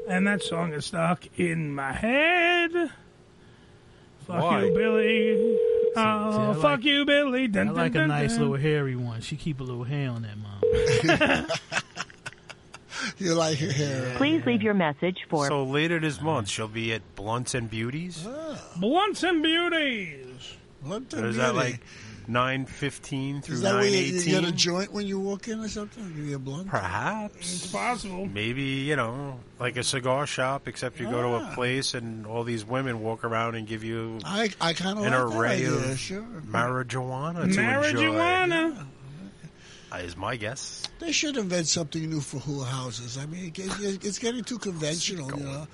S1: and that song is stuck in my head. Fuck
S3: Why?
S1: you, Billy. Oh,
S3: See, I
S1: fuck
S3: like-
S1: you, Billy. Dun,
S3: I like
S1: dun,
S3: a
S1: dun,
S3: nice
S1: dun.
S3: little hairy one. She keep a little hair on that mom.
S2: you like her hair.
S4: Please
S18: leave your message for
S4: So later this month, she'll be at Blunts and Beauties.
S2: Ah.
S1: Blunts and Beauties.
S2: Blunts
S4: Or is that like nine fifteen through
S2: Is that
S4: nine
S2: where you, you get a
S4: eighteen?
S2: joint when you walk in or something? Give you a blunt?
S4: Perhaps.
S1: It's possible.
S4: Maybe you know, like a cigar shop, except you go to a place and all these women walk around and give you
S2: Ah. I, I kind of
S4: an
S2: like that
S4: array
S2: idea,
S4: of
S2: sure.
S4: marijuana to enjoy.
S1: Marijuana.
S4: uh, Is my guess.
S2: They should invent something new for whorehouses. I mean, it, it, it's getting too conventional, you know.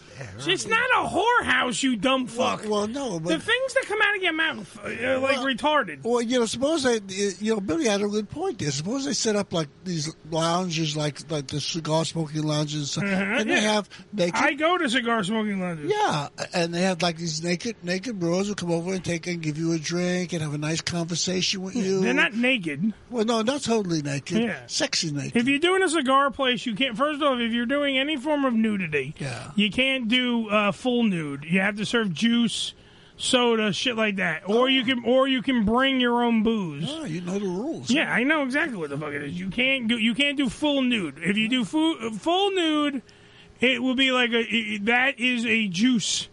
S1: It's not a whorehouse, you dumb fuck.
S2: Well, well, no, but
S1: the things that come out of your mouth, uh, are like retarded.
S2: Well, you know, suppose they, you know, Billy had a good point there. Suppose they set up like these lounges, like like the cigar smoking lounges, and they
S1: Uh-huh, yeah.
S2: have naked.
S1: I go to cigar smoking lounges.
S2: Yeah, and they have like these naked naked bros who come over and take and give you a drink and have a nice conversation with you.
S1: They're not naked.
S2: Well, no, not totally naked.
S1: Yeah.
S2: Sexy naked.
S1: If you're doing a cigar place, you can't. First off, if you're doing any form of nudity, yeah. you can't do uh, full nude. You have to serve juice, soda, shit like that, or you can, or you can bring your own booze.
S2: Yeah, you know the rules.
S1: Yeah, I know exactly what the fuck it is. You can't do, you can't do full nude. If you do fu- full nude, it will be like a it- that is a juice.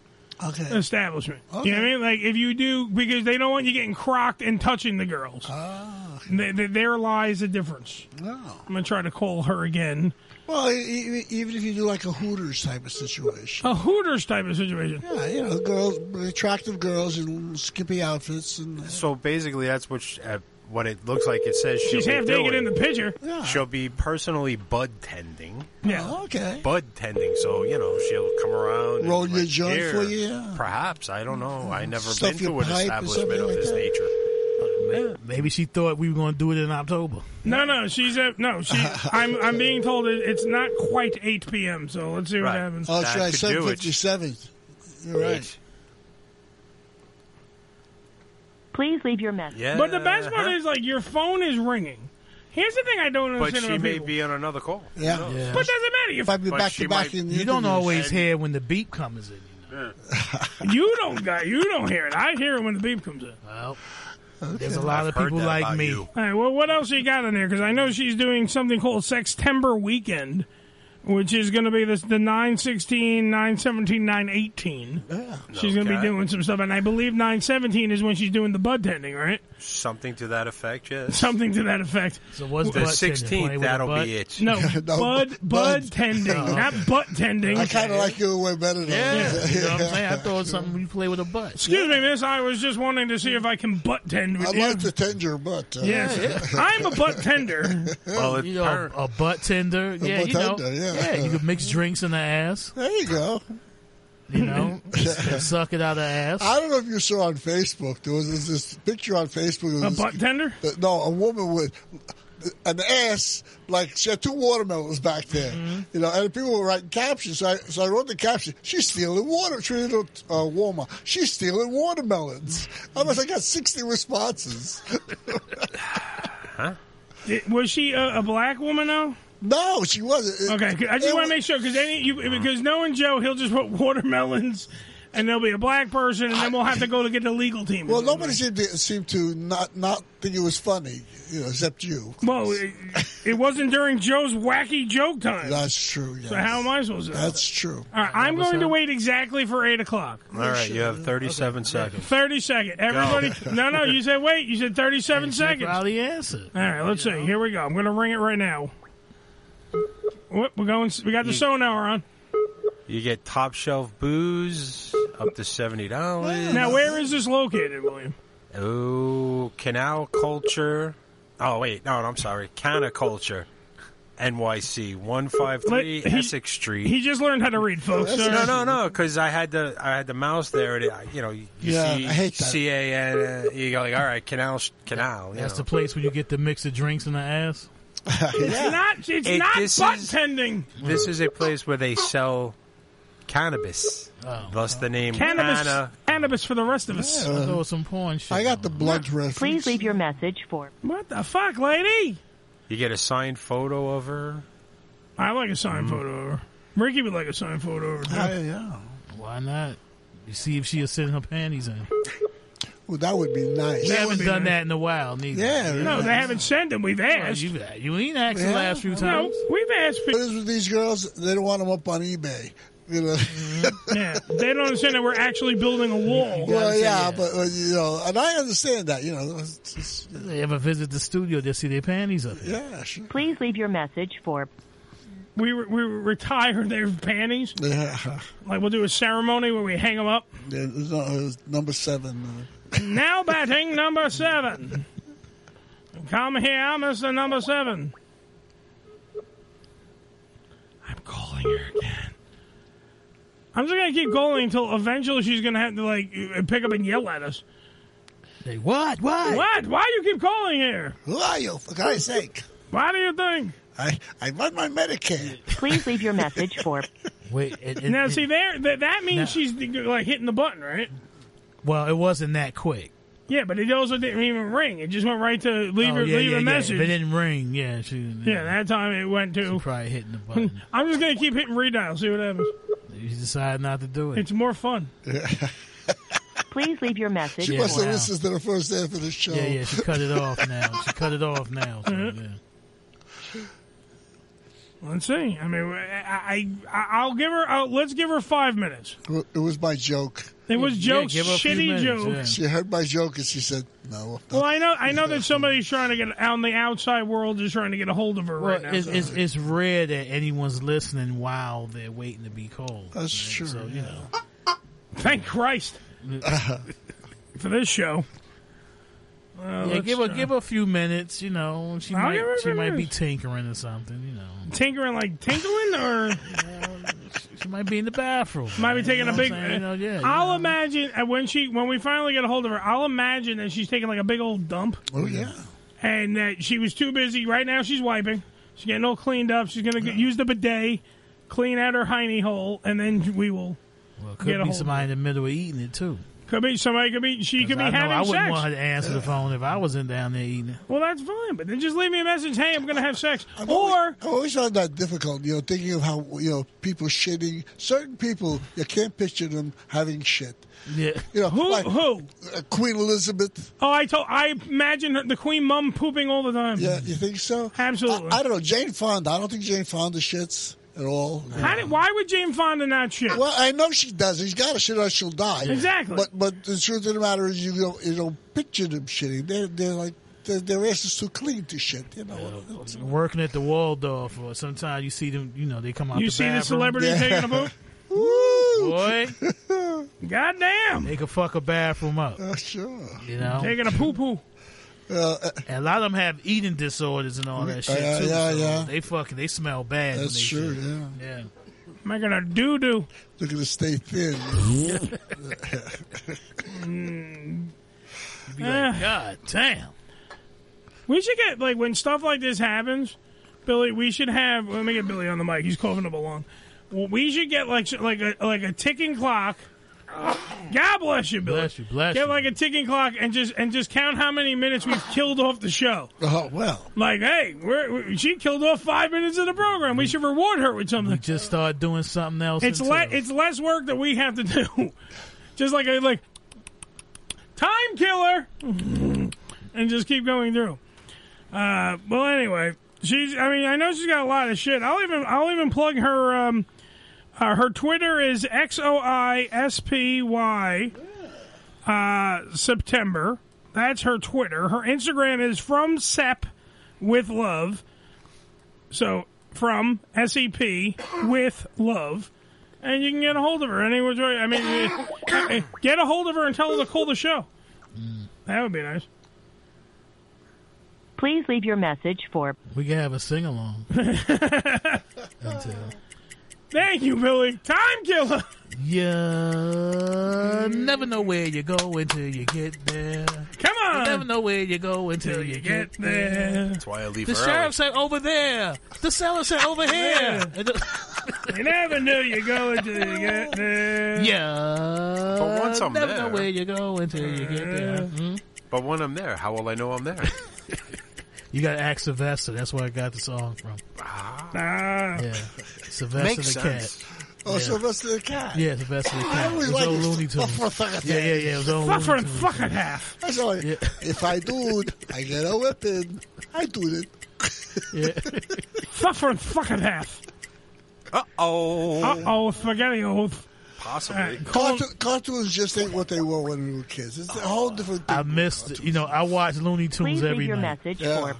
S1: Establishment. You know what I mean? Like if you do because they don't want you getting crocked and touching the girls. Ah, there lies the difference.
S2: No.
S1: I'm gonna try to call her again.
S2: Oh. Well, e- e- even if you do like a Hooters type of situation.
S1: A Hooters type of situation.
S2: Yeah, you know, girls, attractive girls in skimpy outfits, and
S4: So basically, that's what sh- uh, what it looks like. It says she'll
S1: She's
S4: be
S1: half naked in
S4: doing.
S1: the picture.
S4: She'll be personally bud tending.
S1: Yeah.
S2: Oh, okay.
S4: Bud tending, so you know she'll come around,
S2: Roll
S4: and,
S2: your
S4: like,
S2: joint
S4: here.
S2: for you, yeah.
S4: Perhaps I don't know. I never
S2: Stuff
S4: been to
S2: your
S4: an
S2: pipe or
S4: establishment
S2: something
S4: of
S2: like
S4: this
S2: that.
S4: nature.
S3: Maybe she thought we were going to do it in October.
S1: No, no, she's a, no. She, I'm I'm being told it, it's not quite 8 p.m. So let's see what happens.
S2: Oh, that's right, seven fifty-seven. You're right.
S18: Please leave your message.
S4: Yeah.
S1: But the best part is like your phone is ringing. Here's the thing I don't
S4: But
S1: understand.
S4: she
S1: about
S4: may
S1: people.
S4: be on another call.
S2: Yeah.
S1: But doesn't matter. You
S2: Might be back to back in the
S3: You don't
S2: interviews.
S3: always
S2: And-
S3: hear when the beep comes in.
S1: you don't got you don't hear it. I hear it when the beep comes in.
S3: Well, There's a lot of people like me.
S1: All right. Well, what else you got in there? Because I know she's doing something called Sextember Weekend, which is going to be this the 916, 917, 918. Yeah. She's going to be
S4: Okay.
S1: doing some stuff, and I believe 917 is when she's doing the bud tending, right?
S4: Something to that effect, yes.
S1: Something to that effect.
S4: So what's The butt tending? 16th, Playing with a that'll butt? be it.
S1: No,
S4: No,
S1: bud, bud, tending,
S3: Oh.
S1: not butt tending.
S3: I kinda like
S2: your way better than
S3: Yeah, you know what I'm saying? I thought something you play with a butt.
S1: Excuse me, miss. I was just wanting to see if I can butt tend with
S2: I'd
S1: you.
S2: like to tend your butt. uh,
S1: Yes, I'm a butt tender.
S3: Well, you know, a butt tender.
S2: A
S3: Yeah,
S2: butt
S3: you know,
S2: tender, yeah.
S3: you could mix drinks in the ass.
S2: There you go.
S3: You know, suck it out of ass.
S2: I don't know if you saw on Facebook. There was this, this picture on Facebook. It was
S3: A
S2: this-
S3: butt
S1: tender?
S2: Uh, No, a woman with an ass. Like she had two watermelons back there,
S1: Mm-hmm.
S2: you know, and people were writing captions. So I, so I wrote the caption: "She's stealing water." Trinity uh, Warmer. She's stealing watermelons. I must. I got sixty responses.
S4: Huh?
S1: Did- was she a, a black woman though?
S2: No, she wasn't.
S1: Okay, 'cause I just want to make sure because you because knowing Joe, he'll just put watermelons, and there'll be a black person, and then we'll have to go to get the legal team.
S2: Well, nobody seemed to, seemed to not not think it was funny, you know, except you.
S1: Well, it, it wasn't during Joe's wacky joke time.
S2: That's true. Yes.
S1: So how am I supposed to? know
S2: That's true.
S1: All right, I'm
S4: was
S1: going to
S4: her.
S1: wait exactly for eight o'clock.
S4: All right, you have 37 seconds.
S1: Thirty second. Everybody,
S4: Go.
S1: no, no. You said wait. You said thirty-seven seconds.
S3: Probably answer.
S1: All right, let's see. Here we go. I'm going to ring it right now. What we're going? We got the sonar on.
S4: You get top shelf booze up to $70.
S1: Now, where is this located, William?
S4: Oh, canal culture. Oh wait, no, no I'm sorry. Canna culture. NYC one five three
S1: Let- he-
S4: Essex Street.
S1: He just learned how to read, folks. Uh, so-
S4: no, no, no, because I had the I had the mouse there. And it, I- you know, you
S1: Yeah,
S4: see
S1: I hate that.
S4: C A N. uh, You go like, all right, canal, sh- canal. You
S3: That's
S4: know.
S3: the place where you get the mix of drinks in the ass.
S1: It's not. It's
S4: It-
S1: not
S4: this
S1: butt
S4: is-
S1: tending.
S4: This is a place where they sell cannabis.
S3: Oh.
S4: Thus the name
S1: Cannabis.
S4: Canna.
S1: Cannabis for the rest of us.
S3: I thought it was some porn shit.
S2: I got the blood reference.
S18: Please leave your message for.
S1: What the fuck, lady?
S4: You get a signed photo of her.
S1: I like a signed
S3: Mm-hmm.
S1: photo of her. Ricky would like a signed photo of her. too.
S3: Why not? You see if she is sitting her panties in.
S2: Well, that would be nice.
S3: We haven't done that in a while, neither.
S1: No, they haven't sent them. We've asked.
S3: you, you ain't asked the last few times.
S1: No, we've asked.
S2: What is with these girls? They don't want them up on eBay. You know.
S1: yeah, they don't understand that we're actually building a wall.
S2: Well, yeah, but uh, you know, and I understand that. You know, it's just-
S3: They ever visit the studio, they see their panties up there.
S2: Yeah, sure.
S18: Please leave your message for.
S1: We re- we retire their panties.
S2: Yeah.
S1: Like we'll do a ceremony where we hang them up.
S2: Yeah, it was, uh, it was number seven. uh,
S1: Now batting number seven. Come here, Mr. Number Seven. I'm calling her again. I'm just gonna keep calling until eventually she's gonna have to like pick up and yell at us.
S3: Hey, what? What?
S1: What? Why do you keep calling here?
S2: Who are you? For God's sake!
S1: Why do you think?
S2: I I run my Medicare.
S18: Please leave your message for.
S3: Wait, it, it-
S1: now
S3: it-
S1: see there that, that means
S3: No.
S1: she's like hitting the button, right?
S3: well, it wasn't that quick.
S1: Yeah, but it also didn't even ring. It just went right to leave
S3: Oh,
S1: her
S3: yeah,
S1: leave
S3: yeah,
S1: a
S3: yeah.
S1: message.
S3: If it didn't ring, yeah, she,
S1: Yeah, that time it went to
S3: probably hitting the button.
S1: I'm just gonna keep hitting redial, see what happens.
S3: You decided not to do it.
S1: It's more fun.
S18: Please leave your message.
S2: She
S3: Yeah,
S2: must have
S3: wow.
S2: listened to the first half of the show.
S3: Yeah, yeah, she cut it off now. She cut it off now. So, yeah.
S1: Let's see. I mean, I, I I'll give her. I'll, let's give her five minutes.
S2: It was my joke.
S1: It was
S2: Yeah,
S1: Joe's
S2: give her a few minutes,
S1: shitty joke.
S2: She heard my joke and she said no.
S1: Well, I know. I know that somebody's trying to get on the outside world is trying to get a hold of her
S3: Well,
S1: right now.
S3: it's, it's, it's rare that anyone's listening while they're waiting to be called. That's true. So, you know.
S1: Thank Christ for this show. Uh,
S3: yeah,
S1: let's
S3: give her
S1: try.
S3: give her a few minutes. You know, she
S1: I'll
S3: might
S1: give her a
S3: she
S1: few
S3: might be
S1: minutes.
S3: tinkering or something. You know,
S1: tinkering like tinkling, or
S3: she might be in the bathroom.
S1: might be
S3: You
S1: taking
S3: know what
S1: a
S3: I'm
S1: big.
S3: saying? You know, yeah, you
S1: I'll imagine uh, when she when we finally get a hold of her. I'll imagine that she's taking like a big old dump.
S2: Oh yeah.
S1: and that she was too busy. Right now, she's wiping. She's getting all cleaned up. She's gonna get, use the bidet, clean out her hiney hole, and then we will
S3: Well,
S1: get a
S3: could be
S1: hold of
S3: somebody in the middle of eating it too.
S1: Could be somebody could be she could be
S3: I, know
S1: having
S3: I wouldn't
S1: sex.
S3: want her to answer the phone if I wasn't down there eating.
S1: Well, that's fine, but then just leave me a message. Hey, I'm gonna have sex, or
S2: I always found that difficult, you know, thinking of how you know people shitting. Certain people, you can't picture them having shit.
S3: Yeah,
S2: you know
S1: who?
S2: like, uh,
S1: who?
S2: Queen Elizabeth.
S1: Oh, I told. I imagine her, the Queen Mum pooping all the time.
S2: Yeah, you think so?
S1: Absolutely.
S2: I don't know. Jane Fonda. I don't think Jane Fonda shits at all.
S1: How did, why would Jane Fonda not shit?
S2: Well, I know she does. She's got to shit or she'll die.
S1: Exactly.
S2: But but the truth of the matter is, you don't you don't picture them shitting. They're they're like their their ass is too clean to shit. You know.
S3: Working at the Waldorf, or sometimes you see them. You know, they come out.
S1: You
S3: the
S1: see the
S3: bathroom.
S1: celebrity taking a poop?
S3: Boy,
S1: goddamn, Oh,
S3: they could fuck a bathroom up.
S2: sure,
S3: you know,
S1: Taking a poo poo.
S3: a lot of them have eating disorders and all that shit
S1: Yeah,
S3: too.
S1: yeah,
S3: so
S1: yeah.
S3: They fucking they smell bad. when
S2: That's
S3: they
S2: true,
S3: shit.
S2: yeah.
S3: Yeah.
S1: Making a doo doo.
S2: They're gonna stay thin.
S3: Be like, God damn.
S1: Eh. We should get like when stuff like this happens, Billy. We should have. Let me get Billy on the mic. He's coughing up a lung. Well, we should get like like a like a ticking clock. God bless you, Billy.
S3: Bless you, bless
S1: Get
S3: you.
S1: like a ticking clock and just and just count how many minutes we've killed off the show.
S2: Oh well.
S1: Like, hey, we're, we- she killed off five minutes of the program. We should reward her with something.
S3: Just start doing something else.
S1: It's
S3: until-
S1: le- it's less work that we have to do. just like a like time killer, and just keep going through. Uh, well, anyway, she's. I mean, I know she's got a lot of shit. I'll even I'll even plug her. Um, uh, her Twitter is x o i s p y uh, September. That's her Twitter. Her Instagram is from Sep with love. So from SEP with love. And you can get a hold of her any which way. I mean, eh, get a hold of her and tell her to call the show. That would be nice.
S18: Please leave your message for.
S3: We can have a sing along.
S1: Thank you, Billy. Time killer.
S3: Yeah. Uh, Never know where you go until you get there.
S1: Come on.
S3: You never know where you go until you get there.
S4: That's why I leave
S3: The
S4: early.
S3: sheriff said over there. The seller said over here.
S1: you never knew you go until you get there.
S3: Yeah.
S4: But once I'm
S3: never
S4: there-
S3: know where you go until you get there.
S1: Mm-hmm.
S3: Hmm?
S4: But when I'm there, how will I know I'm there?
S3: You got to ask Sylvester. That's where I got the song from.
S1: Ah.
S3: Yeah, Sylvester
S4: Makes
S3: the
S4: sense.
S3: cat.
S2: Oh,
S3: yeah.
S2: Sylvester the cat.
S3: Yeah, Sylvester the
S2: I
S3: cat. It
S2: always
S3: was
S2: like
S3: old Looney Tunes. Yeah, yeah, yeah. It was old Looney Tunes.
S1: fucking half.
S2: That's all. I- If I do it, I get a weapon. I do it.
S1: Suffering fucking half.
S4: Uh oh.
S1: Uh oh, spaghetti oath.
S4: Possibly.
S2: Cartoon, cartoons just ain't what they were when we were kids. It's a whole different thing.
S3: I missed. You know, I watch Looney Tunes
S1: Please leave
S3: every
S1: your
S3: night.
S1: message Yeah.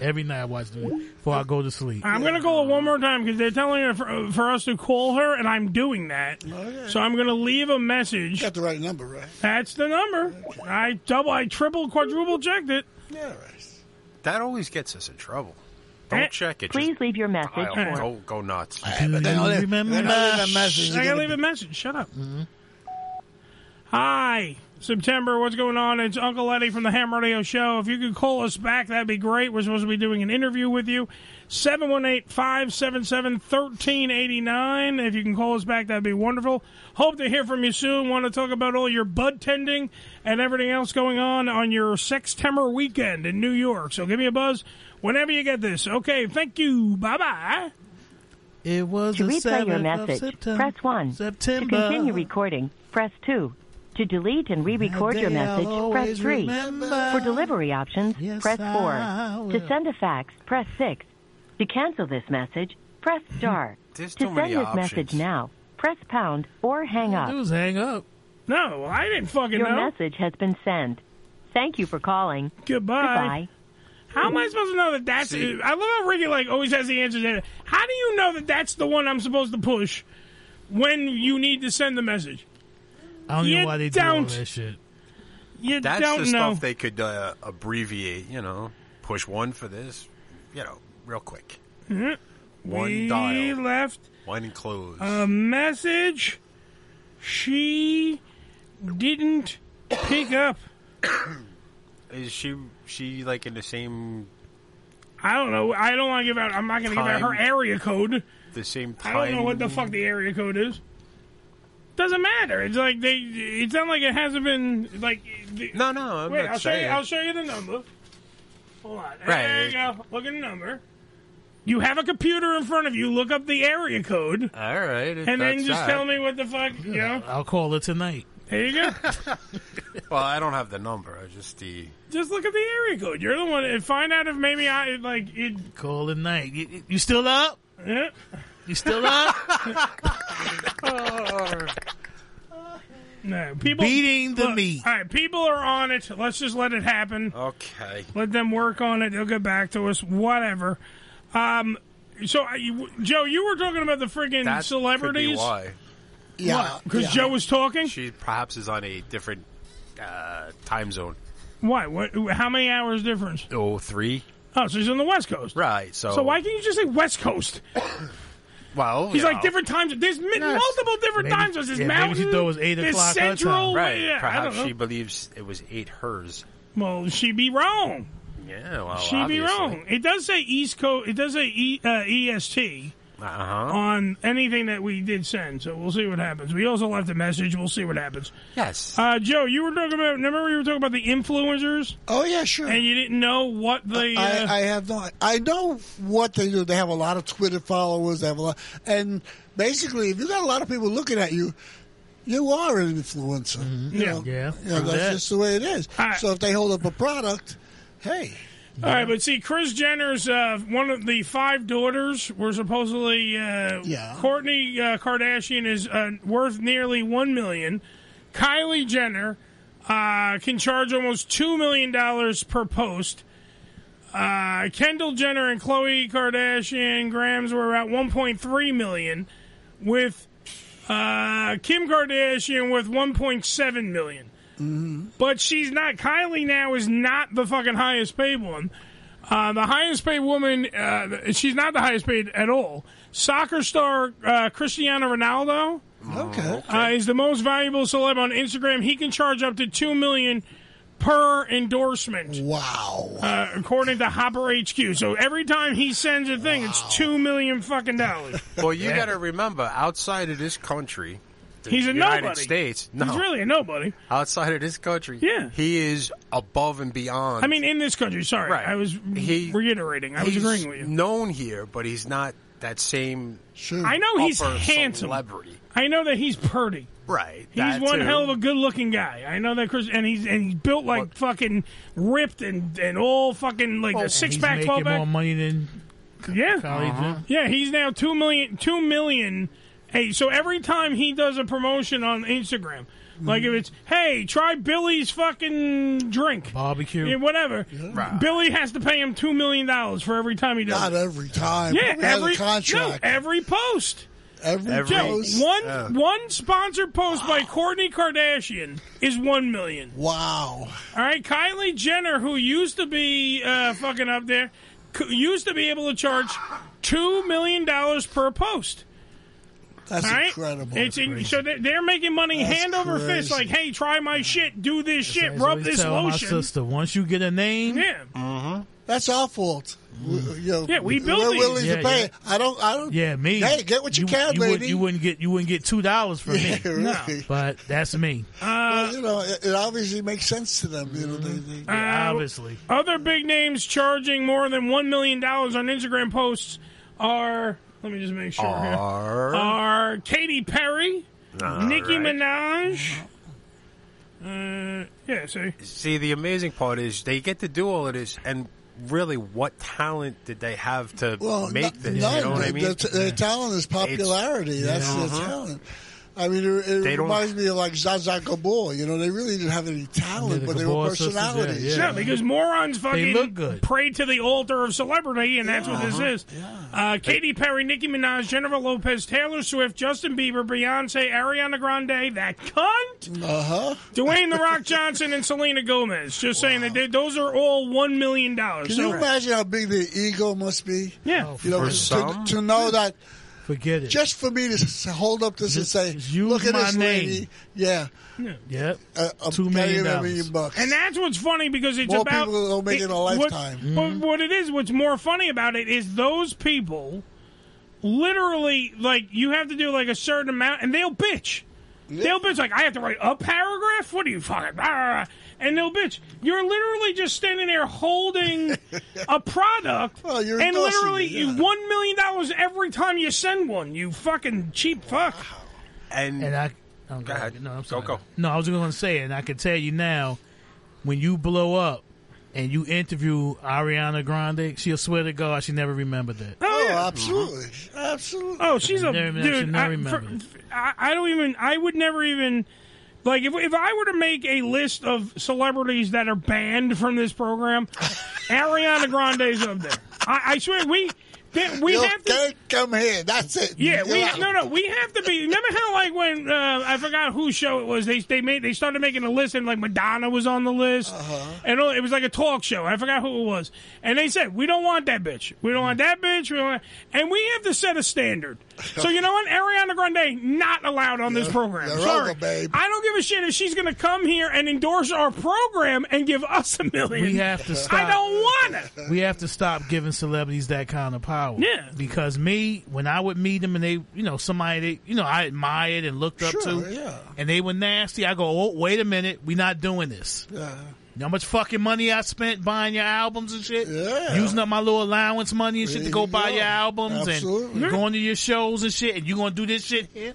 S3: Every night I watch Looney before I go to sleep.
S1: I'm gonna call her one more time because they're telling her for, for us to call her, and I'm doing that. So I'm gonna leave a message.
S2: got the right number, right?
S1: That's the number. I double, I triple, quadruple checked it.
S4: That always gets us in trouble. Don't check it.
S1: please
S4: just
S1: leave your message
S4: dial.
S1: for-
S4: Go, go nuts.
S1: Shh, I gotta leave a message. Mm-hmm. Shut up. Hi, September. What's going on? It's Uncle Eddie from the Ham Radio Show. If you could call us back, that'd be great. We're supposed to be doing an interview with you. 718 577 1389. If you can call us back, that'd be wonderful. Hope to hear from you soon. Want to talk about all your bud tending and everything else going on on your Sextember weekend in New York. So give me a buzz whenever you get this. Okay, thank you. Bye bye.
S3: It was
S18: To replay your message, press 1.
S3: September.
S18: To continue recording, press 2. To delete and re-record your
S3: day I'll
S18: message, press
S3: always
S18: 3.
S3: remember.
S18: For delivery options, press 4.
S3: I will.
S18: To send a fax, press 6. To cancel this message, press star. to
S3: There's too
S18: send
S3: many
S18: this
S3: options.
S18: message now, press pound or hang up.
S3: It was hang up.
S1: No, I didn't fucking
S18: your
S1: know.
S18: message has been sent. Thank you for calling.
S1: Goodbye.
S18: Goodbye.
S1: How am I supposed to know that that's?
S18: See-
S1: I love how Ricky like always has the answer. to that. How do you know that that's the one I'm supposed to push when you need to send the message?
S3: I don't
S1: You
S3: know why they
S1: don't.
S3: do all that shit.
S1: You
S4: That's
S1: don't
S4: the
S1: know.
S4: stuff they could uh, abbreviate. You know, push one for this. You know, real quick.
S1: Mhm.
S4: One
S1: we
S4: dial.
S1: left
S4: One close.
S1: a message. She didn't pick up.
S4: Is she she like in the same
S1: I don't know. I don't want to give out. I'm not going to give out her
S4: Time.
S1: area code.
S4: the same
S1: I
S4: time?
S1: don't know what the fuck the area code is. Doesn't matter. It's like they. It's not like it hasn't been like. The,
S4: no, no. I'm
S1: wait,
S4: not
S1: I'll show
S4: saying.
S1: you. I'll show you the number. Hold on. There
S4: Right.
S1: you go. Look at the number. You have a computer in front of you. Look up the area code,
S4: All right. if
S1: and then
S4: that's
S1: just
S4: that.
S1: tell me what the fuck. You know.
S3: I'll call it tonight.
S1: There you go.
S4: Well, I don't have the number. I just the.
S1: just look at the area code. You're the one. And find out if maybe I like it.
S3: Call it night. You, you still up?
S1: Yeah.
S3: You still up?
S1: no, people
S3: Beating the
S1: look,
S3: meat.
S1: All right, people are on it. Let's just let it happen.
S4: Okay.
S1: Let them work on it. They'll get back to us. Whatever. Um. So, I- you- Joe, you were talking about the friggin'
S4: That
S1: celebrities.
S4: Could be why.
S1: Yeah, because Joe was talking.
S4: She perhaps is on a different uh, time zone.
S1: Why? What? How many hours difference?
S4: Oh, three.
S1: Oh, so he's on the West Coast.
S4: Right. So.
S1: So why can't you just say West Coast?
S4: Well,
S1: He's
S4: you
S1: like
S4: know.
S1: different times. There's mi- multiple different
S4: Maybe-
S1: time zones. There's
S4: yeah, maybe she
S1: mountain.
S4: thought it was eight
S1: there's
S4: o'clock her time.
S1: central.
S4: Right.
S1: yeah, I don't
S4: Perhaps
S1: know.
S4: she believes it was eight hers.
S1: Well, she'd be wrong.
S4: Yeah. Well,
S1: she'd be wrong. It does say East Coast. It does say e, uh, EST
S4: Uh huh.
S1: on anything that we did send. So we'll see what happens. We also left a message. We'll see what happens.
S4: Yes.
S1: Uh, Joe, you were talking about. Remember, you were talking about the influencers.
S2: Oh yeah, sure.
S1: And you didn't know what the. uh,
S2: I, I have no. I know what they do. They have a lot of Twitter followers. They have a lot, and basically, if you got a lot of people looking at you, you are an influencer. You
S1: Mm-hmm. Yeah.
S2: know?
S1: Yeah.
S2: You know,
S1: True
S2: that's
S1: that.
S2: just the way it is. So if they hold up a product, hey,
S1: All right, but see, Chris Jenner's uh, one of the five daughters were supposedly. Uh,
S2: Yeah.
S1: Courtney uh, Kardashian is uh, worth nearly one million. Kylie Jenner uh, can charge almost two million dollars per post. Uh, Kendall Jenner and Khloe Kardashian grams were at one point three million, with uh, Kim Kardashian with one point seven million. But she's not. Kylie now is not the fucking highest paid one. Uh, the highest paid woman, uh, she's not the highest paid at all. Soccer star uh, Cristiano Ronaldo
S2: okay.
S1: uh, is the most valuable celeb on Instagram. He can charge up to two million per endorsement.
S2: Wow!
S1: Uh, according to Hopper HQ, so every time he sends a thing, it's two million fucking dollars.
S4: Well, you got to remember, outside of this country, the
S1: He's a
S4: United
S1: nobody.
S4: States. No,
S1: He's really a nobody.
S4: outside of this country, yeah, he is above and beyond.
S1: I mean, in this country. Sorry,
S4: Right.
S1: I was
S4: He-
S1: reiterating. I was
S4: he's
S1: agreeing with you.
S4: Known here, but he's not that same.
S1: I know he's
S4: upper
S1: handsome.
S4: Celebrity,
S1: I know that he's pretty.
S4: right?
S1: He's one hell of a good-looking guy. I know that, Chris, and he's and he's built like fucking ripped and and all fucking like a six-pack,
S3: He's
S1: twelve
S3: making
S1: pack.
S3: more money than
S1: Yeah,
S3: College, yeah.
S1: yeah. He's now two million, two million. Hey, so every time he does a promotion on Instagram, like if it's hey, try Billy's fucking drink,
S3: barbecue.
S1: yeah, whatever, Billy has to pay him two million dollars for every time he does.
S2: Not
S1: it.
S2: every time.
S1: Yeah,
S2: Probably has a
S1: every
S2: contract.
S1: No, every post.
S2: Every,
S1: Joe,
S2: post.
S1: One
S2: Yeah.
S1: one sponsored post by Courtney Kardashian is one million.
S2: Wow.
S1: All right, Kylie Jenner, who used to be uh, fucking up there, c- used to be able to charge two million dollars per post.
S2: That's
S1: All right?
S2: incredible.
S1: It's in, so they- they're making money
S2: That's
S1: hand over fist.
S2: crazy.
S1: Like, hey, try my shit, do this shit,
S3: That's what
S1: rub
S3: I
S1: this
S3: tell My
S1: lotion.
S3: sister, once you get a name,
S1: yeah,
S3: uh-huh.
S2: That's our fault. We- you know,
S1: Yeah, we built
S2: We're
S1: these.
S2: willing
S3: Yeah,
S2: to pay.
S3: yeah.
S2: I don't. I don't.
S3: yeah, me.
S2: Hey, get what you, can,
S3: you
S2: baby.
S3: Would, you wouldn't get you wouldn't get two dollars from me.
S2: really.
S3: but that's me.
S1: Uh,
S2: well, you know, it, it obviously makes sense to them. You know, they, they,
S3: obviously.
S1: Mm-hmm. Other big names charging more than one million dollars on Instagram posts are. Let me just make sure. here.
S4: Are-
S1: are Katy Perry,
S4: All
S1: Nicki
S4: right.
S1: Minaj.
S2: Mm-hmm.
S1: Uh, yeah, see.
S4: See, the amazing part is they get to do all of this, and really, what talent did they have to make
S2: no-
S4: this?
S2: none.
S4: you know what I
S2: The-
S4: mean?
S2: The, t- the talent is popularity.
S4: It's-
S2: That's
S4: yeah.
S2: the
S4: Uh-huh.
S2: talent. I mean, it, it
S4: They don't-
S2: reminds me of like Zaza Gabor. You know, they really didn't have any talent, but they were personalities.
S1: No, because morons fucking
S2: look good. Uh-huh.
S1: pray to the altar of celebrity, and that's what this is. Uh, Katy Perry, Nicki Minaj, Jennifer Lopez, Taylor Swift, Justin Bieber, Beyonce, Ariana Grande, that cunt,
S2: uh-huh.
S1: Dwayne the Rock Johnson, and Selena Gomez. Just saying that they, those are all one million dollars.
S2: Can you imagine how big the ego must be?
S1: Oh, Yeah.
S2: you know,
S1: For
S2: to,
S1: some.
S2: to know that.
S3: Oh, Forget it.
S2: Just for me to s- hold up this and say, "Look at
S3: my
S2: this lady."
S3: name.
S2: Yeah,
S3: Yep.
S2: uh, I'm
S3: Two million
S2: paying a
S3: dollars.
S2: million bucks.
S1: And that's what's funny because it's
S2: More
S1: about
S2: people will make it a lifetime.
S1: What, but what it is, what's more funny about it is those people, literally, like you have to do like a certain amount, and they'll bitch. They'll bitch like, I have to write a paragraph? What are you fucking? blah, blah, blah." And they'll bitch, you're literally just standing there holding a product
S2: you're
S1: and
S2: endorsing
S1: literally
S2: it, yeah.
S1: you- $1 million every time you send one, you fucking cheap fuck.
S4: And,
S3: and I, I'm go ahead. No, I'm sorry. Go, go. No, I was going to say, and I can tell you now, when you blow up and you interview Ariana Grande, she'll swear to God she never remembered that.
S2: Oh, absolutely, absolutely.
S1: Uh-huh. Oh, she's a
S3: Never remember- she
S1: dude.
S3: never
S1: I, for,
S3: remembered.
S1: I, I don't even. I would never even. Like if if I were to make a list of celebrities that are banned from this program, Ariana Grande's up there. I, I swear we that we
S2: You
S1: have to
S2: come here. That's it.
S1: Yeah, we
S2: You're
S1: ha-
S2: out.
S1: no no we have to be. Remember how like when uh, I forgot whose show it was? They they made they started making a list and like Madonna was on the list,
S2: Uh-huh.
S1: and all- it was like a talk show. I forgot who it was, and they said we don't want that bitch. We don't want that bitch. We don't want, and we have to set a standard. So you know what? Ariana Grande not allowed on this program.
S2: you're
S1: Sorry,
S2: over, babe.
S1: I don't give a shit if she's gonna come here and endorse our program and give us a million.
S3: We have to stop.
S1: I don't want it.
S3: we have to stop giving celebrities that kind of power.
S1: Yeah.
S3: Because me, when I would meet them and they, you know, somebody they, you know, I admired and looked up
S2: Sure,
S3: to,
S2: yeah.
S3: and they were nasty, I go, oh, wait a minute, we're not doing this.
S2: Yeah.
S3: You know how much fucking money I spent buying your albums and shit?
S2: Yeah.
S3: Using up my little allowance money and shit to
S2: There
S3: go
S2: you
S3: buy
S2: go.
S3: your albums
S2: Absolutely.
S3: and going to your shows and shit, and you gonna do this shit here?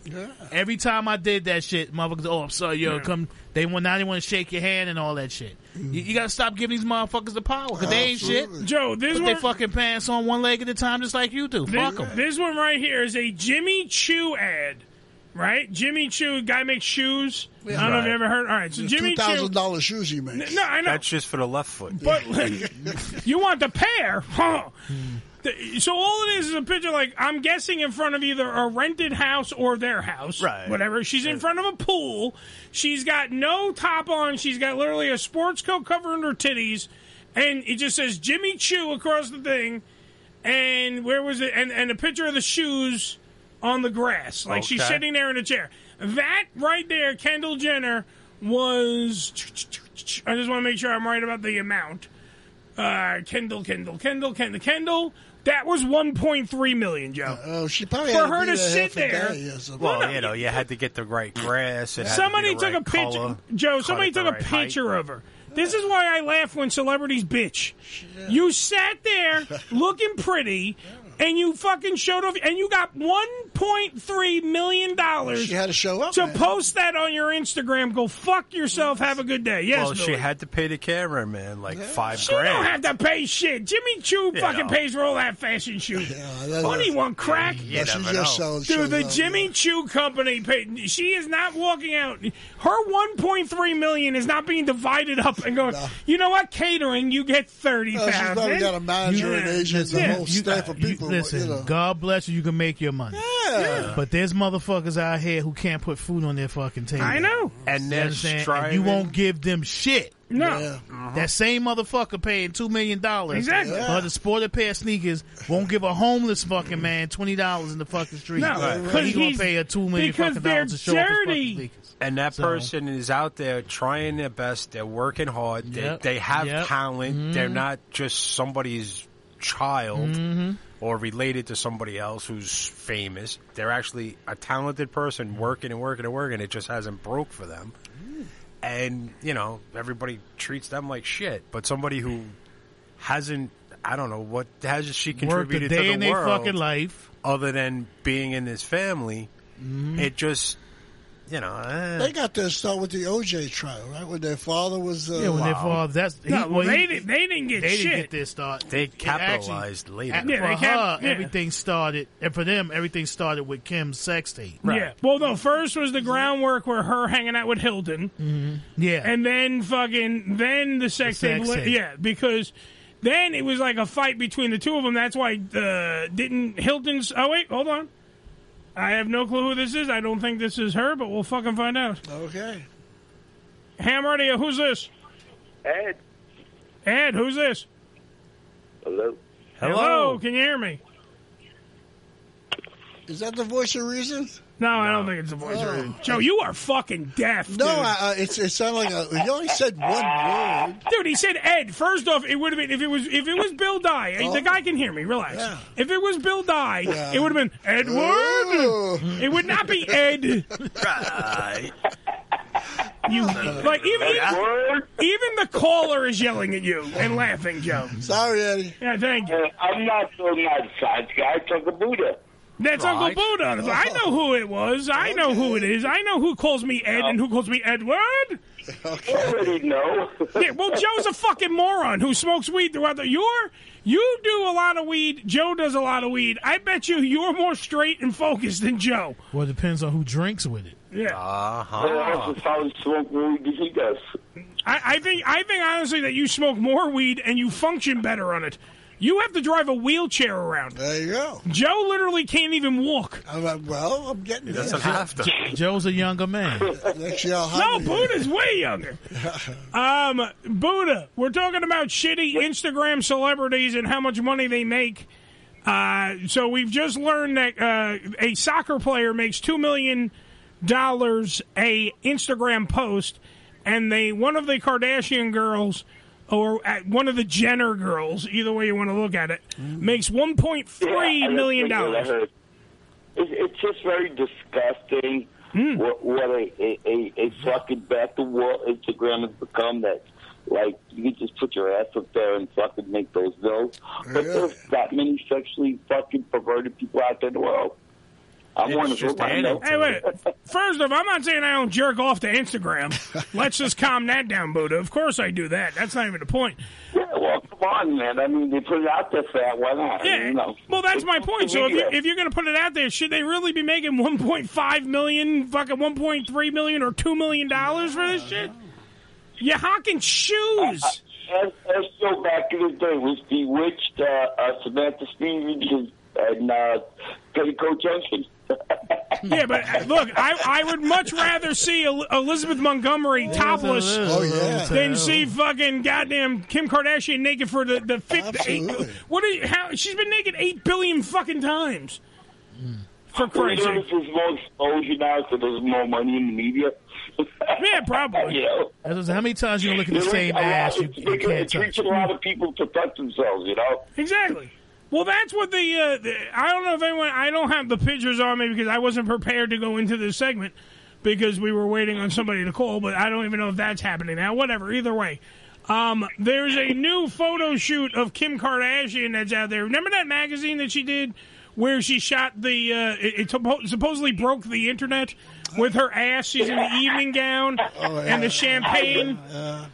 S3: Every time I did that shit, motherfuckers, oh, I'm sorry, yo,
S2: Yeah.
S3: come, they want, now they want to shake your hand and all that shit. You, you gotta stop giving these motherfuckers the power, because they ain't shit.
S2: Absolutely.
S1: Joe, this
S3: Put
S1: one-
S3: they fucking pants on one leg at a time, just like you do.
S1: This,
S3: Fuck them.
S1: this one right here is a Jimmy Choo ad, right? Jimmy Choo, guy makes shoes. I don't know if you
S4: Right.
S1: ever heard. All right, so Jimmy
S2: two thousand
S1: Choo.
S2: dollar shoes he makes.
S1: No, I know.
S4: That's just for the left foot.
S1: But you want the pair, huh? The- So all it is is a picture, like I'm guessing, in front of either a rented house or their house, right? Whatever. She's in front of a pool. She's got no top on. She's got literally a sports coat covering her titties, and it just says Jimmy Choo across the thing. And where was it? And and a picture of the shoes on the grass, like she's
S4: Okay.
S1: sitting there in a chair. That right there, Kendall Jenner was. I just want to make sure I'm right about the amount uh, Kendall, Kendall, Kendall, Kendall, Kendall. That was 1.3 million, Joe.
S2: Oh, she probably had
S1: for
S2: to
S1: her
S2: be there
S1: to sit
S2: half a
S1: there.
S2: day or something.
S1: Well,
S4: Well,
S1: no,
S4: you know, you had to get the right grass. It had to be
S1: somebody
S4: the
S1: took a
S4: right
S1: picture,
S4: color,
S1: Joe.
S4: cut
S1: Somebody
S4: at the
S1: took a
S4: right height.
S1: picture of her. This is why I laugh when celebrities bitch. You sat there looking pretty, and you fucking showed off, and you got 1.3 million dollars.
S2: She had to show up,
S1: to
S2: man.
S1: post that on your Instagram. Go fuck yourself. Have a good day. Yes,
S4: well, she
S1: Billy.
S4: had to pay the cameraman like five
S1: She
S4: grand.
S1: don't have to pay shit. Jimmy Choo
S4: Yeah.
S1: fucking pays for all that fashion shoot.
S2: that's-
S1: what do you want, crack?
S4: You That's never just know. so-
S1: Dude,
S2: so
S1: the
S2: dumb,
S1: Jimmy Choo company paid. She is not walking out. Her 1.3 million is not being divided up and going. You know what? Catering, you get thirty
S2: No, she's
S1: thousand.
S2: probably got a manager and agents, a whole staff of
S3: You-
S2: people.
S3: listen,
S2: you know.
S3: God bless you. You can make your money.
S2: Yeah.
S3: But there's motherfuckers out here who can't put food on their fucking table.
S1: I know.
S4: And
S3: You
S4: they're
S3: understand?
S4: striving. Uh-huh.
S3: And you won't give them shit.
S1: No.
S3: That same motherfucker paying two million dollars
S1: Exactly.
S3: for the sport a pair of sneakers won't give a homeless fucking man twenty dollars in the fucking street.
S1: No,
S3: But
S1: because
S3: he gonna
S1: he's-
S3: pay a two million
S1: because
S3: fucking
S1: they're
S3: dollars to show up his fucking
S1: dirty.
S3: sneakers.
S4: And that
S3: So-
S4: person is out there trying their best. They're working hard.
S3: Yep.
S4: They, they have
S3: Yep.
S4: talent. They're
S3: Mhm.
S4: not just somebody's child
S3: Mm-hmm.
S4: or related to somebody else who's famous. They're actually a talented person working and working and working. It just hasn't broke for them. And, you know, everybody treats them like shit. But somebody who hasn't, I don't know, what has she
S3: Worked a
S4: contributed
S3: day
S4: to the
S3: in their
S4: world?
S3: fucking life.
S4: Other than being in this family,
S1: Mm-hmm.
S4: it just, you know. eh.
S2: They got their start with the OJ trial, right? When their father was. Uh,
S3: Yeah, when their father that's he-
S1: No,
S3: well,
S1: they,
S3: he-
S1: didn't, they didn't get
S3: they
S1: shit.
S3: didn't get their start.
S4: They
S3: It actually-
S4: capitalized later.
S3: at-
S1: Yeah,
S3: for
S1: they
S3: her,
S1: cap- yeah.
S3: everything started, and for them, everything started with Kim's sex tape.
S1: Yeah. Well, no. First was the groundwork where her hanging out with Hilton.
S3: Mm-hmm. Yeah.
S1: And then fucking then the sex,
S3: The
S1: tape.
S3: sex
S1: li-
S3: tape.
S1: Yeah, because then it was like a fight between the two of them. That's why uh, didn't Hilton's. Oh wait, hold on. I have no clue who this is. I don't think this is her, but we'll fucking find out.
S2: Okay.
S1: Ham radio. Who's this?
S8: Ed.
S1: Ed. Who's this?
S8: Hello.
S1: Can you hear me?
S2: Is that the voice of reason?
S1: No, I don't think it's the voice of reason. Joe, you are fucking deaf.
S2: Oh. No, I, uh, it's, it sounded like a, he only said one word.
S1: Dude, he said Ed. First off, it would have been if it was if it was Bill Dye. The guy can hear me. Relax. If it was Bill Dye, it would have been Edward. It would not be Ed.
S4: Right.
S1: You like even even, even the caller is yelling at you and laughing, Joe.
S2: Sorry, Eddie.
S1: Yeah, thank you.
S8: Uh, I'm not so mad side guy. I took a Buddha.
S1: That's
S8: Right.
S1: Uncle Buddha. I know who it was. I know who it is. I know who calls me Ed and who calls me Edward.
S8: already know.
S1: yeah, well, Joe's a fucking moron who smokes weed throughout the. You're you do a lot of weed. Joe does a lot of weed. I bet you you're more straight and focused than Joe.
S3: Well, it depends on who drinks with it.
S1: Yeah.
S8: Well, I also found smoke weed than he does.
S1: I, I think I think honestly that you smoke more weed and you function better on it. You have to drive a wheelchair around.
S2: There you go.
S1: Joe literally can't even walk.
S2: well, I'm getting
S3: Joe's a younger man.
S1: No, Buddha's way younger. Um, Buddha, we're talking about shitty Instagram celebrities and how much money they make. Uh, so we've just learned that uh, a soccer player makes two million dollars a Instagram post, and they one of the Kardashian girls or uh, one of the Jenner girls, either way you want to look at it, makes one point three
S8: Mm. Yeah, I
S1: million
S8: don't think
S1: dollars.
S8: you'll ever- It's, it's just very disgusting
S1: Hmm.
S8: what, what a, a, a, a fucking back to wall Instagram has become that, like, you can just put your ass up there and fucking make those bills. But there's that many sexually fucking perverted people out there in the world. I'm one of them. I know.
S1: Hey, wait. First off, I'm not saying I don't jerk off to Instagram. Let's just calm that down, Buddha. Of course I do that. That's not even the point.
S8: Yeah, well, come on, man. I mean, they put it out there for that. Why not? I mean,
S1: Yeah.
S8: you know.
S1: Well, that's my point. So if, you, if you're going to put it out there, should they really be making 1.5 million, fucking 1.3 million, or two million dollars for this shit? You're hawking shoes.
S8: Let's let's go back in the day was Bewitched, uh, uh, Samantha Stevens, and uh, Petticoat Junction.
S1: yeah, but uh, look, I, I would much rather see El- Elizabeth Montgomery topless than see fucking goddamn Kim Kardashian naked for the the fifth. Eight, what are you, how she's been naked eight billion fucking times. For Christ's
S8: You know,
S1: sake.
S8: There's more exposure now, so there's more money in the media.
S1: yeah, probably.
S8: you know?
S3: That doesn't- How many times you gonna look at the
S8: They're
S3: same
S8: like, a lot-
S3: ass you,
S8: it's-
S3: you can't
S8: It
S3: touch?
S8: teaches a lot of people to protect themselves, you know?
S1: Exactly. Well, that's what the, uh, the. I don't know if anyone. I don't have the pictures on me because I wasn't prepared to go into this segment because we were waiting on somebody to call. But I don't even know if that's happening now. Whatever. Either way, um, there's a new photo shoot of Kim Kardashian that's out there. Remember that magazine that she did where she shot the. Uh, it, it suppo- supposedly broke the internet with her ass. She's in the evening gown and the champagne.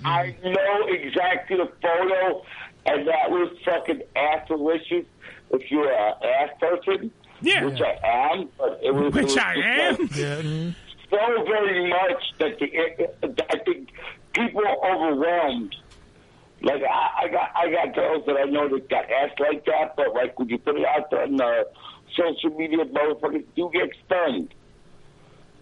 S8: I know exactly the photo, and that was fucking ass delicious. If you're an ass person,
S1: yeah.
S8: which I am, but it was
S1: Which
S8: it was
S1: I
S8: just
S1: am.
S8: like so very much that the I think people are overwhelmed. Like I, I got I got girls that I know that got ass like that, but like when you put it out there on the social media, motherfuckers do get stunned.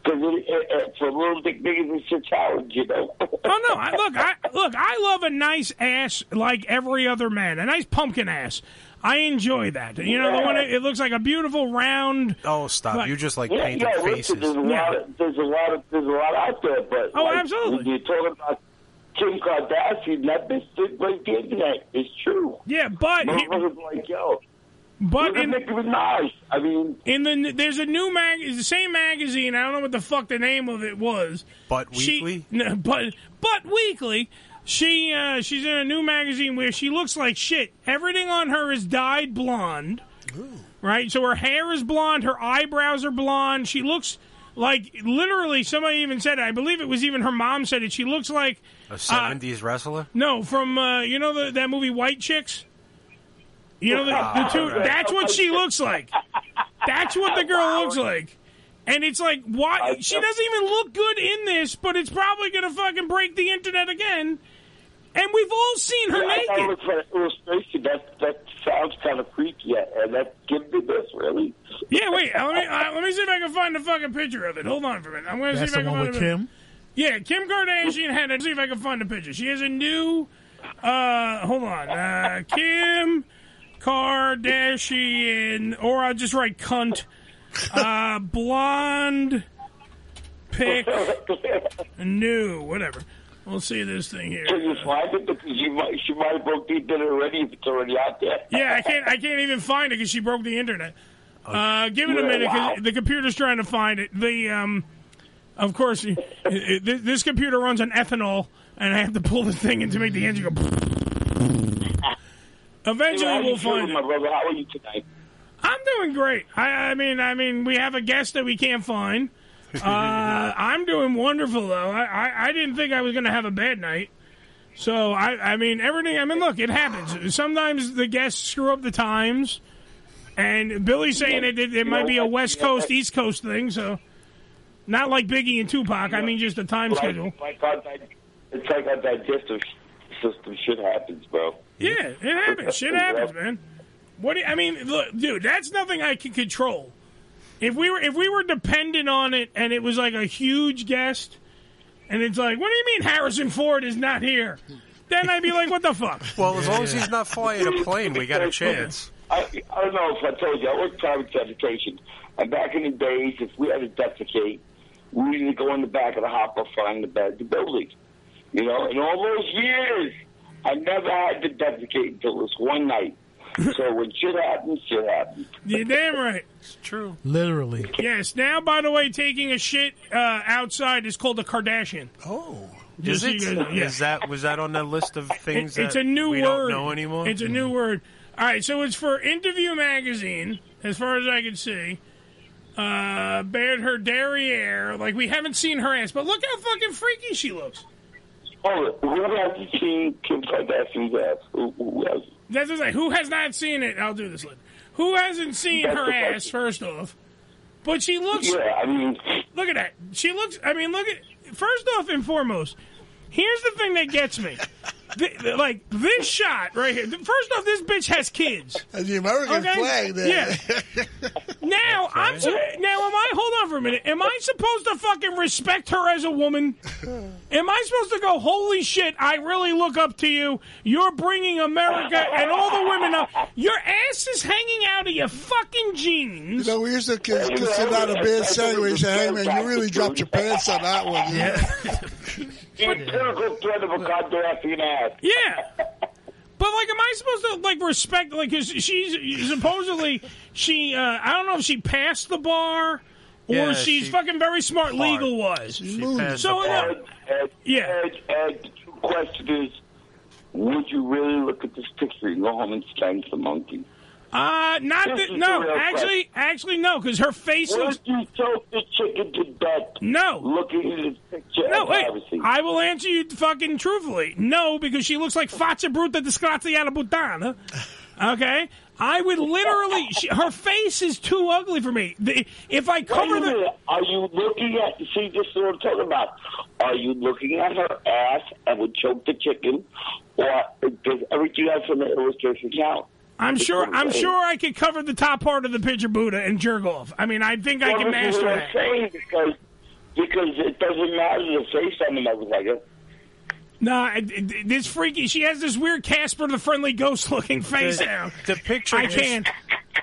S8: Because it, it, it, for little dick niggas, it's a challenge, you know.
S1: Oh no! I, look, I look. I love a nice ass like every other man. A nice pumpkin ass. I enjoy that. You know, the one that- it looks like a beautiful round.
S4: Oh, stop! you just like
S8: yeah,
S4: painted
S8: yeah,
S4: faces.
S8: Listen, there's a lot. Of, there's a lot. Of, there's a lot out there, but
S1: Oh,
S8: like,
S1: absolutely.
S8: When you're talking about Kim Kardashian, that bitch did break the internet. It's true.
S1: Yeah, but
S8: motherfuckers like yo.
S1: But
S8: look at
S1: in-
S8: Nicki Minaj. I mean,
S1: In the there's a new mag, it's the same magazine. I don't know what the fuck the name of it was.
S4: Butt
S1: She-
S4: Weekly?
S1: no, but but weekly. She uh, she's in a new magazine where she looks like shit. Everything on her is dyed blonde. Right? So her hair is blonde, her eyebrows are blonde. She looks like literally somebody even said it. I believe it was even her mom said it. She looks like uh,
S2: Ah.
S4: a seventies wrestler.
S1: no, from uh, you know the, that movie White Chicks. You know the, the
S4: Ah,
S1: two.
S4: right.
S1: That's what she looks like. That's what the girl looks like. And it's like, why? She doesn't even look good in this, but it's probably gonna fucking break the internet again. And we've all seen her
S8: I thought it
S1: naked.
S8: was for illustration. That that sounds kind of freaky, and that give me this really.
S1: Yeah, wait. Let me uh, let me see if I can find a fucking picture of it. Hold on for a minute. I'm gonna
S3: That's the
S1: see if I can
S3: one
S1: find
S3: with
S1: a minute.
S3: Kim.
S1: Yeah, Kim Kardashian had it. See if I can find a picture. She has a new. Uh, hold on, uh, Kim Kardashian, or I'll just write cunt. Uh, blonde, pick, new, whatever. We'll see this thing here.
S8: Can you find it? Because you might, she might have broke the internet already if it's already out there.
S1: Yeah, I can't. I can't even find it because she broke the internet. Uh, give it a
S8: Yeah,
S1: minute. 'cause
S8: wow.
S1: The computer's trying to find it. The um, of course, it- it- th- this computer runs on ethanol, and I have to pull the thing in to make the engine go. Eventually,
S8: How you
S1: we'll
S8: doing,
S1: find it.
S8: my brother. How are you tonight?
S1: I'm doing great. I, I mean, I mean, we have a guest that we can't find. Uh, I'm doing wonderful though. I, I, I didn't think I was going to have a bad night. So I, I mean, everything. I mean, look, it happens. Sometimes the guests screw up the times, and Billy's saying it, it, it might be a West Coast East Coast thing. So not like Biggie and Tupac. I mean, just the time
S8: Like-
S1: schedule.
S8: like our di- it's like our digestive system. Shit happens, bro.
S1: Yeah, it happens. Shit happens, man. What do you, I mean, look, dude, that's nothing I can control. If we were if we were dependent on it and it was like a huge guest and it's like, what do you mean Harrison Ford is not here? Then I'd be like, what the fuck?
S4: Well, as long as he's not flying a plane, we got a chance.
S8: I, I don't know if I told you, I worked private transportation. And back in the days, if we had to defecate, we needed to go in the back of the hopper, find the back of the building. You know, in all those years, I never had to defecate until this one night. so when shit happens, shit happens.
S1: You're damn right. It's true.
S3: Literally.
S1: Yes. Now, by the way, taking a shit uh, outside is called a Kardashian. Oh,
S4: Is it? Is that was that on the list of things
S1: It- it's
S4: that
S1: a new
S4: we
S1: word.
S4: don't know anymore? Mm-hmm.
S1: It's a new word. All right, so it's for Interview Magazine, as far as I can see. Uh, bared her derriere. Like, we haven't seen her ass, but look how fucking freaky she looks.
S8: Oh, who hasn't seen Kim Kardashian's ass? Who, who hasn't?
S1: That's just like, who has not seen it? I'll do this later. Who hasn't seen
S8: That's
S1: her
S8: the
S1: ass, first off? But she looks.
S8: Yeah, I mean.
S1: Look at that. She looks. I mean, look at. First off and foremost, here's the thing that gets me. Th- th- like, this shot right here. First off, this bitch has kids.
S2: The American
S1: Okay?
S2: flag there.
S1: Yeah. Now I'm su- now am I hold on for a minute. Am I supposed to fucking respect her as a woman? Am I supposed to go, holy shit, I really look up to you. You're bringing America and all the women up. Your ass is hanging out of your fucking jeans.
S2: You know, we used to kids could sit down a bed sideways and say, hey, man, you really dropped your pants on that one. Yeah.
S8: She's a critical threat of a Kardashian ass.
S1: Yeah. But like, am I supposed to like respect? Like, 'cause she's supposedly she. Uh, I don't know if she passed the bar or
S8: Yeah,
S1: she's
S8: she-
S1: fucking very smart. Legal wise. so uh,
S8: Ed, Ed, yeah. Ed, Ed, the true question is, would you really look at this picture and go home and spank the monkey?
S1: uh, not
S8: This
S1: that.
S8: is
S1: No,
S8: the real
S1: actually, actually, no, because her face
S8: Would
S1: looks.
S8: you choke the chicken to death?
S1: No.
S8: Looking at this picture
S1: No,
S8: of
S1: wait.
S8: privacy.
S1: I will answer you fucking truthfully. No, because she looks like Faccia Bruta Disgraziata Butana. Okay? I would literally. She, her face is too ugly for me. The, if I cover
S8: Wait a
S1: the.
S8: minute. Are you looking at? See, this is what I'm talking about. Are you looking at her ass and would choke the chicken, or does everything else in the illustration count?
S1: I'm
S8: That's
S1: sure.
S8: what
S1: I'm
S8: saying.
S1: sure I could cover the top part of the picture Buddha and jerk off. I mean, I think I
S8: Well,
S1: can
S8: this is
S1: master
S8: what I'm
S1: that.
S8: saying because because it doesn't matter the face on the motherfucker.
S1: Nah, I- I- this freaky. She has this weird Casper the Friendly Ghost looking face
S4: The-
S1: now.
S4: The picture.
S1: I
S4: just-
S1: can't.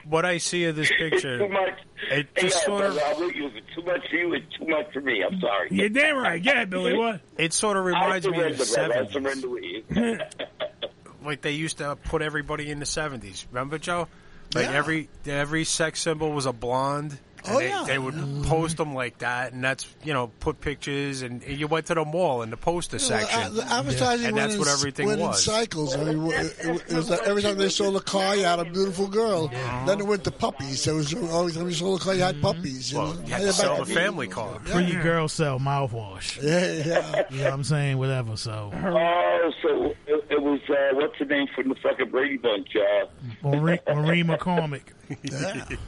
S4: What I see of this picture,
S8: Too much.
S4: it
S8: Yeah, uh,
S4: just sort of
S8: brother, I'm with you. If it's too much for you, it's too much for me. I'm sorry.
S1: You're damn right. Get it, Billy. What?
S4: It sort of reminds
S8: I
S4: me of the
S8: surrender, brother.
S4: seventies.
S8: I surrender with you.
S4: Like they used to put everybody in the seventies. Remember, Joe? Like every every sex symbol was a blonde. And
S2: Oh,
S4: they,
S2: yeah.
S4: they would post them like that, and that's you know put pictures, and, and you went to the mall in the poster section,
S2: The advertising
S4: and
S2: went,
S4: that's what
S2: in,
S4: everything
S2: went
S4: was.
S2: in cycles. I mean, it, it, it was like every time they sold a car, you had a beautiful girl. Then it went to puppies. There was every time you sold a car, you
S1: Mm-hmm.
S2: had puppies. You know?
S4: You had to sell the family car.
S3: Free your girl cell mouthwash.
S2: Yeah, yeah.
S3: You know what I'm saying? Whatever. So
S8: Oh, so it, it was uh, what's the name from the fucking Brady Bunch? Uh,
S3: Maureen, Maureen McCormick.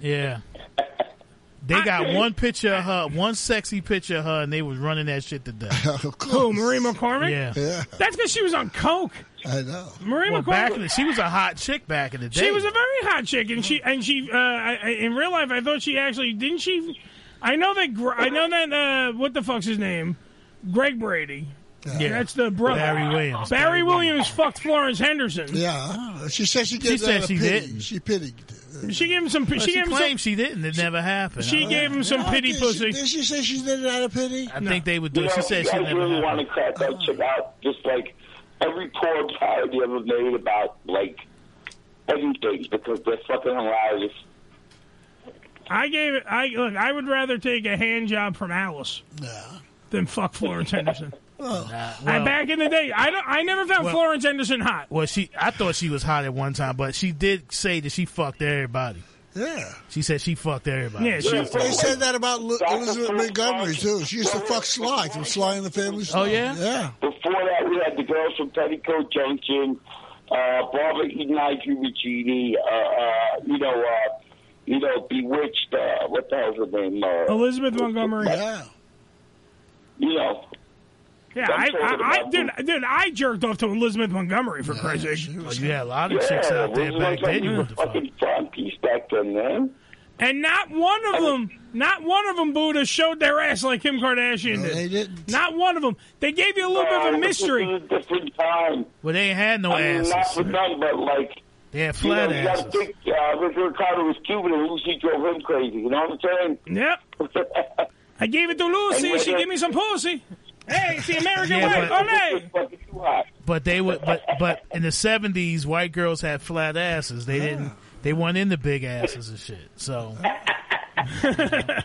S3: Yeah. They got one picture of her, one sexy picture of her, and they was running that shit to death.
S1: Who? Marie McCormick?
S3: Yeah.
S1: That's because she was on coke.
S2: I know.
S1: Marie
S3: Well,
S1: McCormick.
S3: back in the, she was a hot chick back in the day.
S1: She was a very hot chick, and she and she uh, I, I- in real life. I thought she actually didn't she. I know that. Gr- I know that. Uh, what the fuck's his name? Greg Brady.
S3: Yeah.
S1: that's the brother.
S3: Barry Williams.
S1: Barry Williams fucked Florence Henderson.
S2: Yeah. She said she
S1: She
S2: gave
S1: said
S2: that a
S1: she
S2: pity.
S1: didn't.
S2: She pitied.
S1: She gave him some.
S3: Well,
S1: she
S3: she
S1: gave him some,
S3: claims she didn't. It never happened.
S1: She
S3: I-
S1: gave him some
S3: No,
S1: pity
S3: did she-
S1: pussy.
S2: Did she say she did it out of pity?
S3: I think they would do.
S8: You
S3: it.
S8: know,
S3: She said
S8: you
S3: she
S8: guys
S3: never.
S8: really
S3: had
S8: want
S3: it.
S8: to crack
S1: Oh.
S8: that shit out. Just like every poor parody ever made about like anything because they're fucking hilarious.
S1: I gave it. I look. I would rather take a hand job from Alice than fuck Florence Henderson.
S3: Nah,
S1: I,
S3: well-
S1: back in the day, I don't. I never found
S3: Well-
S1: Florence Henderson hot.
S3: Well, she. I thought she was hot at one time, but she did say that she fucked everybody.
S2: Yeah.
S3: She said she fucked everybody.
S2: They said that about Lu- Elizabeth Montgomery too. She used to fuck Sly from Sly and the Family
S1: Oh,
S2: Stone. yeah.
S8: Before that, we had the girls from Petticoat Junction, uh, Barbara Eden Iguchi, uh, uh, you know, uh, you know, Bewitched. Uh, what the hell's her name? Uh,
S1: Elizabeth Montgomery.
S8: Yeah. You know,
S1: Yeah,
S8: I'm
S1: I,
S8: talking
S1: I, I
S8: about
S1: dude, dude, I jerked off to Elizabeth Montgomery for Christ's sake.
S3: you had a lot
S8: yeah, Elizabeth Montgomery was fucking front piece back then, man.
S1: And not one of them, not one of them, Buddha showed their ass like Kim Kardashian did. They didn't. Not one of them. They gave you a little bit of a
S8: Uh, this
S1: mystery.
S8: is a different time.
S3: Well, they ain't had no
S8: I mean,
S3: asses.
S8: Not for none, but like.
S3: They had
S8: you know,
S3: flat
S8: you gotta
S3: asses.
S8: think, uh, Richard Ricardo was Cuban and Lucy drove him crazy. You know what I'm saying?
S1: Yep. I gave it to Lucy.
S8: Anyway,
S1: She
S8: yeah.
S1: gave me some pussy. Hey, it's the American
S3: Yeah,
S1: way.
S3: but-
S1: Olay.
S8: uh,
S3: But they would. But but in the seventies, white girls had flat asses. They
S1: Ah.
S3: didn't. They weren't into big asses and shit. So. Yeah,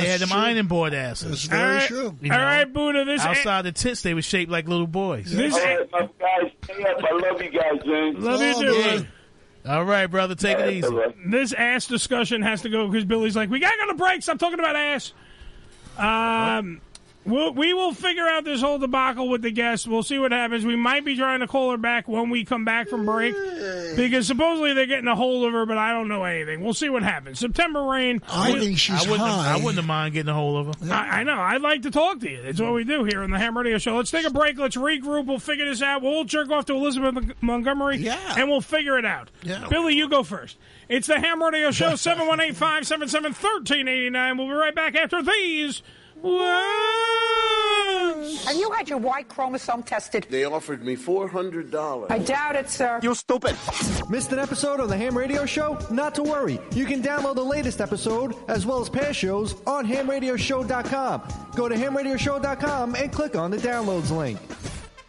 S3: they had them ironing board asses.
S1: That's very All right. true. All right, Buddha, this-
S3: outside the tits, they were shaped like little boys.
S1: This-
S8: All right, my guys, stay up. I love you guys, man.
S1: Love you too.
S3: All right, brother, take it easy.
S1: This ass discussion has to go because Billy's like, we gotta go to break. Stop talking about ass. Um, we'll, we will figure out this whole debacle with the guest. We'll see what happens. We might be trying to call her back when we come back from break because supposedly they're getting a hold of her, but I don't know anything. We'll see what happens. September rain.
S3: I wouldn't, I wouldn't have mind getting a hold of her.
S1: I, I know. I'd like to talk to you. That's what we do here on the Ham Radio Show. Let's take a break. Let's regroup. We'll figure this out. We'll jerk off to Elizabeth Mon- Montgomery. Yeah. And we'll figure it out.
S2: Yeah.
S1: Billy, you go first. It's the Ham Radio Show, 718 577 1389. We'll be right back after these. words.
S11: And you had your Y chromosome tested.
S26: They offered me $400.
S11: I doubt it, sir.
S26: You stupid.
S9: Missed an episode of the Ham Radio Show? Not to worry. You can download the latest episode as well as past shows on hamradioshow.com. Go to hamradioshow.com and click on the downloads link.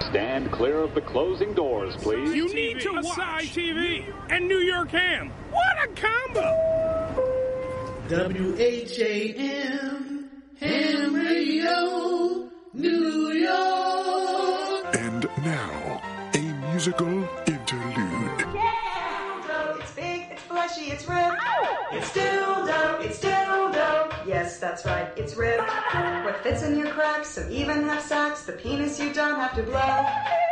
S20: Stand clear of the closing doors, please.
S1: You need to watch TV and New York Ham. What a combo!
S14: W H A M Ham Radio New York.
S27: And now, a musical interlude.
S14: It's big, it's fleshy, it's ripped. It's dildo, it's dildo. Yes, that's right, it's ripped. What fits in your cracks, so even have sacks, the penis you don't have to blow.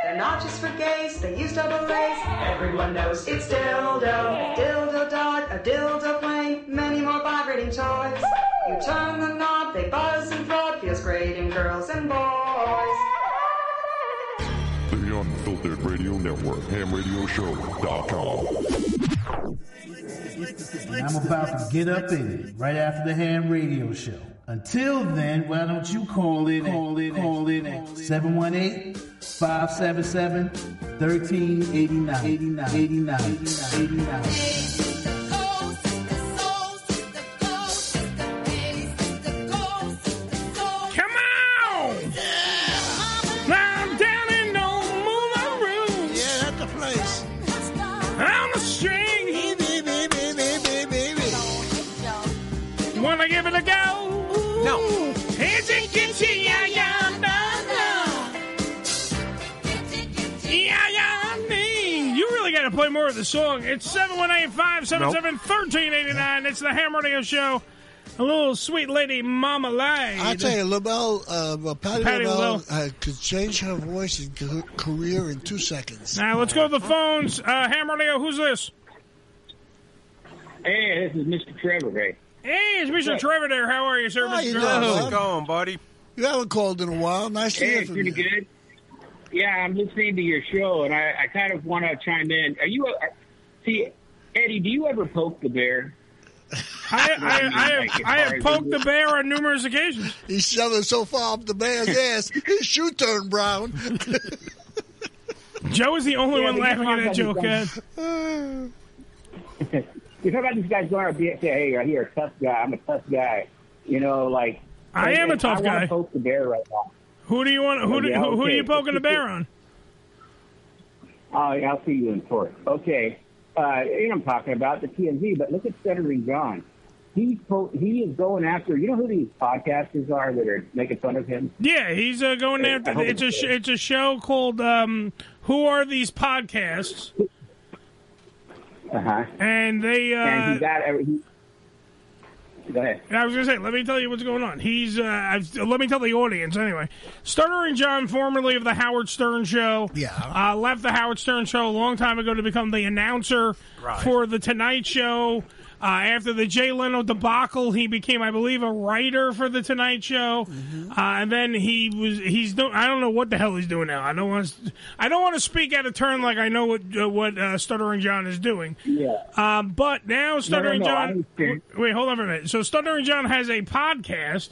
S14: They're not just for gays, they use double A's. Everyone knows it's dildo. Dildo dog, a dildo plane, many more vibrating toys. You turn the knob, they buzz and throb, feels great in girls and boys.
S27: The Unfiltered Radio Network, hamradioshow.com.
S14: I'm about to get up in it right after the ham radio show. Until then, why don't you call in? Call in. Call in at 718 577 1389. 89. 89. 89.
S1: Come on! Now down in old Moulin Rouge.
S2: Yeah, that's the place.
S1: On the string.
S2: Baby, baby, baby, baby.
S1: Wanna give it a go? No. Is it kitty? Yeah, yeah, no, no. Yeah, yeah, me. You really got to play more of the song. It's 718 577 1389. It's the Ham Radio Show. A little sweet lady, Mama Lay.
S2: I tell you, LaBelle, uh, well, Patty,
S1: Patti
S2: LaBelle,
S1: LaBelle.
S2: uh, could change her voice and ca- career in two seconds.
S1: Now let's go to the phones. Uh, Ham Radio, who's this?
S7: Hey, this is Mr. Trevor. Hey.
S1: Hey, it's Mr. Trevor there. How are you, sir? Mr. Trevor?
S4: How's it going, buddy?
S2: You haven't called in a while. Nice to
S7: Hey,
S2: hear from
S7: pretty
S2: you.
S7: good. Yeah, I'm listening to your show, and I, I kind of want to chime in. Are you? A, see, Eddie, do you ever poke the bear?
S1: I, I, I have, I have poked the bear on numerous occasions.
S2: He's shoving so far up the bear's ass, his shoe turned brown.
S1: Joe is the only
S7: Yeah,
S1: one
S7: we
S1: laughing at that
S7: just
S1: joke.
S7: talked about
S1: Ed.
S7: You talk about these guys going out and say, "Hey, I hear a tough guy. I'm a tough guy." You know, like
S1: I am a
S7: if
S1: tough
S7: I wanna
S1: guy.
S7: Poke the bear right now.
S1: Who do you want? Who do,
S7: Yeah,
S1: who, who are
S7: okay.
S1: you poking the bear on?
S7: Oh, yeah, I'll see you in court. Okay. Uh, you know what I'm talking about, the TMZ, but look at Senator John. He, po- he is going after, you know who these podcasters are that are making fun of him?
S1: Yeah, he's uh, going
S7: Hey,
S1: there.
S7: I hope
S1: It's a
S7: it's
S1: sh-
S7: good.
S1: it's a show called um, "Who Are These Podcasts,"
S7: Uh-huh.
S1: and they. Uh,
S7: and he got, every- he, go ahead.
S1: And I was going to say, let me tell you what's going on. He's, uh, I've, let me tell the audience anyway. Stuttering John, formerly of the Howard Stern Show, yeah, uh, left the Howard Stern Show a long time ago to become the announcer
S4: Right.
S1: for the Tonight Show. Uh, after the Jay Leno debacle, he became, I believe, a writer for the Tonight Show, uh, and then he was—he's do—I don't know what the hell he's doing now. I don't want—I don't want to speak out of turn like I know what uh, what uh, Stuttering John is doing.
S7: Yeah.
S1: Um, but now Stuttering
S7: no, I
S1: John.
S7: understand.
S1: Wait, hold on for a minute. So Stuttering John has a podcast,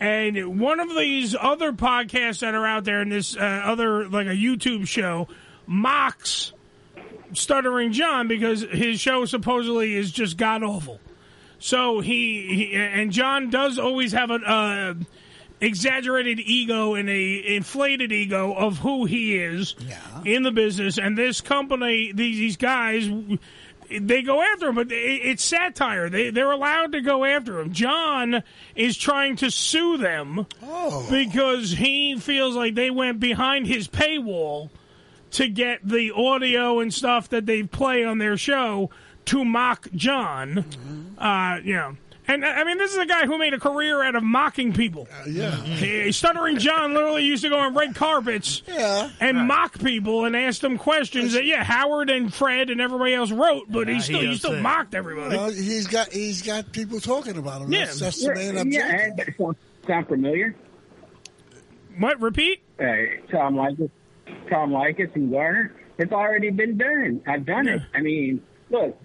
S1: and one of these other podcasts that are out there, and this uh, other like a YouTube show, mocks Stuttering John because his show supposedly is just god awful. So he, he and John does always have an uh, exaggerated ego and a inflated ego of who he is in the business, and this company, these, these guys. They go after him, but it- it's satire. They they're allowed to go after him. John is trying to sue them because he feels like they went behind his paywall to get the audio and stuff that they play on their show to mock John. Uh, you know. And I I mean, this is a guy who made a career out of mocking people. yeah, Mm-hmm. stuttering John literally used to go on red carpets and mock people and ask them questions that yeah Howard and Fred and everybody else wrote, but he still he still mocked everybody.
S2: Well, he's got he's got people talking about him. That's, that's the main objective.
S7: yeah, and- sound- sound familiar?
S1: What? Repeat?
S7: Hey, Tom Likas, Tom Likas and Garner. It's already been done. I've done it. I mean, look,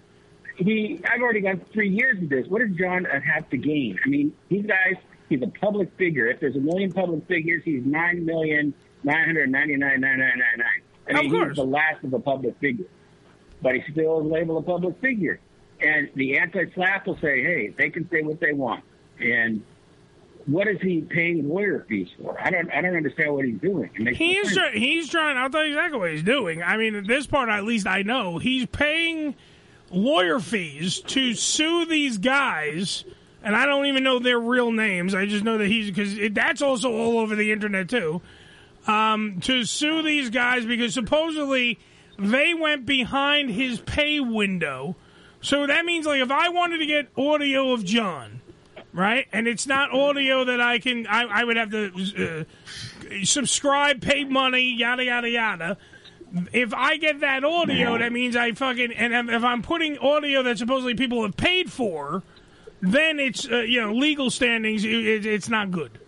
S7: he. I've already got three years of this. What does John uh, have to gain? I mean, these guys. He's a public figure. If there's a million public figures, he's nine million nine hundred ninety nine nine nine nine nine. I mean,
S1: Of course.
S7: he's the last of a public figure, but he still is labeled a public figure. And the anti-slap will say, "Hey, they can say what they want." And what is he paying lawyer fees for? I don't I don't understand what he's doing. It makes no
S1: He's
S7: sense.
S1: try- he's trying. I'll tell you exactly what he's doing. I mean, this part at least I know. He's paying lawyer fees to sue these guys, and I don't even know their real names. I just know that he's because that's also all over the internet too. Um, to sue these guys because supposedly they went behind his pay window. So that means like if I wanted to get audio of John, right? And it's not audio that I can. I, I would have to uh, subscribe, pay money, yada yada yada. If I get that audio, that means I fucking and if I'm putting audio that supposedly people have paid for, then it's uh, you know legal standings. It, it, it's not good.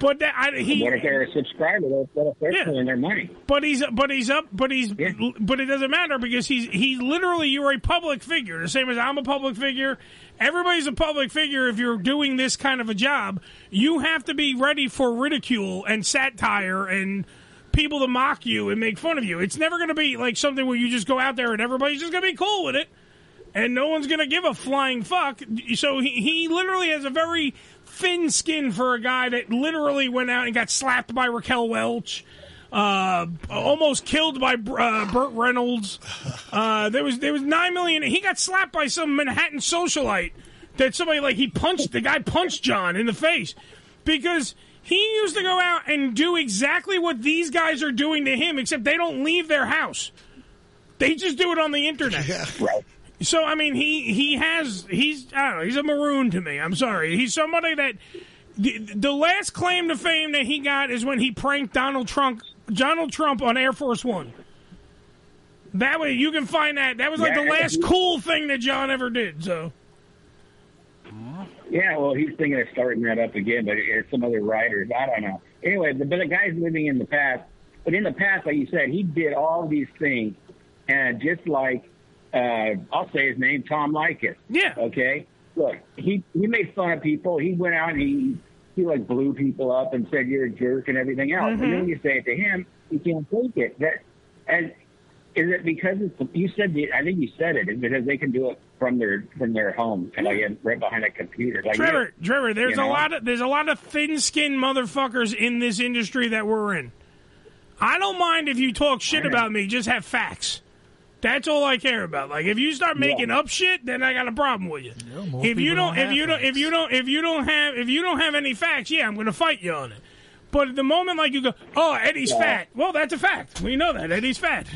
S1: But that I, he
S7: what if they're a subscriber? They're, what if they're paying their money?
S1: but he's but he's up but he's but it doesn't matter because he's he's literally you're a public figure the same as I'm a public figure. Everybody's a public figure if you're doing this kind of a job. You have to be ready for ridicule and satire and people to mock you and make fun of you. It's never going to be like something where you just go out there and everybody's just going to be cool with it and no one's going to give a flying fuck. So he, he literally has a very thin skin for a guy that literally went out and got slapped by Raquel Welch, uh, almost killed by uh, Burt Reynolds. Uh, there was there was nine million. He got slapped by some Manhattan socialite that somebody like he punched the guy punched John in the face because. He used to go out and do exactly what these guys are doing to him, except they don't leave their house. They just do it on the internet. So I mean, he he has he's I don't know he's a maroon to me. I'm sorry, he's somebody that the, the last claim to fame that he got is when he pranked Donald Trump Donald Trump on Air Force One. That way you can find that. That was like the
S7: Yeah.
S1: last cool thing that John ever did. So
S7: Yeah, well, he's thinking of starting that up again, but it's some other writers. I don't know. Anyway, the, but the guy's living in the past. But in the past, like you said, he did all these things, and just like uh, I'll say his name, Tom Likas.
S1: Yeah.
S7: Okay. Look, he he made fun of people. He went out and he he like blew people up and said you're a jerk and everything else. And then
S28: Mhm.
S7: when you say it to him, he can't take it. That and is it because it's you said the, I think you said it is because they can do it from their from their home and like right behind a computer. Like,
S1: Trevor,
S7: you-
S1: Trevor, there's
S7: you know?
S1: a lot of there's a lot of thin-skinned motherfuckers in this industry that we're in. I don't mind if you talk shit about me, just have facts. That's all I care about. Like if you start making up shit, then I got a problem with you.
S3: more
S1: if you
S3: people
S1: don't,
S3: don't
S1: if
S3: have
S1: you don't, if you don't, if you don't have, if you don't have any facts, yeah, I'm going to fight you on it. But the moment like you go, oh, Eddie's
S7: Yeah.
S1: fat. Well, that's a fact. We know that Eddie's fat.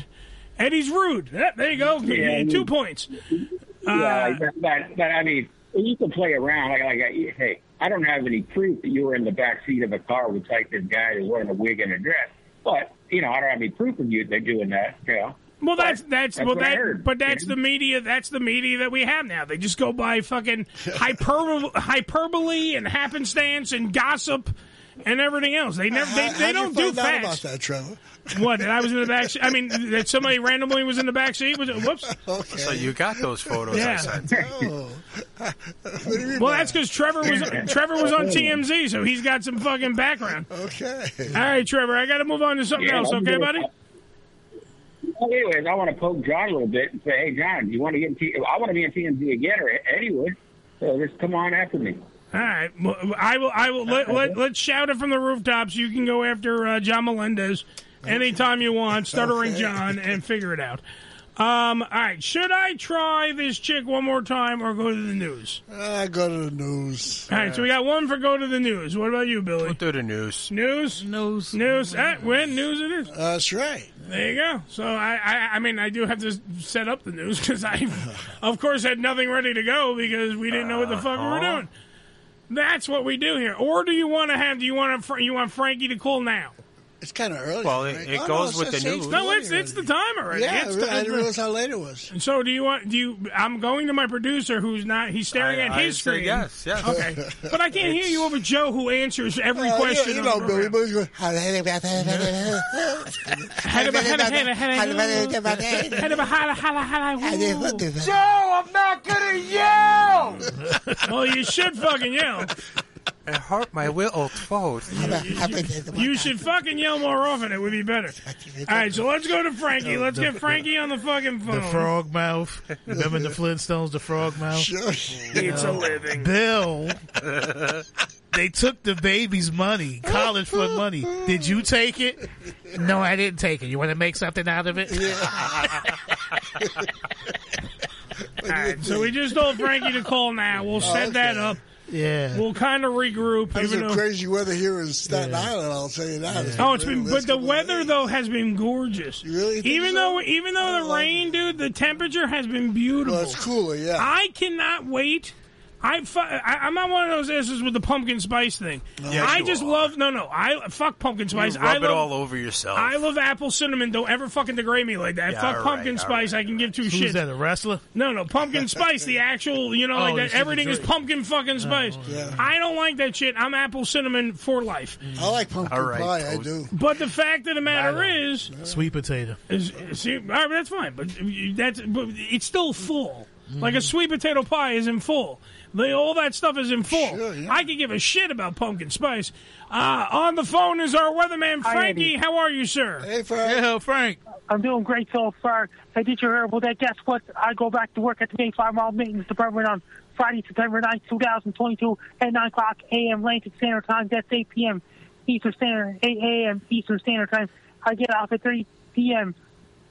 S1: Eddie's rude. Yeah, there you go.
S7: Yeah, I
S1: Two
S7: mean-
S1: points. uh,
S7: yeah, like, but, but but I mean, you can play around. Like, like I- hey, I don't have any proof that you were in the back seat of a car with like this guy that's wearing a wig and a dress. But you know, I don't have any proof of you they're doing that. You know.
S1: Well, that's that's,
S7: that's
S1: well
S7: what I
S1: that
S7: heard,
S1: but that's
S7: you
S1: the media. That's the media that we have now. They just go by fucking hyperbole, hyperbole and happenstance and gossip and everything else. They never they,
S2: How-
S1: they
S2: how'd
S1: don't
S2: you
S1: do
S2: find out
S1: facts.
S2: about that, Trevor.
S1: What? That I was in the back. se- I mean, that somebody randomly was in the back seat. Was it? Whoops.
S4: So you got those photos I
S1: Yeah.
S4: sent.
S2: Oh.
S1: Well, that's because Trevor was Trevor was on TMZ, so he's got some fucking background.
S2: Oh. Okay.
S1: All right, Trevor, I got to move on to something
S7: Yeah,
S1: else.
S7: I'm
S1: Okay,
S7: good.
S1: buddy.
S7: Well, anyways, I want to poke John a little bit and say, hey, John, you want to get in T- I want to be in TMZ again, or Eddie would. So just come on after me.
S1: All right, well, I will. I will let, let let's shout it from the rooftops. You can go after uh, John Melendez anytime you want, stuttering
S3: Okay.
S1: John, and figure it out. Um, all right, should I try this chick one more time or go to the news?
S2: Uh, go to the news.
S1: All right, so we got one for go to the news. What about you, Billy?
S4: We'll do the news.
S1: News, news, news. Ah, when news it is.
S2: That's right.
S1: There you go. So I, I, I mean, I do have to set up the news because I, of course, had nothing ready to go because we didn't know what the fuck we were
S4: Uh-huh.
S1: doing. That's what we do here. Or do you want to have? Do you want to? Fr- you want Frankie to call now?
S2: It's kind of early.
S4: Well, it, it
S1: Oh, no,
S4: goes
S1: it's
S4: with the
S1: just eight
S4: news.
S1: No, it's it's the time already.
S2: Yeah,
S1: it's
S2: I re- I didn't realize
S1: how late it was. So do you want? Do you? I'm going to my producer, who's not. He's staring
S4: I-
S1: at
S4: I
S1: his
S4: say
S1: screen.
S4: yes, yes.
S1: Okay, but I can't hear you over Joe, who answers every
S2: Uh,
S1: question.
S2: You, you know,
S1: on the
S2: Billy,
S1: program.
S2: Billy's going,
S1: Joe, I'm not gonna yell. well, you should fucking yell.
S4: It hurt my little throat.
S1: You should fucking yell more often. It would be better. All right, so let's go to Frankie. Let's get Frankie on the fucking phone.
S3: The frog mouth. Remember in the Flintstones, the frog mouth? Sure.
S1: It's a living.
S3: Bill, they took the baby's money, college fund money. Did you take it? No, I didn't take it. You want to make something out of it?
S1: All right, so we just told Frankie to call now.
S2: Oh,
S3: Oh,
S1: We'll set that up.
S3: Yeah.
S1: We'll kind of regroup.
S2: There's
S1: even
S2: some
S1: though-
S2: crazy weather here in Staten Island. I'll tell you that.
S1: Oh, it's been, but the weather though has been gorgeous. really? Even though, even though the rain, dude, the temperature has been beautiful. it's
S2: cooler, yeah.
S1: I cannot wait. I, fu- I I'm not one of those asses with the pumpkin spice thing.
S4: Yes,
S1: I
S4: you
S1: just love no no. I fuck pumpkin
S4: You
S1: spice.
S4: rub
S1: I
S4: it
S1: love
S4: all over yourself.
S1: I love apple cinnamon. Don't ever fucking degrade me like that.
S4: Yeah,
S1: fuck
S4: all right,
S1: pumpkin
S4: all
S1: spice. I can give two
S3: Who's
S1: shits.
S3: that, a wrestler?
S1: No, no, pumpkin spice. The actual, you know,
S3: Oh,
S1: like
S3: this
S1: that.
S3: is the
S1: Everything is
S3: drink.
S1: pumpkin fucking spice. I don't like that shit. I'm apple cinnamon for life.
S2: I like pumpkin
S3: All right,
S2: pie. I
S3: toast.
S2: do.
S1: But the fact of the matter is,
S3: Sweet potato.
S1: is, see, all right, that's fine. But you- that's but it's still full. Like a
S2: Mm.
S1: sweet potato pie is in full. They, all that stuff is in full. I could give a shit about pumpkin spice. Uh, on the phone is our weatherman
S13: Hi,
S1: Frankie.
S13: Eddie.
S1: How are you, sir?
S2: Hey, Frank.
S13: Yeah, Frank. I'm doing great so far. I did your hair. Well, then guess what? I go back to work at the Bay Five Mile Maintenance Department on Friday, September 9th, 2022 at 9 o'clock a.m. Atlantic Standard Time. That's 8 p.m. Eastern Standard, 8 a.m. Eastern Standard Time. I get off at 3 p.m.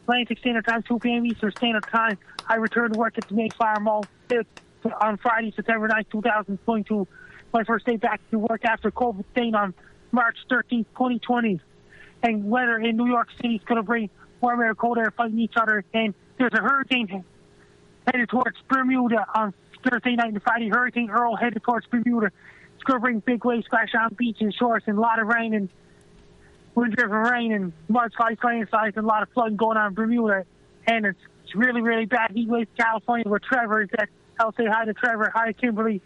S13: Atlantic Standard Time, 2 p.m. Eastern Standard Time. I return to work at the May Fire Mall uh, on Friday, September 9th, 2022. My first day back to work after COVID thing on March 13th, 2020. And weather in New York City is going to bring warm air, cold air fighting each other. And there's a hurricane headed towards Bermuda on Thursday night and Friday. Hurricane Earl headed towards Bermuda. It's going to bring big waves, crash on beach and shores, and a lot of rain and wind driven rain and mudslides, landslides, and a lot of flooding going on in Bermuda and it's really, really bad heat waves in California where Trevor is at. I'll say hi to Trevor, hi to Kimberly,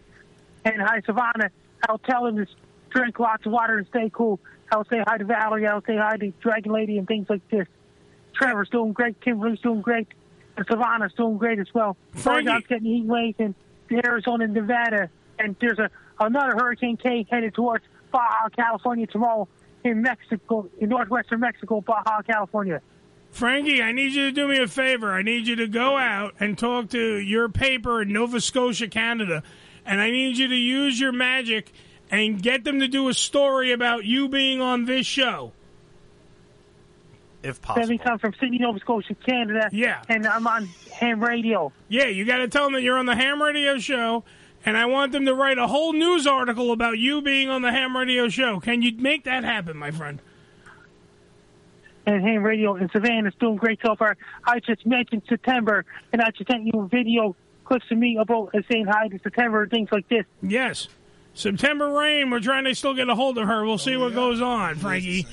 S13: and hi Savannah. I'll tell him to s- drink lots of water and stay cool. I'll say hi to Valerie. I'll say hi to Dragon Lady and things like this. Trevor's doing great. Kimberly's doing great. And Savannah's doing great as well.
S1: Frankie.
S13: Oregon's getting heat waves in Arizona and Nevada. And there's a, another Hurricane K headed towards Baja California tomorrow in Mexico, in northwestern Mexico, Baja California.
S1: Frankie, I need you to do me a favor. I need you to go out and talk to your paper in Nova Scotia, Canada, and I need you to use your magic and get them to do a story about you being on this show.
S4: If
S13: Seventy times from Sydney, Nova Scotia, Canada.
S1: Yeah.
S13: And I'm on ham radio.
S1: Yeah, you got to tell them that you're on the Ham Radio Show, and I want them to write a whole news article about you being on the Ham Radio Show. Can you make that happen, my friend?
S13: and ham radio in Savannah is doing great so far. I just mentioned September, and I just sent you video clips of me about uh, saying hi to September and things like this.
S1: Yes. September Rain, we're trying to still get a hold of her. We'll see what goes on, Frankie.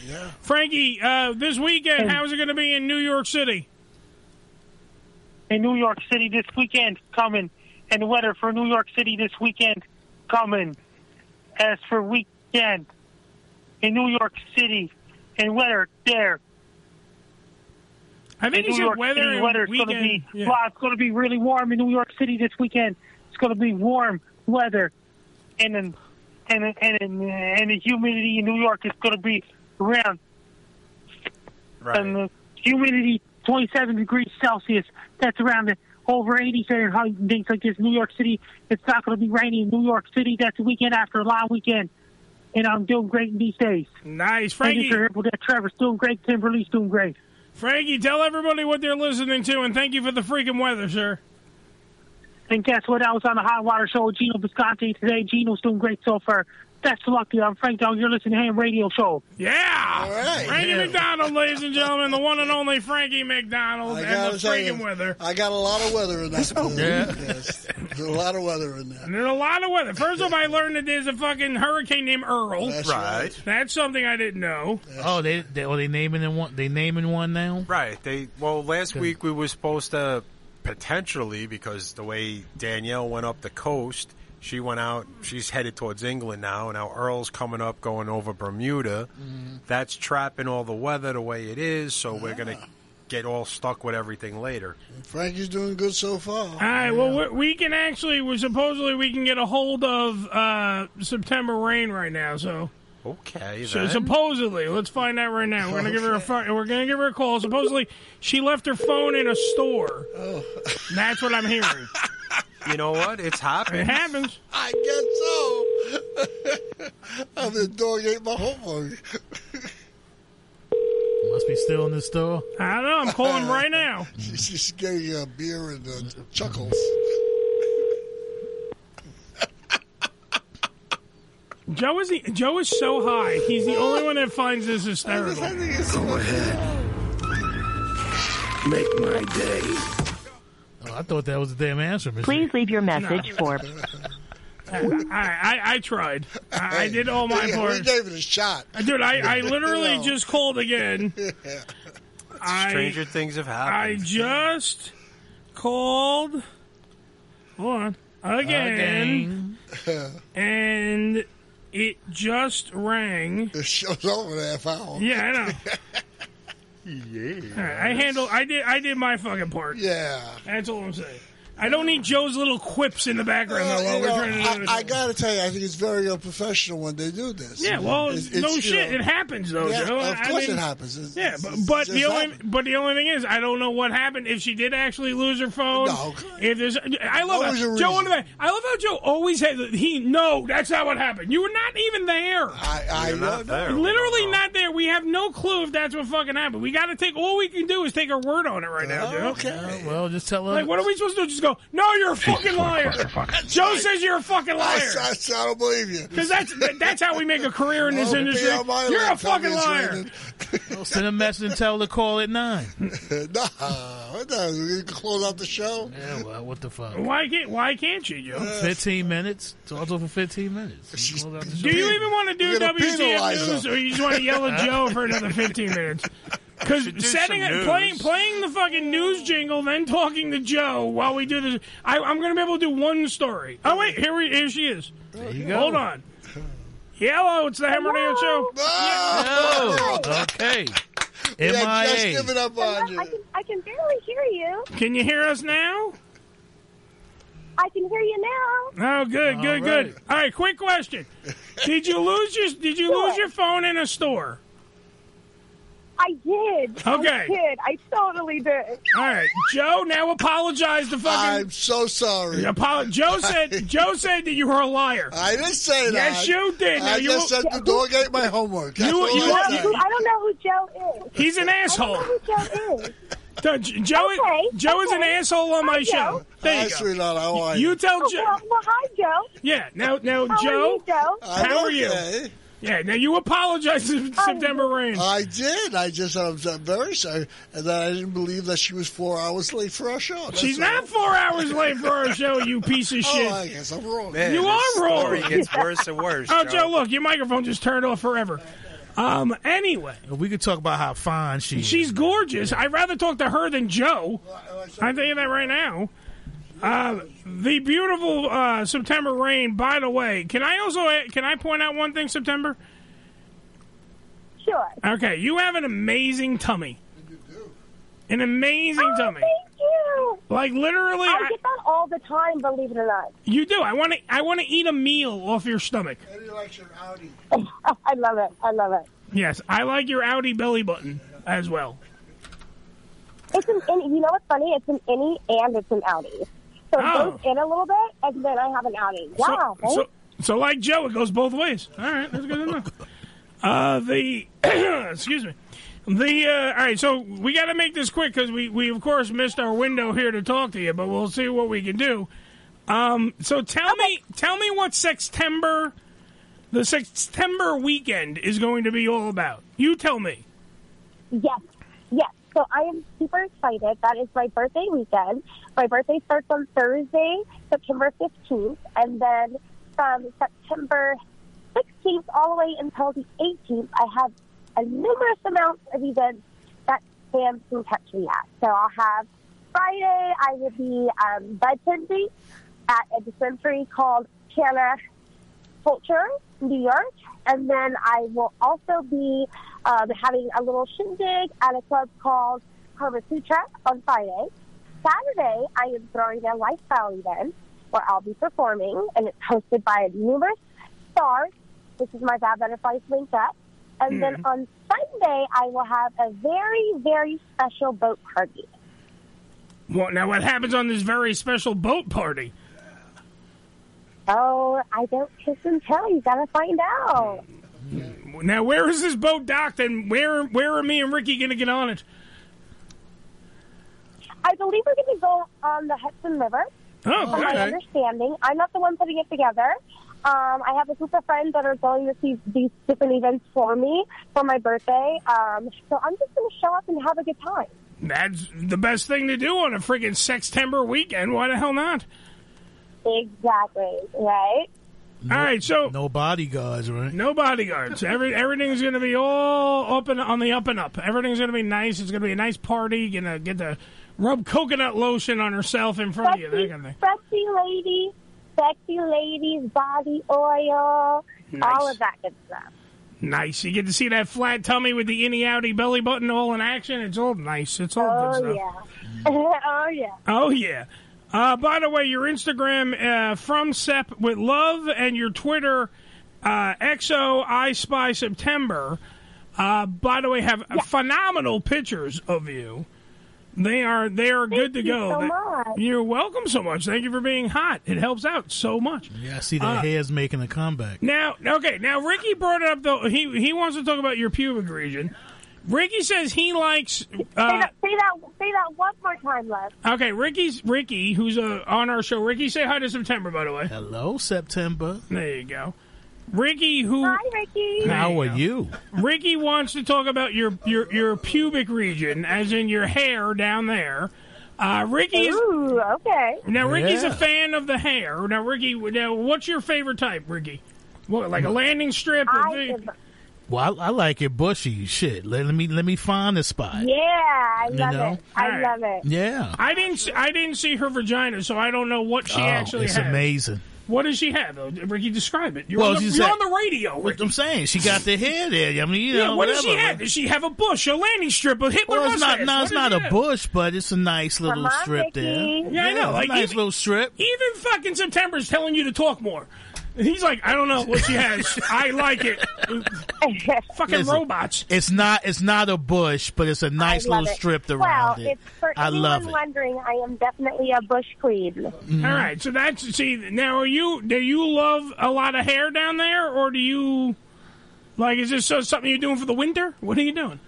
S1: Frankie, uh, this weekend, how's it going to be in New York City?
S13: In New York City this weekend coming, and the weather for New York City this weekend coming. As for weekend in New York City, and weather there.
S1: I think
S13: in New
S1: he said
S13: York
S1: weather
S13: City,
S1: and
S13: weather's gonna be
S1: weekend. Yeah.
S13: wow, it's gonna be really warm in New York City this weekend. It's gonna be warm weather, and then and and and, and the humidity in New York is gonna be around
S4: Right.
S13: and the humidity 27 degrees Celsius. That's around the over 80 Fahrenheit and things like this. New York City, it's not going to be rainy in New York City. That's the weekend after a long weekend. And I'm doing great in these days. Thank
S1: Nice, Frankie.
S13: you for hearing that. Trevor's doing great. Kimberly's doing great.
S1: Frankie, tell everybody what they're listening to, and thank you for the freaking weather, sir.
S13: And guess what? I was on the Hot Water Show with Gino Bisconti today. Gino's doing great so far. Best of luck to you. I'm Frank Down. You're listening to Ham Radio Show.
S1: Yeah. Frankie McDonald, ladies and gentlemen, the one and only Frankie McDonald,
S2: I
S1: and
S2: gotta
S1: the
S2: tell
S1: freaking
S2: you,
S1: weather.
S2: I got a lot of weather in that. Yes. There's a lot of weather in that.
S1: And there's a lot of weather. First off, I learned that there's a fucking hurricane named Earl.
S3: That's right. right.
S1: That's something I didn't know.
S3: Oh, they they are they naming in one? They naming one now?
S4: Right. They well last week we were supposed to potentially because the way Danielle went up the coast, she went out. She's headed towards England now. Now Earl's coming up, going over Bermuda. That's trapping all the weather the way it is. So we're
S1: Ah.
S4: gonna get all stuck with everything later.
S2: Frankie's doing good so far.
S1: All right. Well, we, we can actually, we supposedly we can get a hold of uh, September rain right now. So,
S4: Okay.
S1: so
S4: then.
S1: supposedly, let's find out right now. We're gonna give her a fu- we're gonna give her a call. Supposedly, she left her phone in a store. Oh. That's what I'm hearing.
S4: you know what? It's happening.
S1: It happens.
S2: I guess so. I've been doing it my whole life.
S3: Must be still in the store.
S1: I don't know. I'm calling
S3: Uh,
S1: right now.
S2: She's Uh, just getting you a beer and uh, chuckles.
S1: Joe is the, Joe is so high. He's the only one that finds this hysterical.
S27: Go ahead. Make my day.
S3: Oh, I thought that was a damn answer, Mr.
S18: Please leave your message
S1: No.
S18: for
S1: I, I, I tried. I, I did all my
S2: Yeah,
S1: part. Uh,
S2: We gave it a shot.
S1: Dude, I, I literally
S2: No.
S1: just called again. I-
S4: Stranger things have
S1: I
S4: happened.
S1: just called. Hold on. Again. And it just rang.
S2: The show's over in half hour.
S1: Yeah, I know.
S2: Yeah.
S1: All right, I handle. I did. I did my fucking part.
S2: Yeah.
S1: That's all I'm saying. I don't need Joe's little quips in the background
S2: Well,
S1: though, while
S2: you
S1: we're
S2: know,
S1: trying to do
S2: I,
S1: this.
S2: I gotta tell you, I think it's very unprofessional when they do this.
S1: Yeah, well,
S2: It's- it's,
S1: no
S2: you
S1: shit.
S2: know-
S1: it happens though,
S2: Yeah,
S1: Joe.
S2: Of
S1: I
S2: course
S1: mean,
S2: it happens. It's-
S1: Yeah, but,
S2: it's-
S1: but
S2: it's
S1: the
S2: just
S1: only
S2: happened.
S1: but the only thing is, I don't know what happened if she did actually lose her phone.
S2: No.
S1: If there's, I love
S2: Always a
S1: how, Joe.
S2: reason.
S1: under that- I love how Joe always has. He no, that's not what happened. You were not even there.
S2: I, I
S4: You're not there. We
S1: Literally
S4: don't know.
S1: not there. We have no clue if that's what fucking happened. We got to take all we can do is take her word on it right now, Joe.
S2: Okay.
S3: Well, just tell her.
S1: Like, what are we supposed to do? Just go? No, you're a fucking liar. Joe says you're a fucking
S2: I,
S1: liar.
S2: I, I don't believe you.
S1: Because that's that- that's how we make a career in this
S2: Well,
S1: industry.
S2: be on my
S1: You're a
S2: lap, tell me
S1: fucking
S2: it's
S1: liar.
S2: raining.
S3: Send a message and tell her to call at nine.
S2: nah, what the hell? We gonna close out the show.
S3: Yeah, well, what the fuck?
S1: Why can't Why can't you, Joe?
S3: Fifteen minutes. Talk to her for fifteen minutes. Close out the
S1: Do
S3: show.
S1: you even want to do
S2: We're gonna
S1: WTF
S2: penalize
S1: news,
S2: them.
S1: or you just want to yell at Joe for another fifteen minutes? Because
S4: should do
S1: setting
S4: some
S1: it,
S4: news.
S1: playing, playing the fucking news jingle, then talking to Joe while we do this. I, I'm going to be able to do one story. Oh wait, here we, here she is. There
S3: you go.
S1: Hold on. Yeah, hello, it's the Hammer Radio Show.
S3: Oh, okay. MIA.
S2: up on you.
S28: I can, I can barely hear you.
S1: Can you hear us now?
S28: I can hear you now.
S1: Oh, good, good, good. All right, quick question: Did you lose your Did you lose your phone in a store?
S28: I did.
S1: Okay.
S28: I did. I totally did.
S1: All right, Joe. Now apologize to fucking. I'm
S2: so sorry.
S1: Apo- Joe said. Joe said that you were a liar.
S2: I didn't say that.
S1: Yes, you did. Now
S2: I
S1: you
S2: just
S1: were-
S2: said the dog ate my homework. That's
S1: You-
S2: all
S1: you-
S2: I
S1: you-
S2: said.
S28: I don't know who Joe is.
S1: He's an asshole. Joe, Joe, Joe is an asshole on my show. There you
S2: Hi,
S1: go.
S2: sweetheart. How are
S1: You tell
S28: Oh,
S1: Joe.
S28: well, well, hi, Joe.
S1: Yeah. Now, now,
S28: How are
S1: Joe.
S28: you, Joe? I'm
S1: How are you?
S2: okay.
S1: Yeah. Now you apologize to September Rain.
S2: I did. I just I'm, I'm very sorry and that I didn't believe that she was four hours late for our show. That's
S1: She's
S2: all.
S1: not four hours late for our show. You piece of shit.
S2: Oh, I guess I'm wrong.
S1: you are wrong.
S4: worse and worse.
S1: Oh, Joe. look, your microphone just turned off forever. Um. Anyway,
S3: We could talk about how fine she is.
S1: she's gorgeous. I'd rather talk to her than Joe. I'm thinking that right now. Uh, the beautiful uh, September rain. By the way, can I also can I point out one thing, September?
S28: Sure.
S1: Okay, you have an amazing tummy. An amazing
S28: Oh,
S1: tummy.
S28: Thank you.
S1: Like literally,
S28: I
S1: I-
S28: get that all the time, believe it or not.
S1: you do. I want to. I want to eat a meal off your stomach.
S28: I love it. I love it.
S1: Yes, I like your outie belly button as well.
S28: It's an in, you know what's funny? It's an innie and it's an outie. So it
S1: Oh.
S28: goes in a little bit, and then I have an outie.
S1: So-
S28: Wow.
S1: So,
S28: eh?
S1: so, like Joe, it goes both ways. All right, that's good enough. Uh, the excuse me. The uh, all right, so we got to make this quick because we we of course missed our window here to talk to you, but we'll see what we can do. Um, so tell me, tell me what September, the September weekend is going to be all about. You tell me.
S28: Yes, yes. So I am super excited. That is my birthday weekend. My birthday starts on Thursday, September 15th, and then from September 16th all the way until the 18th, I have a numerous amount of events that fans can catch me at. So I'll have Friday, I will be um, budtending at a dispensary called Canna Culture, New York, and then I will also be um, having a little shindig at a club called Karma Sutra on Friday. Saturday, I am throwing a lifestyle event where I'll be performing, and it's hosted by numerous stars. This is my Bad Butterflies link up. And then on Sunday, I will have a very, very special boat party.
S1: Well, now what happens on this very special boat party?
S28: Oh, I don't kiss and tell. You gotta find out.
S1: Now where is this boat docked, and where where are me and Ricky going to get on it?
S28: I believe we're going to go on the Hudson River.
S1: Oh,
S28: from my
S1: okay.
S28: understanding, I'm not the one putting it together. Um, I have a group of friends that are going to see these different events for me for my birthday. Um, so I'm just going to show up and have a good time.
S1: That's the best thing to do on a friggin' September weekend. Why the hell not?
S28: Exactly, right?
S1: all right, so
S3: no bodyguards, right?
S1: No bodyguards. Every everything's gonna be all up and on the up and up. Everything's gonna be nice. It's gonna be a nice party. You're gonna get to rub coconut lotion on herself in front of you. That kind of thing.
S28: Sexy lady, sexy ladies, body oil, all of that good stuff.
S1: Nice. You get to see that flat tummy with the innie outie belly button all in action. It's all nice. It's all good
S28: Oh,
S1: stuff.
S28: yeah. oh, yeah.
S1: Oh yeah. Uh, by the way, your Instagram uh, from Sep with love and your Twitter uh, XO I Spy September. Uh, by the way, have phenomenal pictures of you. They are they are good to
S3: you
S1: go.
S3: so
S1: They-
S3: much.
S1: You're welcome so much. Thank you for being hot. It helps out so much.
S3: Yeah, I see the
S1: Uh,
S3: hair's making a comeback.
S1: Now, okay, now Ricky brought it up though. He he wants to talk about your pubic region. Ricky says he likes.
S28: Say
S1: Uh,
S28: that, say that, say that one more time, love.
S1: Okay, Ricky's Ricky, who's uh, on our show. Ricky, say hi to September, by the way.
S3: Hello, September.
S1: There you go. Ricky, who?
S28: Hi, Ricky.
S3: How are you?
S1: Ricky wants to talk about your your your pubic region, as in your hair down there. Uh, Ricky is
S28: Ooh, okay.
S1: now Ricky's
S28: Yeah.
S1: a fan of the hair. Now, Ricky, now what's your favorite type, Ricky? What, like a landing strip? or
S28: I
S1: the-
S28: am
S3: Well, I, I like it bushy. Shit, let, let me let me find the spot.
S28: Yeah, I
S3: You
S28: love
S3: know?
S28: it. I
S1: All right.
S28: love it.
S3: Yeah.
S1: I didn't. See, I didn't see her vagina, so I don't know what she
S3: Oh,
S1: actually
S3: it's
S1: had.
S3: amazing.
S1: What does she have, though? Ricky? Describe it. You're,
S3: Well,
S1: on, the,
S3: she's
S1: you're
S3: had-
S1: on the radio.
S3: What I'm saying, she got the hair there. I mean, you
S1: yeah,
S3: know,
S1: what
S3: whatever.
S1: does she have? Does she have a bush, a landing strip, a Hitler
S3: well, it's not,
S1: mustache?
S3: no,
S1: What
S3: it's
S1: does
S3: not
S1: she
S3: a
S1: have?
S3: bush, but it's a nice little
S1: on,
S3: strip there.
S1: Ricky. Yeah, I know,
S3: a
S1: like,
S3: nice
S1: even-
S3: little strip.
S1: Even fucking September's telling you to talk more. And he's like, I don't know what she has. I like it. fucking
S3: Listen,
S1: robots.
S3: It's not. It's not a bush, but it's a nice
S28: I love
S3: little
S28: it.
S3: strip around
S28: well,
S3: it.
S28: It's for
S3: I
S28: anyone
S3: love it.
S28: wondering, I am definitely a bush queen.
S1: All right, so that's see. Now, are you do you love a lot of hair down there, or do you like? Is this so- something you're doing for the winter? What are you doing?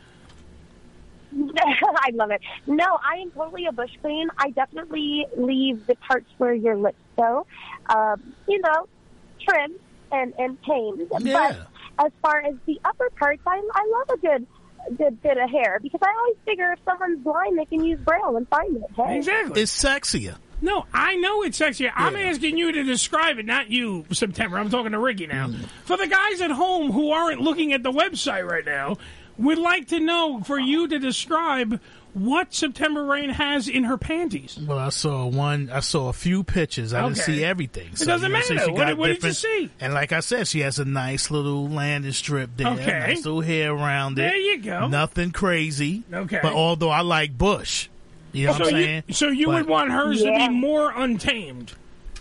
S28: I love it. No, I am totally a bush queen. I definitely leave the parts where your lips go, um, you know, trimmed and and tamed.
S3: Yeah.
S28: But as far as the upper parts, I, I love a good good bit of hair because I always figure if someone's blind, they can use braille and find it. Hey.
S1: Exactly.
S3: It's sexier.
S1: No, I know it's sexier. I'm asking you to describe it, not you, September. I'm talking to Ricky now. For the guys at home who aren't looking at the website right now, would like to know for you to describe what September Rain has in her panties.
S3: Well, I saw one. I saw a few pictures. I didn't
S1: Okay.
S3: see everything.
S1: It doesn't
S3: you know, so
S1: matter.
S3: she
S1: What-
S3: got
S1: what did you
S3: different-
S1: see?
S3: And like I said, she has a nice little landing strip there.
S1: Okay.
S3: Nice little hair around it.
S1: There you go.
S3: Nothing crazy.
S1: Okay.
S3: But although I like bush, you know
S1: so
S3: what I'm saying.
S1: You, so you would
S3: But-
S1: want hers to be more untamed.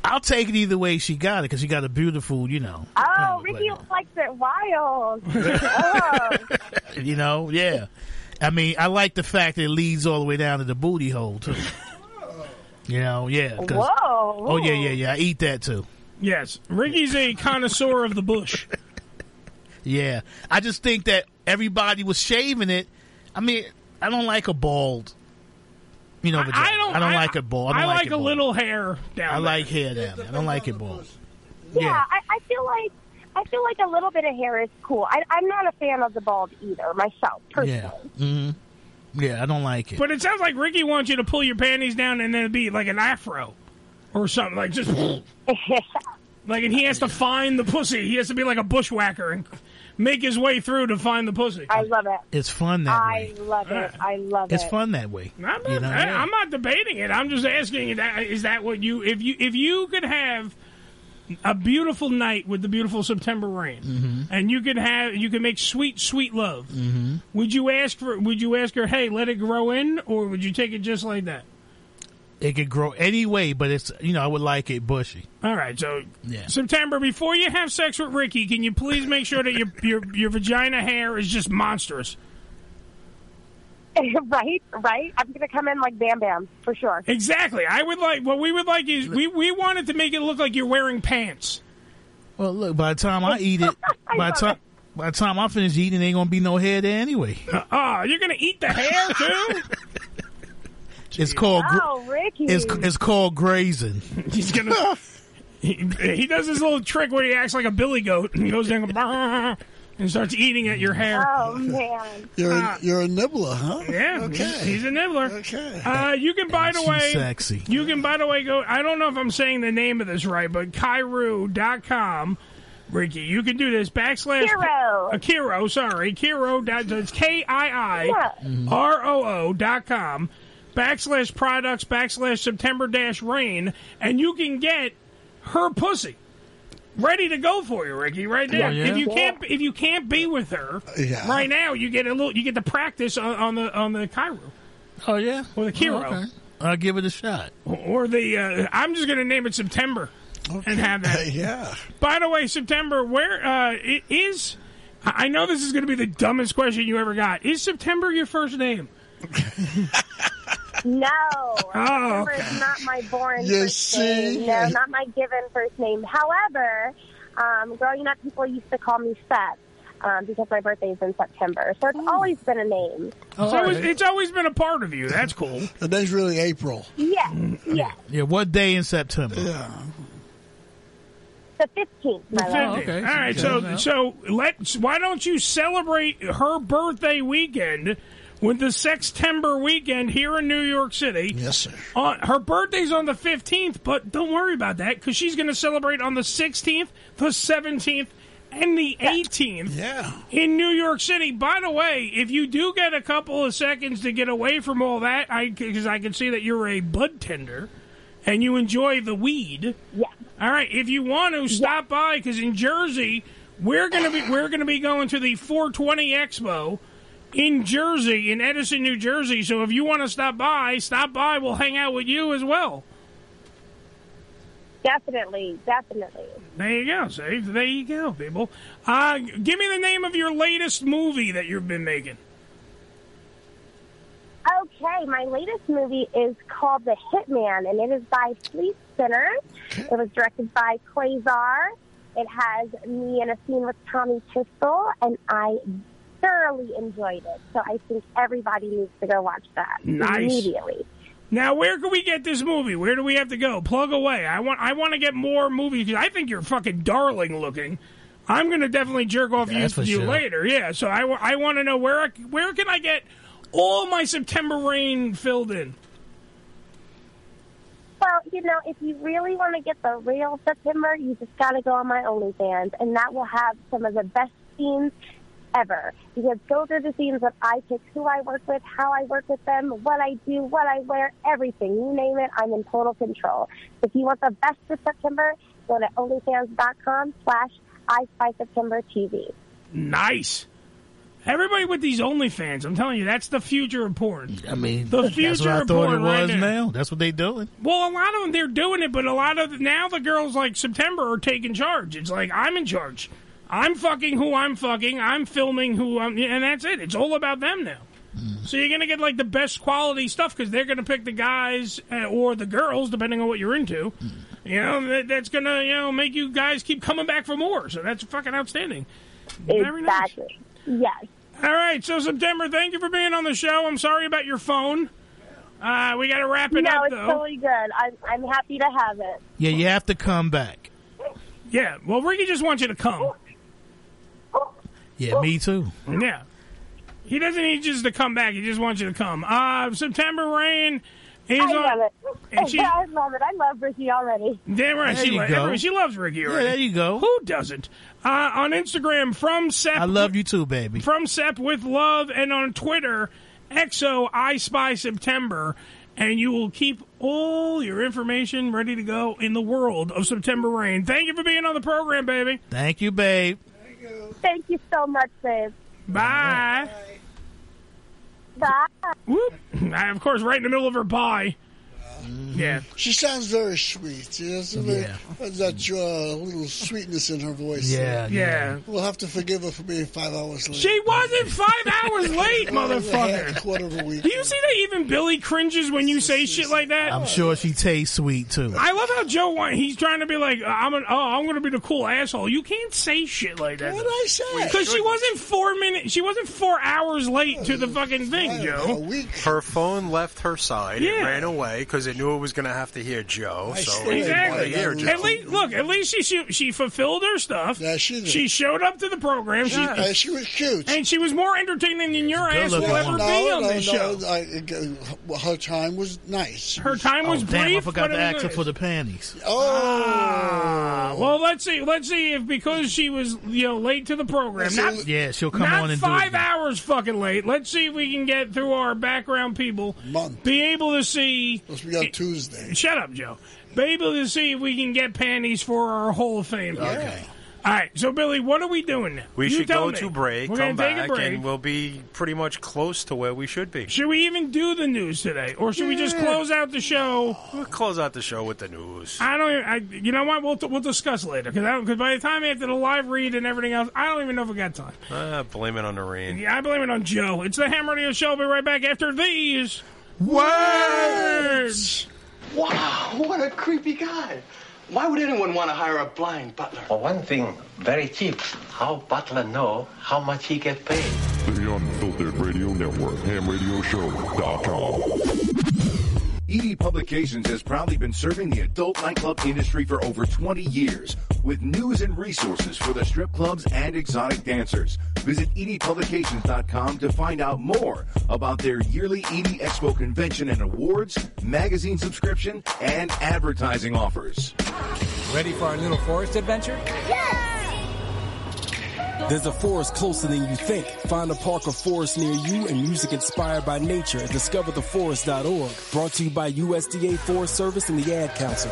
S3: I'll take it either way she got it because she got a beautiful, you know,
S28: Oh, Ricky likes it wild.
S3: you know, yeah. I mean, I like the fact that it leads all the way down to the booty hole too. You know, yeah. 'cause-
S28: Whoa.
S3: Oh yeah, yeah, yeah. I eat that too.
S1: Yes, Ricky's a connoisseur of the bush.
S3: Yeah, I just think that everybody was shaving it. I mean, I don't like a bald. You know, vagina. I don't. like a bald. I, don't
S1: like,
S3: it
S1: a
S3: bald.
S1: little hair down.
S3: I
S1: there.
S3: like hair down. there. I don't like it bald.
S28: Yeah, I, I feel like I feel like a little bit of hair is cool. I, I'm not a fan of the bald either myself. Personally.
S3: Yeah. hmm Yeah, I don't like it.
S1: But it sounds like Ricky wants you to pull your panties down and then it'd be like an afro or something like just like and he has to find the pussy. He has to be like a bushwhacker and make his way through to find the pussy. I
S28: love it.
S3: It's fun that way.
S28: I love it. I love
S3: It's
S28: it.
S3: fun that way.
S1: I'm not,
S3: You know,
S1: I,
S3: yeah.
S1: am not debating it. I'm just asking you that is that what you if you if you could have a beautiful night with the beautiful September rain and you could have you could make sweet sweet love.
S3: Mm-hmm.
S1: Would you ask for would you ask her, "Hey, let it grow in," or would you take it just like that?
S3: It could grow any way, but it's you know I would like it bushy.
S1: All right, so
S3: Yeah.
S1: September, before you have sex with Ricky, can you please make sure that your your, your vagina hair is just monstrous?
S28: right, right. I'm gonna come in like Bam Bam for sure.
S1: Exactly. I would like what we would like is we we wanted to make it look like you're wearing pants.
S3: Well, look, by the time I eat it, by the time by the time I finish eating, ain't gonna be no hair there anyway.
S1: Ah, you're gonna eat the hair too.
S3: It's called gra-
S1: Oh, Ricky.
S3: it's it's called grazing.
S1: He's gonna. he, he does this little trick where he acts like a billy goat and goes down and "Brr," and starts eating at your hair. Uh,
S28: Oh man.
S2: You're a, you're a nibbler, huh?
S1: Yeah, he's, he's a nibbler. Okay. Uh, you can, by the
S2: she's
S1: way,
S2: sexy.
S1: You can, by the way, go. I don't know if I'm saying the name of this right, but Kairu.com. Ricky, you can do this. Backslash.
S28: Kiro.
S1: Uh, Kiro, sorry. Kiro. dot- It's K I I R O O dot com. Backslash products, backslash September dash rain, and you can get her pussy ready to go for you, Ricky, right now.
S2: Oh, yeah?
S1: If you can't, if you can't be with her,
S2: Yeah.
S1: Right now, you get a little, you get to practice on, on the on the Cairo.
S3: Oh yeah,
S1: or the Kiro,
S3: Oh, okay. I'll give it a shot.
S1: or the. Uh, I'm just going to name it September and have that.
S2: yeah.
S1: By the way, September, where uh, it is? I I know this is going to be the dumbest question you ever got. Is September your first name?
S28: No.
S1: Oh,
S28: September is not my born
S1: You
S28: first
S1: see?
S28: name. No, not my given first name. However, um, growing up, people used to call me Seth um, because my birthday is in September. So
S1: Oh.
S28: it's always been a name.
S1: it's, always, it's always been a part of you. That's cool.
S2: And that's really April.
S28: Yes, yes.
S3: Yeah, what day in September? Yeah.
S28: The 15th, my love.
S1: All right, so so let why don't you celebrate her birthday weekend with the Sextember weekend here in New York City? Yes, sir. On, her birthday's on the 15th, but don't worry about that because she's going to celebrate on the 16th, the 17th, and the 18th yeah. in New York City. By the way, if you do get a couple of seconds to get away from all that, because I, can see that you're a bud tender and you enjoy the weed. Yeah. All right. If you want to stop by, because in Jersey we're gonna be we're gonna be going to the 420 Expo in Jersey in Edison, New Jersey. So if you want to stop by, stop by. We'll hang out with you as well.
S28: Definitely, definitely.
S1: There you go. See, there you go, people. Uh, give me the name of your latest movie that you've been making.
S28: Okay, my latest movie is called The Hitman, and it is by Sleep Center. It was directed by Quasar. It has me in a scene with Tommy Pistol, and I thoroughly enjoyed it. So I think everybody needs to go watch that
S1: Nice.
S28: immediately.
S1: Now, where can we get this movie? Where do we have to go? Plug away. I want. I want to get more movies. 'cause I think you're fucking darling looking. I'm going to definitely jerk off you,
S16: That's for
S1: you
S16: sure.
S1: later. Yeah. So I, wa- I want to know where I, where can I get all my September rain filled in?
S28: Well, you know, if you really want to get the real September, you just got to go on my OnlyFans, and that will have some of the best scenes ever. Because those are the scenes that I pick who I work with, how I work with them, what I do, what I wear, everything. You name it, I'm in total control. If you want the best for September, go to OnlyFans.com slash I Spy September TV.
S1: Nice. Everybody with these OnlyFans, I'm telling you, that's the future of porn.
S3: I mean,
S1: the future
S3: that's what I
S1: of
S3: thought
S1: porn
S3: it
S1: right
S3: was
S1: there.
S3: now. That's what they doing.
S1: Well, a lot of them they're doing it, but a lot of now the girls like September are taking charge. It's like I'm in charge. I'm fucking who I'm fucking. I'm filming who I'm, and that's it. It's all about them now. So you're gonna get like the best quality stuff because they're gonna pick the guys uh, or the girls depending on what you're into. You know that, that's gonna you know make you guys keep coming back for more. So that's fucking outstanding. Very nice.
S28: Exactly. Yes.
S1: All right, so September, thank you for being on the show. I'm sorry about your phone. Uh, we got to wrap it
S28: no,
S1: up
S28: it's
S1: though.
S28: totally good. I'm, I'm happy to have it.
S3: Yeah, you have to come back.
S1: Yeah, well, Ricky just wants you to come.
S3: Yeah, me too.
S1: Yeah. He doesn't need you to come back. He just wants you to come. Uh, September Rain is
S28: I love
S1: on.
S28: it.
S1: And she,
S28: I love it. I love Ricky already.
S1: damn right,
S3: There
S1: she,
S3: you
S1: lo-
S3: go.
S1: everyone- she loves Ricky
S3: Yeah,
S1: already.
S3: there you go.
S1: Who doesn't? Uh, on Instagram, from Sep.
S3: I love you too, baby.
S1: From Sep with love, and on Twitter, XO I Spy September, and you will keep all your information ready to go in the world of September Rain. Thank you for being on the program, baby.
S3: Thank you, babe.
S28: Thank you so much, babe.
S1: Bye.
S28: Bye.
S1: Whoop. I, of course, right in the middle of her bye. Mm-hmm. Yeah.
S2: She sounds very sweet. You know, it's a very-
S1: Yeah.
S2: that uh, little sweetness in her voice.
S1: Yeah, yeah.
S2: We'll have to forgive her for being five hours late.
S1: She wasn't five hours late, motherfucker.
S2: Quarter of a week.
S1: Do you see that even Billy cringes when you say shit like that?
S3: I'm sure she tastes sweet too.
S1: I love how Joe. wa- He's trying to be like, I'm an, oh, I'm going to be the cool asshole. You can't say shit like that. What did I
S2: say?
S1: Because she wasn't four minutes. She wasn't four hours late to the fucking thing, Joe.
S4: Her phone left her side. It
S1: Yeah.
S4: ran away because it knew it was going to have to hear Joe. Oh, so it wanted
S1: Exactly.
S4: to hear
S1: At
S4: Joe.
S1: least, look, at least she, she she fulfilled her stuff. Yeah, she
S2: did.
S1: She showed up to the program. She,
S2: Yeah, she was cute,
S1: and she was more entertaining than your ass will
S2: no,
S1: ever be on
S2: no,
S1: this
S2: no,
S1: show.
S2: I, uh, her time was nice.
S1: Her time was
S3: Oh, Damn,
S1: brief.
S3: I forgot
S1: but it
S3: to
S1: was
S3: ask her
S1: nice.
S3: for the panties.
S2: Oh.
S1: Ah, well, let's see. Let's see if because she was you know late to the program. Not,
S3: yeah, she'll come
S1: not
S3: on and do it.
S1: five hours fucking late. Let's see if we can get through our background people. Be able to see. Let's be on
S2: Tuesday.
S1: Shut up, Joe. Be able to see if we can get panties for our Hall of Fame.
S4: Okay.
S1: All right. So Billy, what are we doing now?
S4: We
S1: You
S4: should
S1: tell
S4: go
S1: me.
S4: to break,
S1: We're
S4: come
S1: gonna take
S4: back,
S1: a break.
S4: and we'll be pretty much close to where we should be.
S1: should we even do the news today, or should we just
S4: Yeah.
S1: close out the show?
S4: We'll close out the show with the news.
S1: I don't. I, you know what? We'll we'll discuss later because by the time after the live read and everything else, I don't even know if we got time.
S4: Ah, blame it on the rain.
S1: Yeah, I blame it on Joe. It's the Ham Radio Show. We'll be right back after these words.
S15: Wow, what a creepy guy. Why would anyone want to hire a blind butler?
S19: For one thing, very cheap. How butler know how much he get paid?
S21: The Unfiltered Radio Network, hamradioshow.com.
S22: ED E Publications has proudly been serving the adult nightclub industry for over 20 years with news and resources for the strip clubs and exotic dancers. Visit E edpublications.com to find out more about their yearly ED Expo convention and awards, magazine subscription, and advertising offers.
S24: Ready for our little forest adventure?
S5: There's a forest closer than you think. Find a park or forest near you and music inspired by nature at discovertheforest.org. Brought to you by USDA Forest Service and the Ad Council.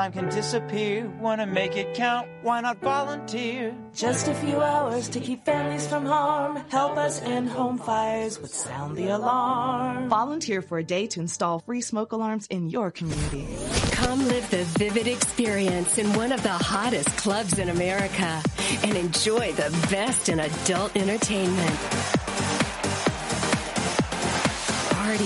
S6: can disappear. Wanna make it count? Why not volunteer?
S25: Just a few hours to keep families from harm. Help us end home fires with sound the alarm.
S12: Volunteer for a day to install free smoke alarms in your community.
S16: Come live the vivid experience in one of the hottest clubs in America and enjoy the best in adult entertainment. Party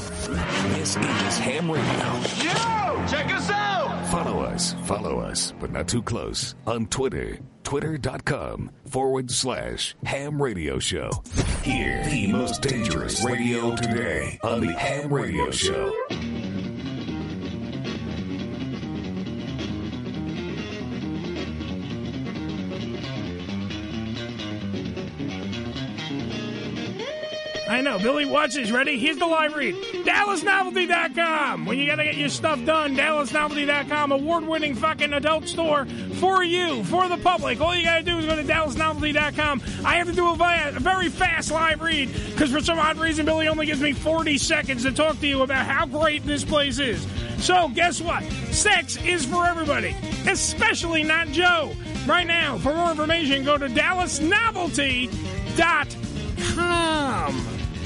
S24: This is Ham Radio.
S29: Yo! Check us out!
S24: Follow us, follow us, but not too close on Twitter. Twitter.com forward slash ham radio show. Here, the most dangerous radio today on the ham radio show.
S1: I know. Billy Watts is ready. Here's the live read. DallasNovelty.com. When you gotta get your stuff done, DallasNovelty.com, award-winning fucking adult store for you, for the public. All you gotta do is go to DallasNovelty.com. I have to do a, vi- a very fast live read because for some odd reason Billy only gives me 40 seconds to talk to you about how great this place is. So guess what? Sex is for everybody, especially not Joe. Right now, for more information, go to DallasNovelty.com.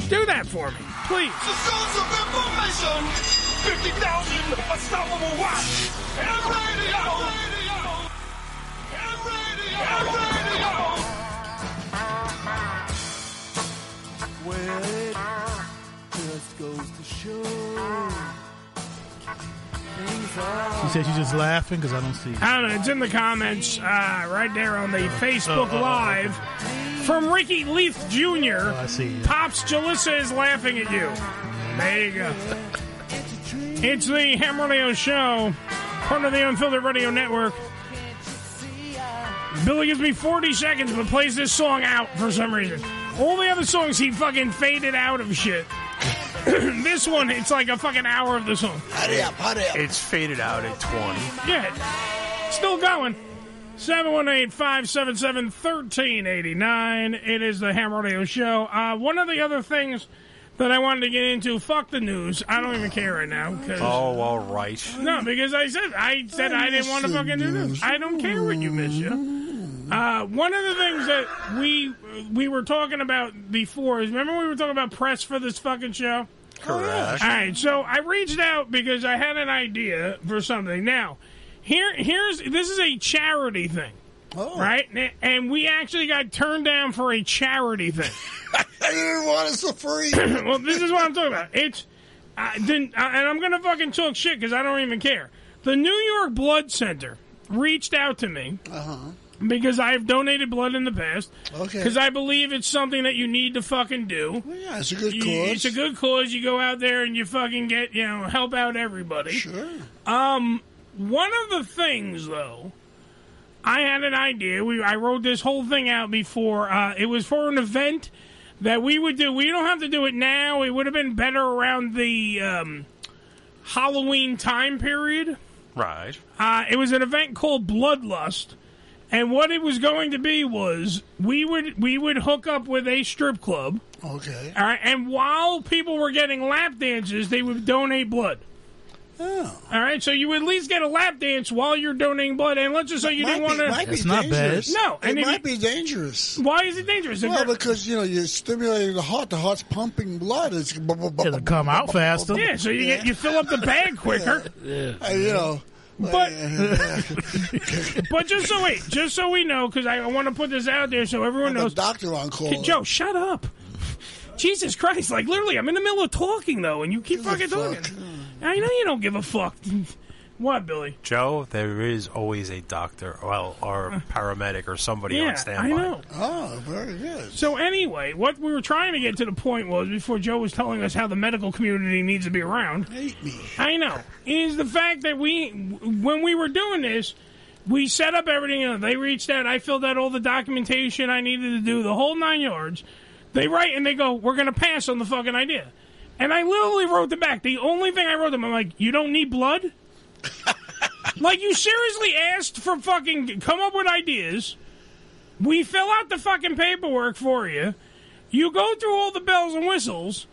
S1: Do that for me, please.
S29: The source of information 50,000 unstoppable watts. Ham radio! Ham radio! Ham radio!
S27: Well, it just goes to show. Things are.
S3: She said she's just laughing because I don't see.
S1: I don't know. It's in the comments uh, right there on the Facebook
S3: oh, oh,
S1: Live from Ricky Leaf Jr.
S3: I see.
S1: Pops Jalissa is laughing at you. There you go. It's the Ham Radio Show, part of the Unfiltered Radio Network. Billy gives me 40 seconds but plays this song out for some reason. All the other songs he fucking faded out of shit. this one, it's like a fucking hour of the song.
S4: Hurry up, hurry up. It's faded out at 20.
S1: Yeah. Still going. 718 577 1389. It is the Ham Radio Show. Uh, one of the other things that I wanted to get into, fuck the news. I don't even care right now. 'cause-
S4: Oh, all right.
S1: No, because I said I said I, didn't want to fucking do this. I don't care what you miss you. Uh, one of the things that we we were talking about before is remember we were talking about press for this fucking show.
S4: Correct.
S1: All right, so I reached out because I had an idea for something. Now, here here's this is a charity thing. Oh. Right? And we actually got turned down for a charity thing. I didn't want it so free. well, this is what I'm talking about. It's I didn't, I, and I'm gonna fucking talk shit because I don't even care. The New York Blood Center reached out to me Uh-huh. because I've donated blood in the past.
S2: Okay.
S1: Because I believe it's something that you need to fucking do. yeah,
S2: it's a good
S1: It's a
S2: cause.
S1: good cause. You go out there and you fucking get you know help out everybody.
S2: Sure.
S1: Um, one of the things though. I had an idea. We I wrote this whole thing out before. Uh, it was for an event that we would do. We don't have to do it now. It would have been better around the um, Halloween time period.
S4: Right.
S1: Uh, it was an event called Bloodlust, and what it was going to be was we would we would hook up with a strip club.
S2: Okay.
S1: All right, and while people were getting lap dances, they would donate blood.
S2: Oh.
S1: All right, so you at least get a lap dance while you're donating blood, and let's just say you
S2: might
S1: didn't
S2: be-
S1: want to.
S2: might be That's not bad. dangerous.
S1: No,
S2: It
S1: and if
S2: might
S1: you-
S2: be dangerous.
S1: Why is it dangerous? If
S2: Well,
S1: you're-
S2: because you know you're stimulating the heart. The heart's pumping blood. It's it'll
S3: come out faster.
S1: Yeah, so you get you fill up the bag quicker.
S2: Uh, you know,
S1: but but just so wait, just so we know, because I want to put this out there so everyone knows.
S2: doctor on call.
S1: Joe, shut up. Jesus Christ! Like literally, I'm in the middle of talking though, and you keep fucking talking. I know you don't give a fuck. what, Billy?
S4: Joe, there is always a doctor, well, or paramedic, or somebody
S1: yeah,
S4: on standby.
S1: I know.
S2: Oh, very good.
S1: So anyway, what we were trying to get to the point was before Joe was telling us how the medical community needs to be around.
S2: Hate me.
S1: I know. Is the fact that we, when we were doing this, we set up everything. You know, they reached out. I filled out all the documentation I needed to do, the whole nine yards. They write and they go, "We're going to pass on the fucking idea." And I literally wrote them back. The only thing I wrote them, I'm like, "You don't need blood." like you seriously asked for fucking come up with ideas. We fill out the fucking paperwork for you. You go through all the bells and whistles.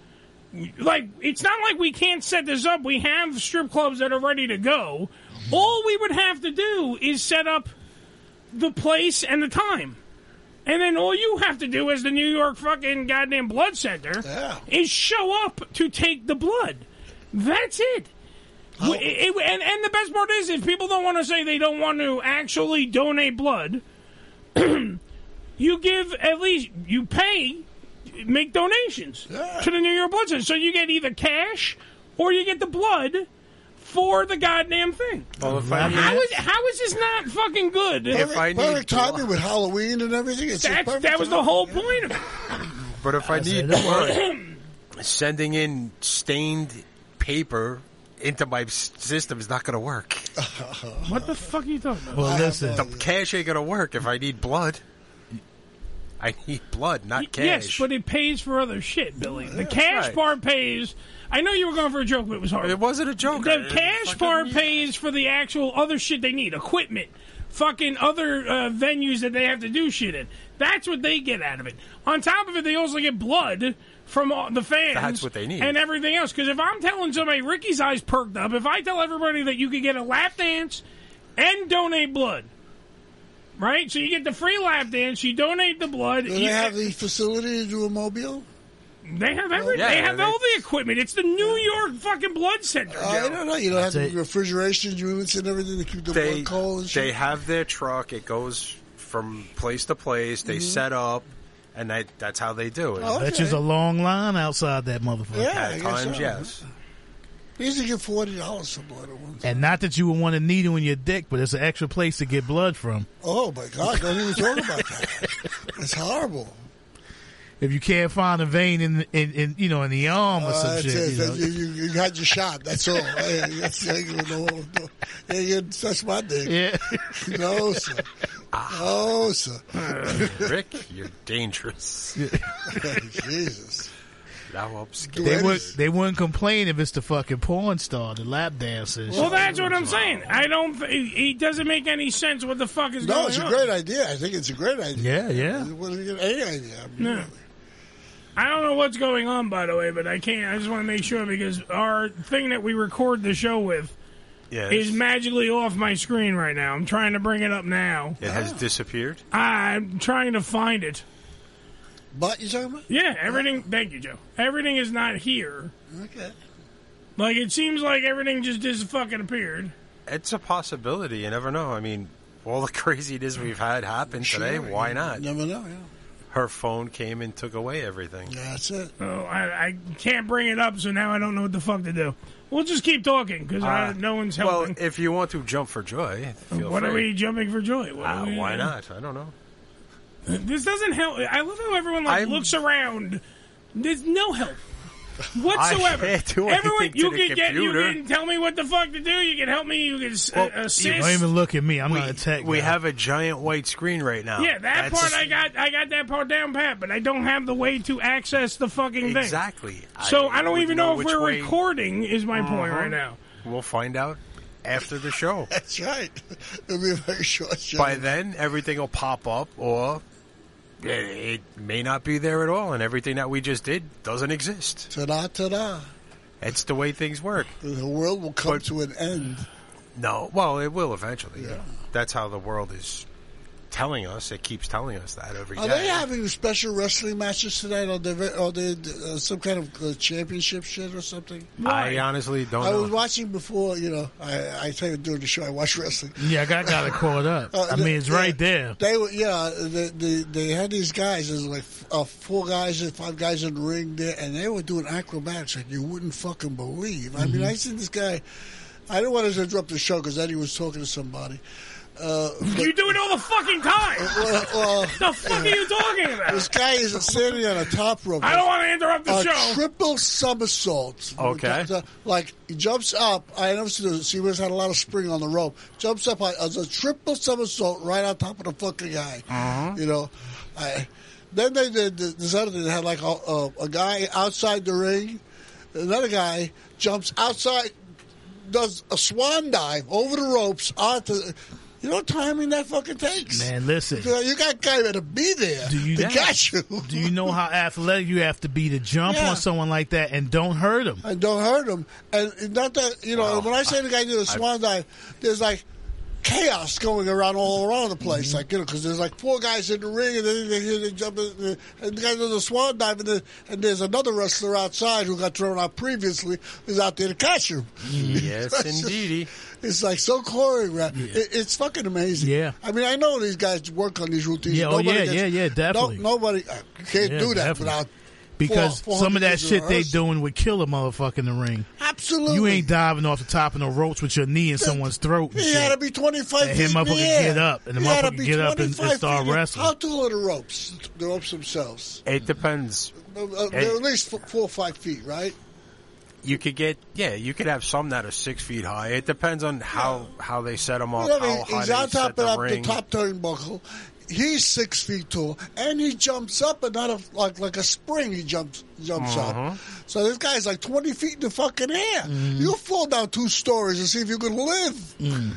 S1: Like it's not like we can't set this up. We have strip clubs that are ready to go. All we would have to do is set up the place and the time. And then all you have to do as the New York fucking goddamn blood center is show up to take the blood. That's it. W- it- it- and, and the best part is, if people don't want to say they don't want to actually donate blood, you give at least, you pay, make donations to the New York Blood Center. So you get either cash or you get the blood for the goddamn thing.
S4: Well, if I-
S1: how, is, how is this not fucking good?
S4: If I need
S2: Perfect timing with Halloween and everything. It's just
S1: That's-
S2: perfect
S1: that was the
S2: timing.
S1: whole point of it.
S4: But if I
S1: As
S4: need
S1: it were.
S4: blood, sending in stained paper into my s- system is not going to work.
S1: What the fuck are you talking about?
S4: the cash ain't going to work if I need blood. I need blood, not cash.
S1: Yes, but it pays for other shit, Billy. The cash
S4: right.
S1: part pays. I know you were going for a joke, but it was hard. It
S4: wasn't a joke.
S1: The
S4: I-
S1: cash part pays for the actual other shit they need, equipment, fucking other uh, venues that they have to do shit in. That's what they get out of it. On top of it, they also get blood from all the fans.
S4: That's what they need.
S1: and everything else. Because if I'm telling somebody Ricky's eyes perked up, if I tell everybody that you could get a lap dance and donate blood. Right, so you get the free lap dance. You donate the blood.
S2: Do they
S1: you-
S2: have the facility to do a mobile?
S1: they have everything.
S2: Yeah,
S1: they have
S2: they-
S1: all the equipment. It's the New York fucking blood center.
S2: Uh, I
S1: Joe.
S2: don't know. You don't have to refrigeration units and everything to keep the
S4: they
S2: blood cold and shit.
S4: they have their truck. It goes from place to place. They
S2: Mhm.
S4: set up, and that that's how they do
S2: Oh,
S4: it.
S3: That is a long line outside that motherfucker.
S4: At times, yes.
S2: You used to get forty dollars for blood at once.
S3: And not that you would want a needle in your dick, but it's an extra place to get blood from.
S2: Oh my God! Don't even talk about that. That's horrible.
S3: If you can't find a vein in, in, in you know, in the arm or
S2: Uh,
S3: some
S2: that's
S3: shit.
S2: it.
S3: you know.
S2: That- You, you- you had your shot. That's all. Hey, that's, hey, you know, no, hey, you didn't touch my dick.
S3: Yeah.
S2: No, sir. No, sir.
S4: Rick, you're dangerous.
S2: Jesus.
S4: Now I'm scared.
S3: They would they wouldn't complain if it's the fucking porn star, the lap dancer. and
S1: Well,
S3: shit.
S1: that's what I'm saying. I don't. Th- it doesn't make any sense. What the fuck is
S2: No,
S1: going
S2: it's a
S1: on?
S2: great idea. I think it's a great idea.
S3: Yeah, yeah.
S2: It wasn't even any idea.
S1: No. I don't know what's going on, by the way, but I can't. I just want to make sure because our thing that we record the show with
S4: Yes.
S1: is magically off my screen right now. I'm trying to bring it up now.
S4: It has disappeared.
S1: I'm trying to find it.
S2: But you talking about?
S1: Yeah, everything. Thank you, Joe. Everything is not here.
S2: Okay.
S1: Like it seems like everything just dis fucking appeared.
S4: It's a possibility. You never know. I mean, all the craziness we've had happen today.
S1: Sure,
S4: Why
S1: you
S4: not?
S2: Never know. Yeah.
S4: Her phone came and took away everything.
S2: That's it.
S1: Oh, I, I can't bring it up, so now I don't know what the fuck to do. We'll just keep talking because
S4: Uh,
S1: no one's
S4: Well,
S1: helping.
S4: if you want to jump for joy, feel
S1: what are
S4: free.
S1: we jumping for joy? What are
S4: Uh,
S1: we-
S4: why not? I don't know.
S1: This doesn't help. I love how everyone like
S4: I'm-
S1: looks around. There's no help whatsoever.
S4: I can't do
S1: everyone,
S4: anything to
S1: you
S4: the
S1: can get, you
S4: computer.
S1: can tell me what the fuck to do. You can help me. You can s-
S4: Well,
S1: uh, assist.
S3: You don't even look at me. I'm not a tech.
S4: We
S3: guy.
S4: have a giant white screen right now.
S1: Yeah, that
S4: Oh, That's-
S1: part I got. I got that part down pat, but I don't have the way to access the fucking thing.
S4: Exactly.
S1: So I, don't
S4: would
S1: even
S4: know
S1: know, if
S4: which
S1: we're
S4: way-
S1: recording. Is my point
S4: Uh-huh.
S1: right now?
S4: We'll find out after the show.
S2: That's right. It'll be a very short show.
S4: By then, everything will pop up, or eh, it, it may not be there at all, and everything that we just did doesn't exist.
S2: Ta-da, ta-da.
S4: It's the way things work.
S2: The world will come to an end.
S4: No, well, it will eventually. That's how the world is telling us. It keeps telling us that every day.
S2: Are Oh, they having special wrestling matches tonight? Or they, are they uh, some kind of uh, championship shit or something?
S4: I honestly don't
S2: I
S4: know.
S2: was watching before, you know, I, I tell you during the show, I watch wrestling.
S3: Yeah, I got, got it caught up.
S2: Uh,
S3: I mean, it's
S2: they-
S3: right there.
S2: They were, yeah, they, they, they had these guys, there's like uh, four guys and five guys in the ring there, and they were doing acrobatics like you wouldn't fucking believe. I
S3: Mm-hmm.
S2: mean,
S7: Mhm.
S2: I seen this guy, I didn't want to interrupt the show because then he was talking to somebody. Uh,
S1: You do it all the fucking time. the fuck are you talking about?
S2: This guy is standing on a top rope.
S1: I don't want to interrupt the
S2: a
S1: show.
S2: Triple somersault.
S4: Okay.
S2: Uh, Like he jumps up. I noticed this. He was had a lot of spring on the rope. Jumps up on as a triple somersault right on top of the fucking guy.
S7: Uh-huh.
S2: You know, I. Then they did th- this other thing. They had like a, a, a guy outside the ring. Another guy jumps outside, does a swan dive over the ropes onto. You know, what timing that fucking takes.
S3: Man, listen.
S2: You, you got guy to be there
S3: Do you
S2: to
S3: know-
S2: catch you.
S3: Do you know how athletic you have to be to jump
S2: Yeah.
S3: on someone like that and don't hurt them?
S2: and don't hurt him. And not that you know, when I say the guy did a swan dive, there's like chaos going around all around the place,
S3: Mm-hmm.
S2: like you know, because there's like four guys in the ring, and then they, they, they jump, in, the- and the guy does a swan dive, and, then and there's another wrestler outside who got thrown out previously is out there to catch him.
S4: Yes, indeedy.
S2: It's like so choreographed. It, it's fucking amazing. Yeah. I mean, I know these guys work on these routines.
S3: Yeah, oh,
S2: Nobody
S3: yeah,
S2: gets-
S3: yeah, yeah,
S2: no-
S3: definitely.
S2: nobody uh, can't
S3: Yeah,
S2: do that
S3: definitely.
S2: without.
S3: Because
S2: four-
S3: some
S2: 400
S3: of that
S2: years of
S3: shit they
S2: rehearsal.
S3: doing would kill a motherfucker in the ring.
S2: Absolutely.
S3: You ain't diving off the top of the ropes with your knee in someone's throat. and
S2: He
S3: shit.
S2: had to be 25
S3: And
S2: feet
S3: him
S2: in the
S3: motherfucker
S2: air.
S3: get up, and the
S2: He had to
S3: motherfucker
S2: be
S3: get up and- and
S2: 25
S3: start
S2: feet in-
S3: wrestling.
S2: How tall are the ropes? The ropes themselves?
S4: It depends.
S2: Uh, uh,
S4: Hey.
S2: They're at least four, four or five feet, right?
S4: You could get yeah. You could have some that are six feet high. It depends on how how they set them up.
S2: Whatever,
S4: how high
S2: he's
S4: they
S2: on
S4: set
S2: top of
S4: the
S2: up the
S4: ring.
S2: top turnbuckle. He's six feet tall, and he jumps up and not a, like like a spring. He jumps jumps
S4: Mhm.
S2: up. So this guy's like 20 feet in the fucking air.
S3: Mm-hmm.
S2: You'll fall down two stories and see if you can live.
S4: Mm.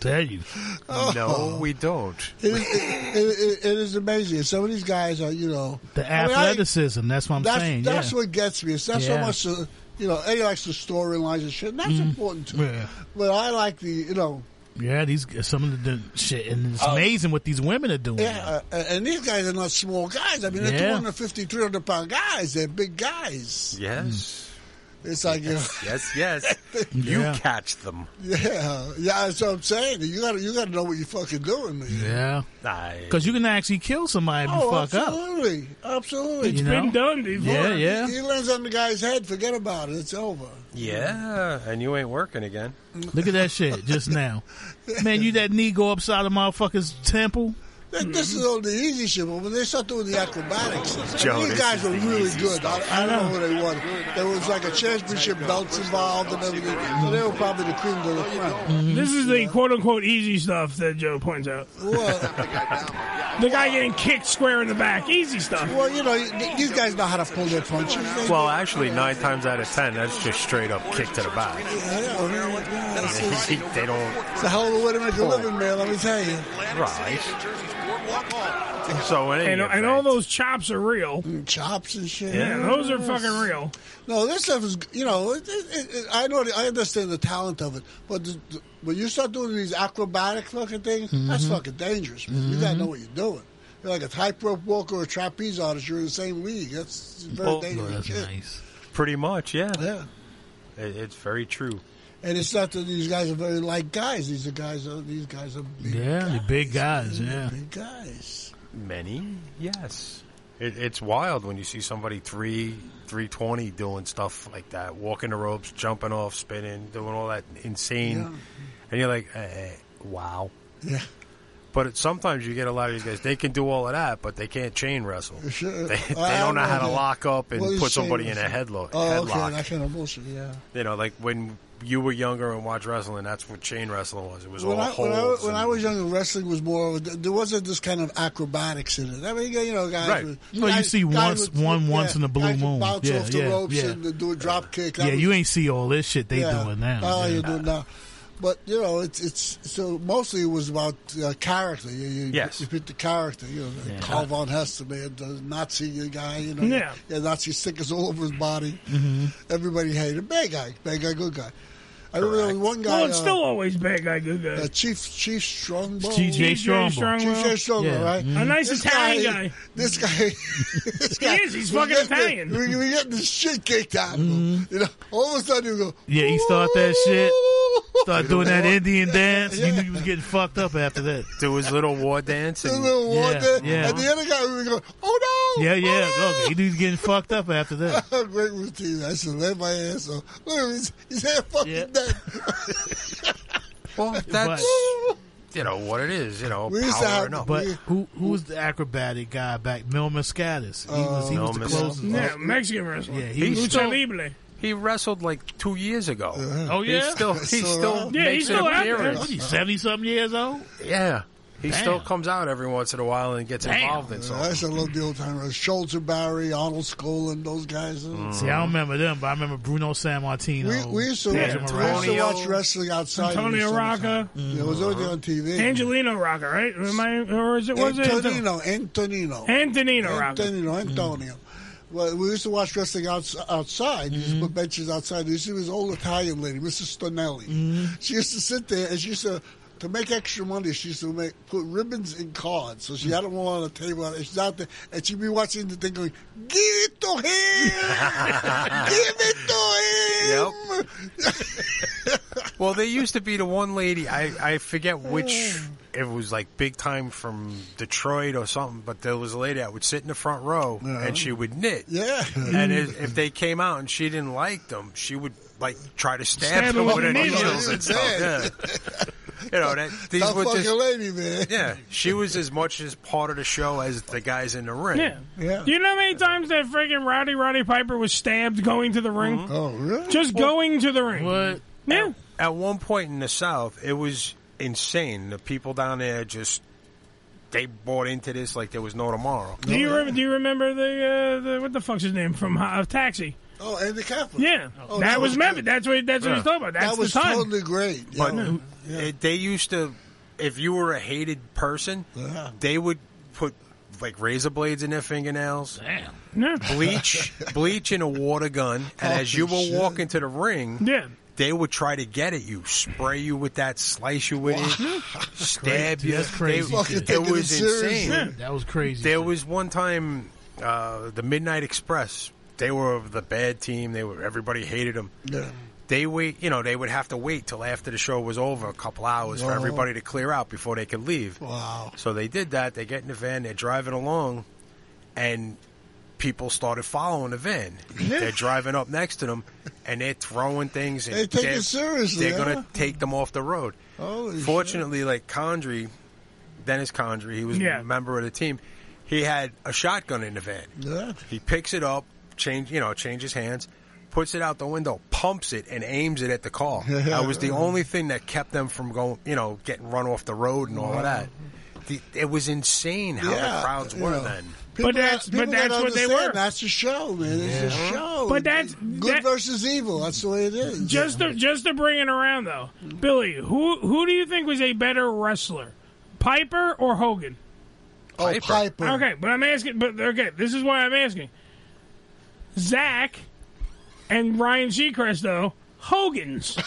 S3: Tell you.
S4: No, we don't.
S2: It is, it, it, it is amazing. Some of these guys are, you know,
S3: The
S2: I mean, I-
S3: athleticism. that's what I'm
S2: that's,
S3: saying.
S2: That's
S3: yeah.
S2: what gets me. It's not
S3: Yeah. Mm-hmm.
S2: so much the you know, A likes the storylines and shit, and that's important too.
S3: Yeah.
S2: But I like the you know,
S3: yeah, these some of the shit, and it's
S2: Oh.
S3: amazing what these women are doing.
S2: yeah, uh, and these guys are not small guys. I mean, they're
S3: Yeah.
S2: 250, 300 pound guys. They're big guys. Mm.
S4: Yes.
S2: It's like you know,
S4: Yes, yes. You
S2: Yeah.
S4: catch them.
S2: yeah, yeah. That's what I'm saying. You got to you got to know what you're fucking doing. man.
S3: Yeah,
S4: I,
S3: because you can actually kill somebody if you
S2: Oh,
S3: fuck up.
S2: absolutely, absolutely.
S3: It's You been know? done before. Yeah, yeah.
S2: He, he lands on the guy's head. Forget about it. It's over.
S4: Yeah, and you ain't working again.
S3: Look at that shit just now, man. You that knee go upside a motherfucker's temple. Mm-hmm.
S2: Th- This is all the easy shit, but when they start doing the acrobatics, and
S3: Joe,
S2: these
S3: this
S2: guys
S3: is
S2: were
S3: the
S2: really
S3: easy
S2: good. I,
S3: stuff.
S2: I don't know who they won. There was like a championship belts involved and everything. So they were probably the cream to the front.
S1: This
S3: Mm-hmm.
S1: is the quote unquote easy stuff that Joe points out. the guy getting kicked square in the back. Easy stuff.
S2: Well, you know, th- these guys know how to pull their punches. They-
S4: Well, actually, nine times out of ten, that's just straight up kick to the back.
S2: I know, man. Yeah, it's, it's-
S4: they don't.
S2: it's a hell of a way to make a living, man. Let me tell you.
S4: Right. So, in any
S1: and, and all those chops are real.
S2: Mm, Chops and shit.
S1: Yeah, those are fucking real.
S2: No, this stuff is you know. It, it, it, it- I know. the- I understand the talent of it, but the, the- when you start doing these acrobatic fucking things, that's
S3: Mm-hmm.
S7: Mhm.
S2: fucking dangerous. Man. You gotta know what you're doing. You're like a tight rope walker or a trapeze artist. You're in the same league. That's very
S4: Well,
S2: dangerous. shit.
S4: Pretty much, yeah.
S2: Yeah.
S4: It, it's very true.
S2: And it's not that these guys are very light guys. These are guys. Are, these guys are big
S3: Yeah, the big guys.
S2: These are
S3: Yeah,
S2: big guys.
S4: Many, yes. It, it's wild when you see somebody three three twenty doing stuff like that, walking the ropes, jumping off, spinning, doing all that insane,
S2: Yeah.
S4: and you're like, eh, eh, wow.
S2: Yeah.
S4: But it, sometimes you get a lot of these guys. They can do all of that, but they can't chain wrestle.
S2: Sure.
S4: They, they
S2: Oh, I
S4: don't know how to
S2: that.
S4: lock up and
S2: What is
S4: put
S2: shame
S4: somebody in
S2: is-
S4: a headlock.
S2: Oh, okay,
S4: headlock.
S2: that kind of bullshit. Yeah.
S4: You know, like when you were younger and watched wrestling, that's what chain wrestling was. It was
S2: when
S4: all
S2: I, when, I,
S4: holds.
S2: when
S4: and-
S2: I was younger, wrestling was more. There wasn't this kind of acrobatics in it. I mean, you know, guys.
S3: Right.
S2: With,
S3: Well, you
S2: guys-
S3: see
S2: guys
S3: once-
S2: would-
S3: one once in a blue
S2: guys would
S3: moon.
S2: Bounce
S3: Yeah,
S2: off the
S3: yeah,
S2: ropes
S3: yeah.
S2: and do a drop kick. That
S3: yeah,
S2: was-
S3: you ain't see all this shit they
S2: yeah.
S3: doing now.
S2: Oh,
S3: yeah.
S2: you do now. But you know, it's it's so mostly it was about uh, character. You, you,
S4: Yes.
S2: you pick the character. You know,
S4: Yeah.
S2: Carl von Hesterman, the Nazi guy. You know,
S4: Yeah.
S2: yeah, Nazi stickers all over his body.
S4: Mhm.
S2: Everybody hated bad guy, bad guy, good guy. I remember there was one guy.
S1: Well, it's
S2: uh,
S1: still always bad guy, good guy.
S2: uh, Chief Chief Strongbow.
S1: G.J. Strongbow.
S2: G.J. Strongbow,
S1: Yeah.
S2: right?
S1: A nice
S2: This
S1: Italian guy.
S2: This guy. this guy
S1: He is, he's
S2: we
S1: fucking
S2: get the-
S1: Italian.
S2: we, we get the shit kicked out of him. You know, all of a sudden you go,
S7: Yeah, he started that shit. Started doing that Indian dance. You knew you was getting fucked up after that.
S4: There was little war dance.
S2: "This little war
S7: yeah,
S2: there."
S7: Yeah.
S2: And the other guy we go, oh no!
S7: yeah, yeah. Look, he knew he was getting fucked up after that.
S2: Great routine. I should let my ass off. Look at him, he's, he's half fucking dead.
S4: well, that's you know what it is. You know, powering Oh, up.
S7: but who who was the acrobatic guy back? Mel Mascatis. He was he was the
S4: Mel Mascatis.
S7: closest.
S1: Yeah, Mexican wrestler.
S7: Yeah,
S4: He's
S7: he was
S1: Lucha
S4: still-
S1: Libre.
S4: he wrestled like two years ago.
S7: Oh yeah,
S4: he's still he's still
S7: yeah,
S4: makes
S7: he's
S4: an
S7: still out there.
S4: appearance.
S7: What, he's seventy something years old.
S4: Yeah, he
S7: Damn.
S4: still comes out every once in a while and gets involved in
S2: I
S4: something.
S2: used to love the old time. Schultz and Barry, Arnold Skolin, those guys. uh,
S7: Mm. See, I don't remember them, but I remember Bruno San Martino.
S2: We, we used to,
S7: Roger
S2: watch, we
S7: Moran.
S2: used to watch wrestling outside. in the
S1: Antonio
S2: summertime.
S1: Rocca.
S2: Yeah, it was always on TV.
S1: Angelino Rocca, right? Am I, or is it was it
S2: Antonino, Antonino.
S1: Antonino Rocca.
S2: Antonino, Antonio. Well, we used to watch wrestling outs- outside. You used to put benches outside. You see this old Italian lady, Mrs. Stonelli.
S1: Mm-hmm.
S2: She used to sit there and she used to, to make extra money, she used to make, put ribbons in cards. So she had them all on the table. And she's out there and she'd be watching the thing going, give it to him! give it to him!
S4: well, there used to be the one lady I I forget which it was like big time from Detroit or something, but there was a lady that would sit in the front row and she would knit.
S2: Yeah,
S4: and if, if they came out and she didn't like them, she would like try to stab,
S2: Stab
S4: them
S2: them
S4: with
S2: with
S4: her
S2: needles.
S4: needles and stuff.
S2: Yeah.
S4: Yeah. You know that these
S2: Tough
S4: were
S2: fucking
S4: just-
S2: lady, man.
S4: Yeah, she was as much as part of the show as the guys in the ring.
S1: Yeah. You know how many times that freaking Roddy Roddy Piper was stabbed going to the ring?
S2: Oh, really?
S1: Just going to the ring.
S7: What?
S1: Yeah.
S4: At one point in the South, it was insane. The people down there just they bought into this like there was no tomorrow.
S1: Do you remember? Do you remember the, uh, the what the fuck's his name from uh, Taxi?
S2: Oh, Andy Kaplan.
S1: Yeah,
S2: Oh,
S1: that,
S2: that
S1: was
S2: was
S1: Memphis. That's what that's what
S4: Yeah.
S1: he's talking about. That's
S2: that was
S1: the time.
S2: totally great. you
S4: But
S2: know.
S4: it- they used to, if you were a hated person, they would put like razor blades in their fingernails.
S7: Damn.
S4: Bleach, bleach in a water gun, and as you were
S7: Fucking shit.
S4: walking to the ring,
S1: yeah.
S4: they would try to get at you, spray you with that, slice you with it, stab
S7: Crazy.
S4: you.
S7: That's crazy
S4: They-
S7: shit.
S4: it was insane.
S7: That was crazy.
S4: There was one time, uh, the Midnight Express. They were the bad team. They were everybody hated them.
S2: Yeah.
S4: They wait, you know, they would have to wait till after the show was over, a couple hours for
S7: Oh.
S2: Wow.
S4: everybody to clear out before they could leave.
S2: Wow.
S4: So they did that. They get in the van. They're driving along, and people started following the van. they're driving up next to them, and they're throwing things. And
S2: They take it
S4: they're-
S2: seriously,
S4: They're
S2: huh?
S4: gonna take them off the road.
S2: Holy
S4: Fortunately, like Condry, Dennis Condry, he was
S2: Yeah.
S4: a member of the team. He had a shotgun in the van.
S2: Yeah.
S4: He picks it up, change you know, changes hands, puts it out the window, pumps it, and aims it at the car. that was the only thing that kept them from going, you know, getting run off the road and all
S2: Wow.
S4: of that. The, it was insane how the
S2: Yeah,
S4: crowds
S2: you
S4: were
S2: know.
S4: then.
S2: People
S1: But that's-
S2: got-
S1: but
S2: people gotta
S1: that's what they
S2: understand,
S1: were.
S2: That's a show, man. It's a
S1: Yeah.
S2: show.
S1: But that's-
S2: good versus evil. That's the way it is.
S1: Just to just to bring it around though, Billy, who who do you think was a better wrestler, Piper or Hogan?
S2: Oh, Piper. Piper.
S1: Okay, but I'm asking. But okay, this is why I'm asking. Zach and Ryan Seacrest though Hogan's.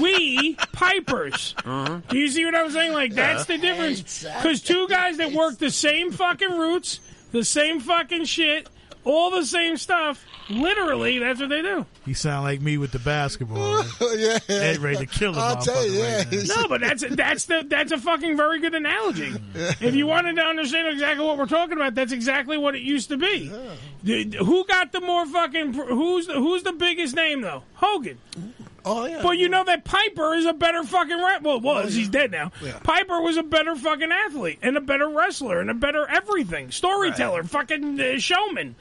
S1: we Pipers. Do you see what I'm saying? Like that's
S4: Yeah.
S1: the difference. Because two guys that work the same fucking routes, the same fucking shit, all the same stuff. Literally, that's what they do.
S7: He sound like me with the basketball.
S2: yeah,
S7: Ed ready to kill him.
S1: I'll tell you,
S7: yeah.
S1: No, but that's that's the that's a fucking very good analogy. If you wanted to understand exactly what we're talking about, that's exactly what it used to be. The- the- Who got the more fucking? pr- Who's the, who's the biggest name though? Hogan.
S2: Oh yeah.
S1: But you know that Piper is a better fucking re- well was he's dead now. Piper was a better fucking athlete and a better wrestler and a better everything storyteller, fucking uh, showman.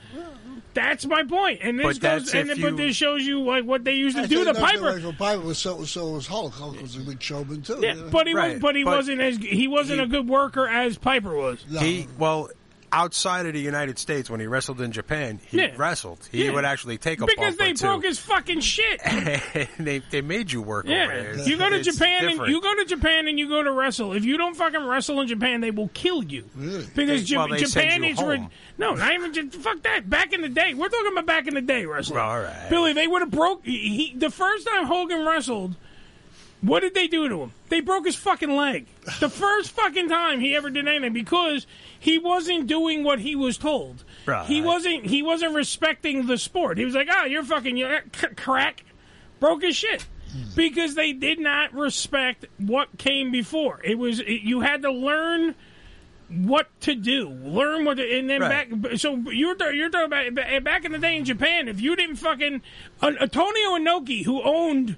S1: That's my point. And this
S4: But that's
S1: goes and
S4: if
S1: but
S4: you-
S1: this shows you like what they used to
S2: I
S1: do
S2: think
S1: to
S2: that's the
S1: Piper.
S2: way for Piper was so so was Hulk. Hulk was a good showman too.
S1: Yeah, but he was, but he wasn't as he wasn't a good worker as Piper was.
S4: He well, outside of the United States when he wrestled in Japan, he
S1: Yeah.
S4: wrestled. He
S1: Yeah.
S4: would actually take a
S1: because
S4: bump
S1: they
S4: or two.
S1: broke his fucking shit.
S4: they they made you work over
S1: Yeah,
S4: there.
S1: you go to
S4: It's
S1: Japan and
S4: different.
S1: you go to Japan and you go to wrestle. If you don't fucking wrestle in Japan, they will kill you. Because
S4: They-
S1: Ja-
S4: well, they send
S1: Japan
S4: you
S1: is re-
S4: home.
S1: no, not even Ja- fuck that. Back in the day, we're talking about back in the day wrestling.
S4: all right.
S1: Billy, they would have broke he, the first time Hogan wrestled. What did they do to him? They broke his fucking leg. The first fucking time he ever did anything because he wasn't doing what he was told.
S4: Right.
S1: He wasn't he wasn't respecting the sport. He was like, "Ah, you're fucking you're c- crack." Broke his shit
S4: Hmm.
S1: because they did not respect what came before. It was it, you had to learn what to do, learn what, to, and then
S4: Right.
S1: back. So you're th- you're talking about ba- back in the day in Japan. If you didn't fucking uh, Antonio Inoki, who owned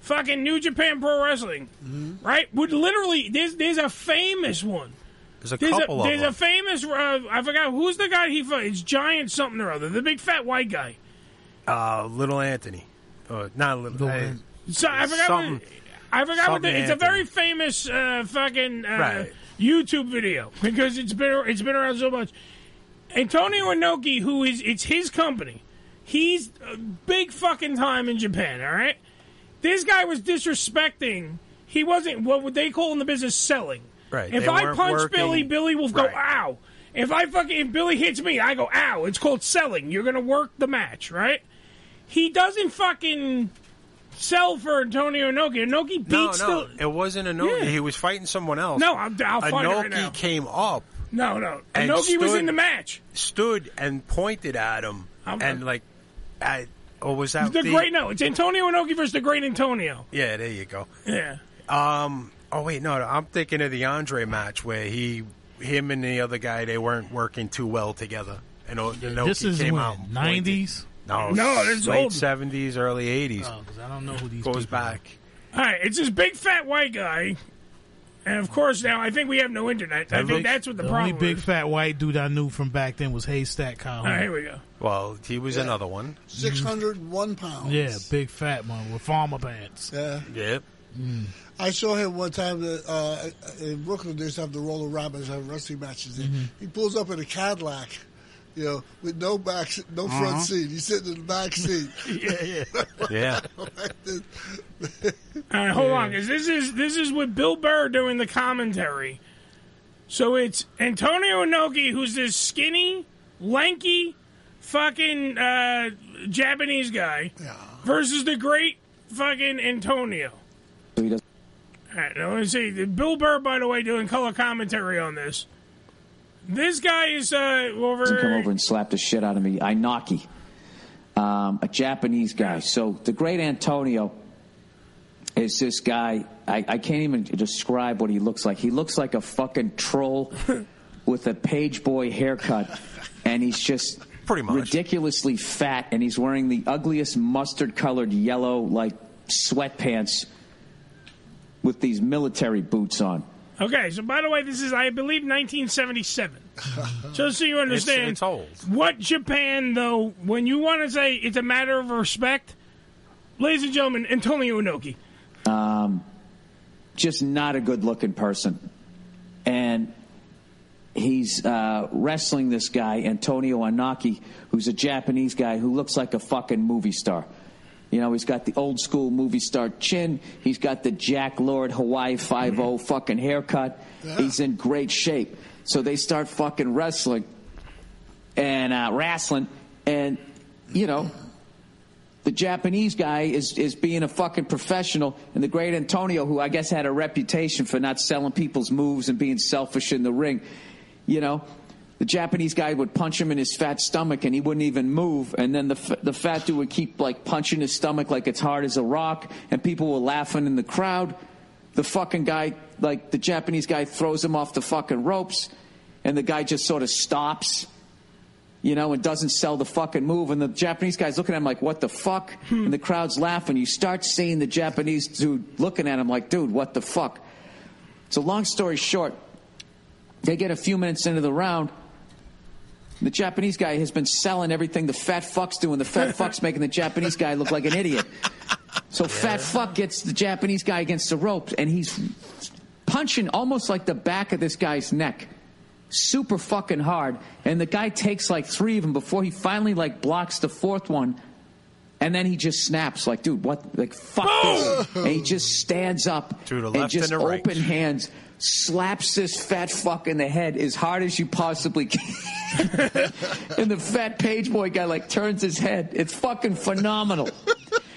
S1: fucking New Japan Pro Wrestling,
S4: Mm-hmm.
S1: right? Would literally there's there's a famous one.
S4: There's a
S1: there's a,
S4: couple of
S1: there's
S4: them.
S1: a famous. Uh, I forgot who's the guy he fought. It's giant something or other. The big fat white guy.
S4: uh, Little Anthony, uh, not Little. I,
S1: So I forgot.
S4: Something-
S1: what, I forgot what
S4: something
S1: the, it's a
S4: Anthony.
S1: very famous uh, fucking uh,
S4: Right.
S1: YouTube video because it's been it's been around so much. Antonio Inoki, who is it's his company, he's a big fucking time in Japan. All right, this guy was disrespecting. He wasn't what would they call in the business selling.
S4: Right,
S1: If
S4: they
S1: I
S4: weren't
S1: punch
S4: working-
S1: Billy, Billy will go ow. If I fucking if Billy hits me, I go ow. It's called selling. You're gonna work the match, right? He doesn't fucking sell for Antonio Inoki. Inoki
S4: no,
S1: beats
S4: no,
S1: the
S4: it wasn't Anoki.
S1: Yeah.
S4: He was fighting someone else.
S1: No, I'll- I'll find it right
S4: Inoki
S1: now.
S4: came up.
S1: no no.
S4: And
S1: Inoki was
S4: stood-
S1: in the match.
S4: stood and pointed at him and like I or was that
S1: The great no, it's Antonio Inoki versus the great Antonio.
S4: Yeah, there you go.
S1: Yeah.
S4: Um oh wait, no, no, I'm thinking of the Andre match where he him and the other guy they weren't working too well together. And O- Inoki
S3: this is
S4: came
S3: when,
S4: out and pointed.
S3: 90s?
S4: No,
S1: No, this is
S4: late
S1: old.
S4: 70s, early 80s.
S3: Oh, I don't know who these
S4: Goes back.
S1: All right, it's this big fat white guy, and of course now I think we have no internet. I think that's what the,
S3: the
S1: problem.
S3: only big fat white dude I knew from back then was Haystack Kyle.
S1: All right, here we go.
S4: Well, he was another one.
S2: Six hundred and one pounds.
S3: Yeah, big fat one with farmer pants.
S2: Yeah. Mm.
S4: Yep.
S2: I saw him one time uh, in Brooklyn. They used to have the Roller Robbins have wrestling matches. there.
S4: Mm-hmm.
S2: He pulls up in a Cadillac, you know, with no back, no front
S4: Uh-huh.
S2: seat. He's sitting in the back seat.
S3: yeah,
S4: Yeah.
S1: All right, hold on, 'cause this is this is with Bill Burr doing the commentary. So it's Antonio Inoki, who's this skinny, lanky, fucking uh, Japanese guy, versus the great fucking Antonio.
S30: So he doesn't.
S1: All right, now let me see. The- Bill Burr, by the way, doing color commentary on this. This guy is uh,
S30: doesn't come
S1: over.
S30: over and slap the shit out of me. I knocky. Um, a Japanese guy. So the great Antonio is this guy. I, I can't even describe what he looks like. He looks like a fucking troll with a page boy haircut, and he's just pretty much ridiculously fat, and he's wearing the ugliest mustard colored yellow like sweatpants with these military boots on.
S1: Okay, so by the way, this is I believe 1977. Just so you understand,
S30: it's
S4: old.
S1: What Japan though? When you want to say it's a matter of respect, ladies and gentlemen, Antonio Inoki.
S30: um, just not a good looking person. And he's uh, wrestling this guy, Antonio Anaki, who's a Japanese guy who looks like a fucking movie star. You know, he's got the old school movie star chin. He's got the Jack Lord Hawaii 5 fucking haircut. He's in great shape. So they start fucking wrestling and uh, wrestling. And, you know, the Japanese guy is, is being a fucking professional, and the great Antonio, who I guess had a reputation for not selling people's moves and being selfish in the ring, you know, the Japanese guy would punch him in his fat stomach and he wouldn't even move, and then the f- the fat dude would keep like punching his stomach like it's hard as a rock, and people were laughing in the crowd. The fucking guy, like the Japanese guy, throws him off the fucking ropes, and the guy just sort of stops you know, and doesn't sell the fucking move. And the Japanese guy's looking at him like, what the fuck? And the crowd's laughing. You start seeing the Japanese dude looking at him like, dude, what the fuck? So, long story short, they get a few minutes into the round. The Japanese guy has been selling everything the fat fuck's doing. The fat fuck's making the Japanese guy look like an idiot. So, fat fuck gets the Japanese guy against the ropes, and he's punching almost like the back of this guy's neck super fucking hard, and the guy takes like three of them before he finally like blocks the fourth one, and then he just snaps like, dude, what? Like fuck this, and he just stands up and
S4: left
S30: just
S4: and the right.
S30: open hands. Slaps this fat fuck in the head as hard as you possibly can, and the fat page boy guy like turns his head. It's fucking phenomenal,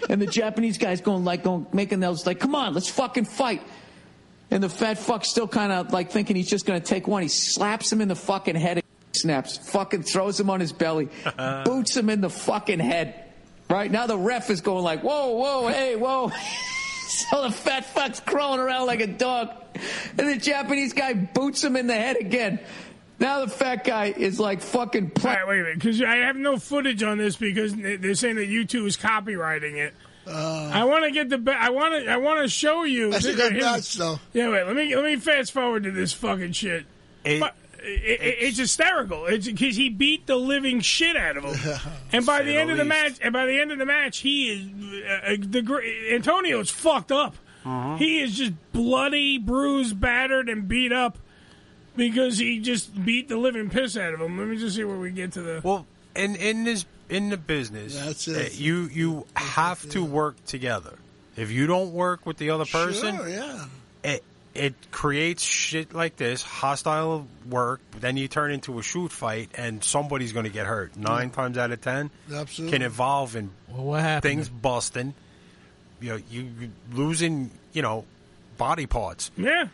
S30: and the Japanese guy's going like going making those like, come on, let's fucking fight. And the fat fuck's still kind of like thinking he's just going to take one. He slaps him in the fucking head, and snaps, fucking throws him on his belly, boots him in the fucking head. Right now, the ref is going like, whoa, whoa, hey, whoa. so the fat fuck's crawling around like a dog. And the Japanese guy boots him in the head again. Now the fat guy is like fucking
S1: All right, wait a minute, because I have no footage on this because they- they're saying that YouTube is copywriting it. I want to get the. Be- I want to. I want to show you.
S2: Uh. That's a
S1: th-
S2: good
S1: him-
S2: match, though.
S1: Yeah, wait. Let me let me fast forward to this fucking shit.
S4: It-
S1: But it, it, it's hysterical. It's because he beat the living shit out of him, and by
S4: Say
S1: the
S4: the
S1: end of the
S4: least.
S1: match, and by the end of the match, he is uh, uh, the gr- Antonio's fucked up.
S8: Uh-huh.
S4: Mhm.
S1: He is just bloody, bruised, battered, and beat up because he just beat the living piss out of him. Let me just see where we get to the.
S4: Well, in in this in the business,
S1: That's it.
S4: uh, you you have to work together. If you don't work with the other person,
S2: Sure, yeah.
S4: it it creates shit like this, hostile work. Then you turn into a shoot fight, and somebody's going to get hurt. Nine times out of ten,
S2: Absolutely.
S4: can involve in
S3: what happened?
S4: things busting. You know, you, you losing you know body parts.
S1: Yeah,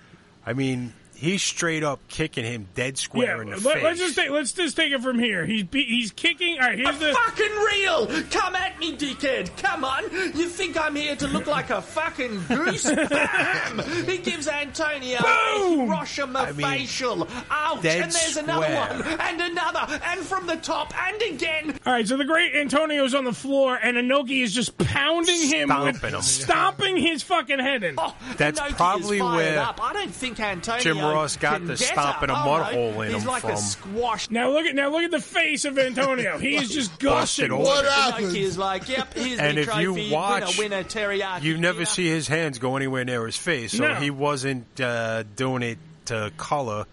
S4: I mean, he's straight up kicking him dead square in the
S1: let,
S4: face.
S1: us just take let's just take it from here. He's be, he's kicking. All right, here's the
S18: fucking real! Come at me, dickhead! Come on! You think I'm here to look like a fucking goose? Bam! He gives Antonio a Hiroshima facial. Ouch!
S1: dead
S18: And there's another
S1: square.
S18: one, and another, and from the top, and again.
S1: All right, so the great Antonio's on the floor, and Inoki is just pounding him, with-
S4: Stomping him.
S1: stomping his fucking head in.
S4: That's
S18: Oh, Inoki is
S4: probably
S18: fired
S4: where
S18: up. I don't think Antonio
S4: Jim Ross got
S18: can
S4: the
S18: get
S4: stomp
S18: her.
S4: in a
S18: Oh,
S4: mud
S18: no.
S4: hole in
S18: He's
S4: him
S18: like
S4: from-
S18: a squash.
S1: Now look at now look at the face of Antonio. He is just gushing.
S18: Inoki is like, yep, here's
S4: And
S18: the
S4: if
S18: trophy.
S4: you watch,
S18: winner, winner, teriyaki.
S4: You never see his hands go anywhere near his face, so
S18: No.
S4: he wasn't uh, doing it to color.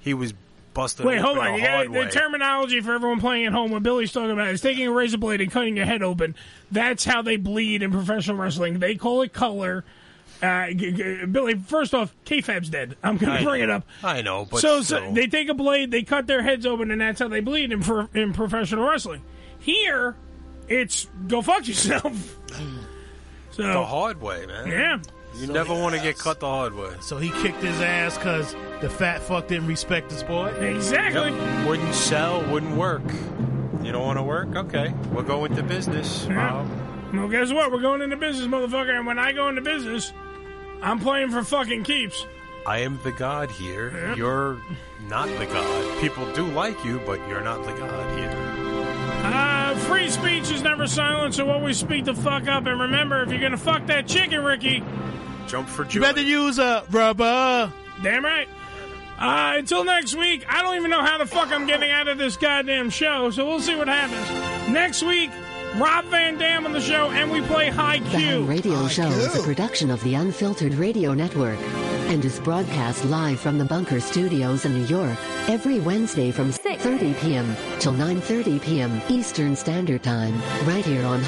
S4: He was busted.
S1: Wait,
S4: open
S1: hold
S4: a
S1: on. You
S4: hard
S1: got the
S4: way.
S1: terminology for everyone playing at home. What Billy's talking about is taking a razor blade and cutting your head open. That's how they bleed in professional wrestling. They call it color. Uh, g- g- Billy, first off, K-Fab's dead. I'm going
S4: I
S1: to bring it
S4: know.
S1: up.
S4: I know, Oh, but
S1: so, so
S4: still.
S1: they take a blade, they cut their heads open, and that's how they bleed in, pro- in professional wrestling. Here, it's go fuck yourself. so
S4: the hard way, man.
S1: Yeah.
S4: you never want to get cut the hard way.
S3: So he kicked his ass because the fat fuck didn't respect the sport.
S1: Exactly.
S4: Yep. Wouldn't sell, wouldn't work. You don't want to work? Okay, we'll go into business. Wow.
S1: Well, guess what? We're going into business, motherfucker. And when I go into business, I'm playing for fucking keeps.
S4: I am the god here.
S1: Yep.
S4: You're not the god. People do like you, but you're not the god here.
S1: Uh, free speech is never silent, so always speak the fuck up. And remember, if you're gonna fuck that chicken, Ricky,
S4: Jump for joy.
S3: You better use a rubber.
S1: damn right. Uh, until next week, I don't even know how the fuck I'm getting out of this goddamn show, so we'll see what happens. Next week, Rob Van Dam on the show, and we play High
S18: The Ham
S1: Q.
S18: Radio Show is a production of the Unfiltered Radio Network and is broadcast live from the Bunker Studios in New York every Wednesday from 6.30 p.m. till 9.30 p.m. Eastern Standard Time, right here on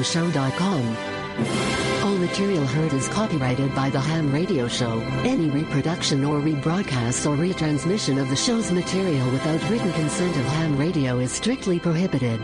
S18: hamradioshow.com. All material heard is copyrighted by The Ham Radio Show. Any reproduction or rebroadcast or retransmission of the show's material without written consent of Ham Radio is strictly prohibited.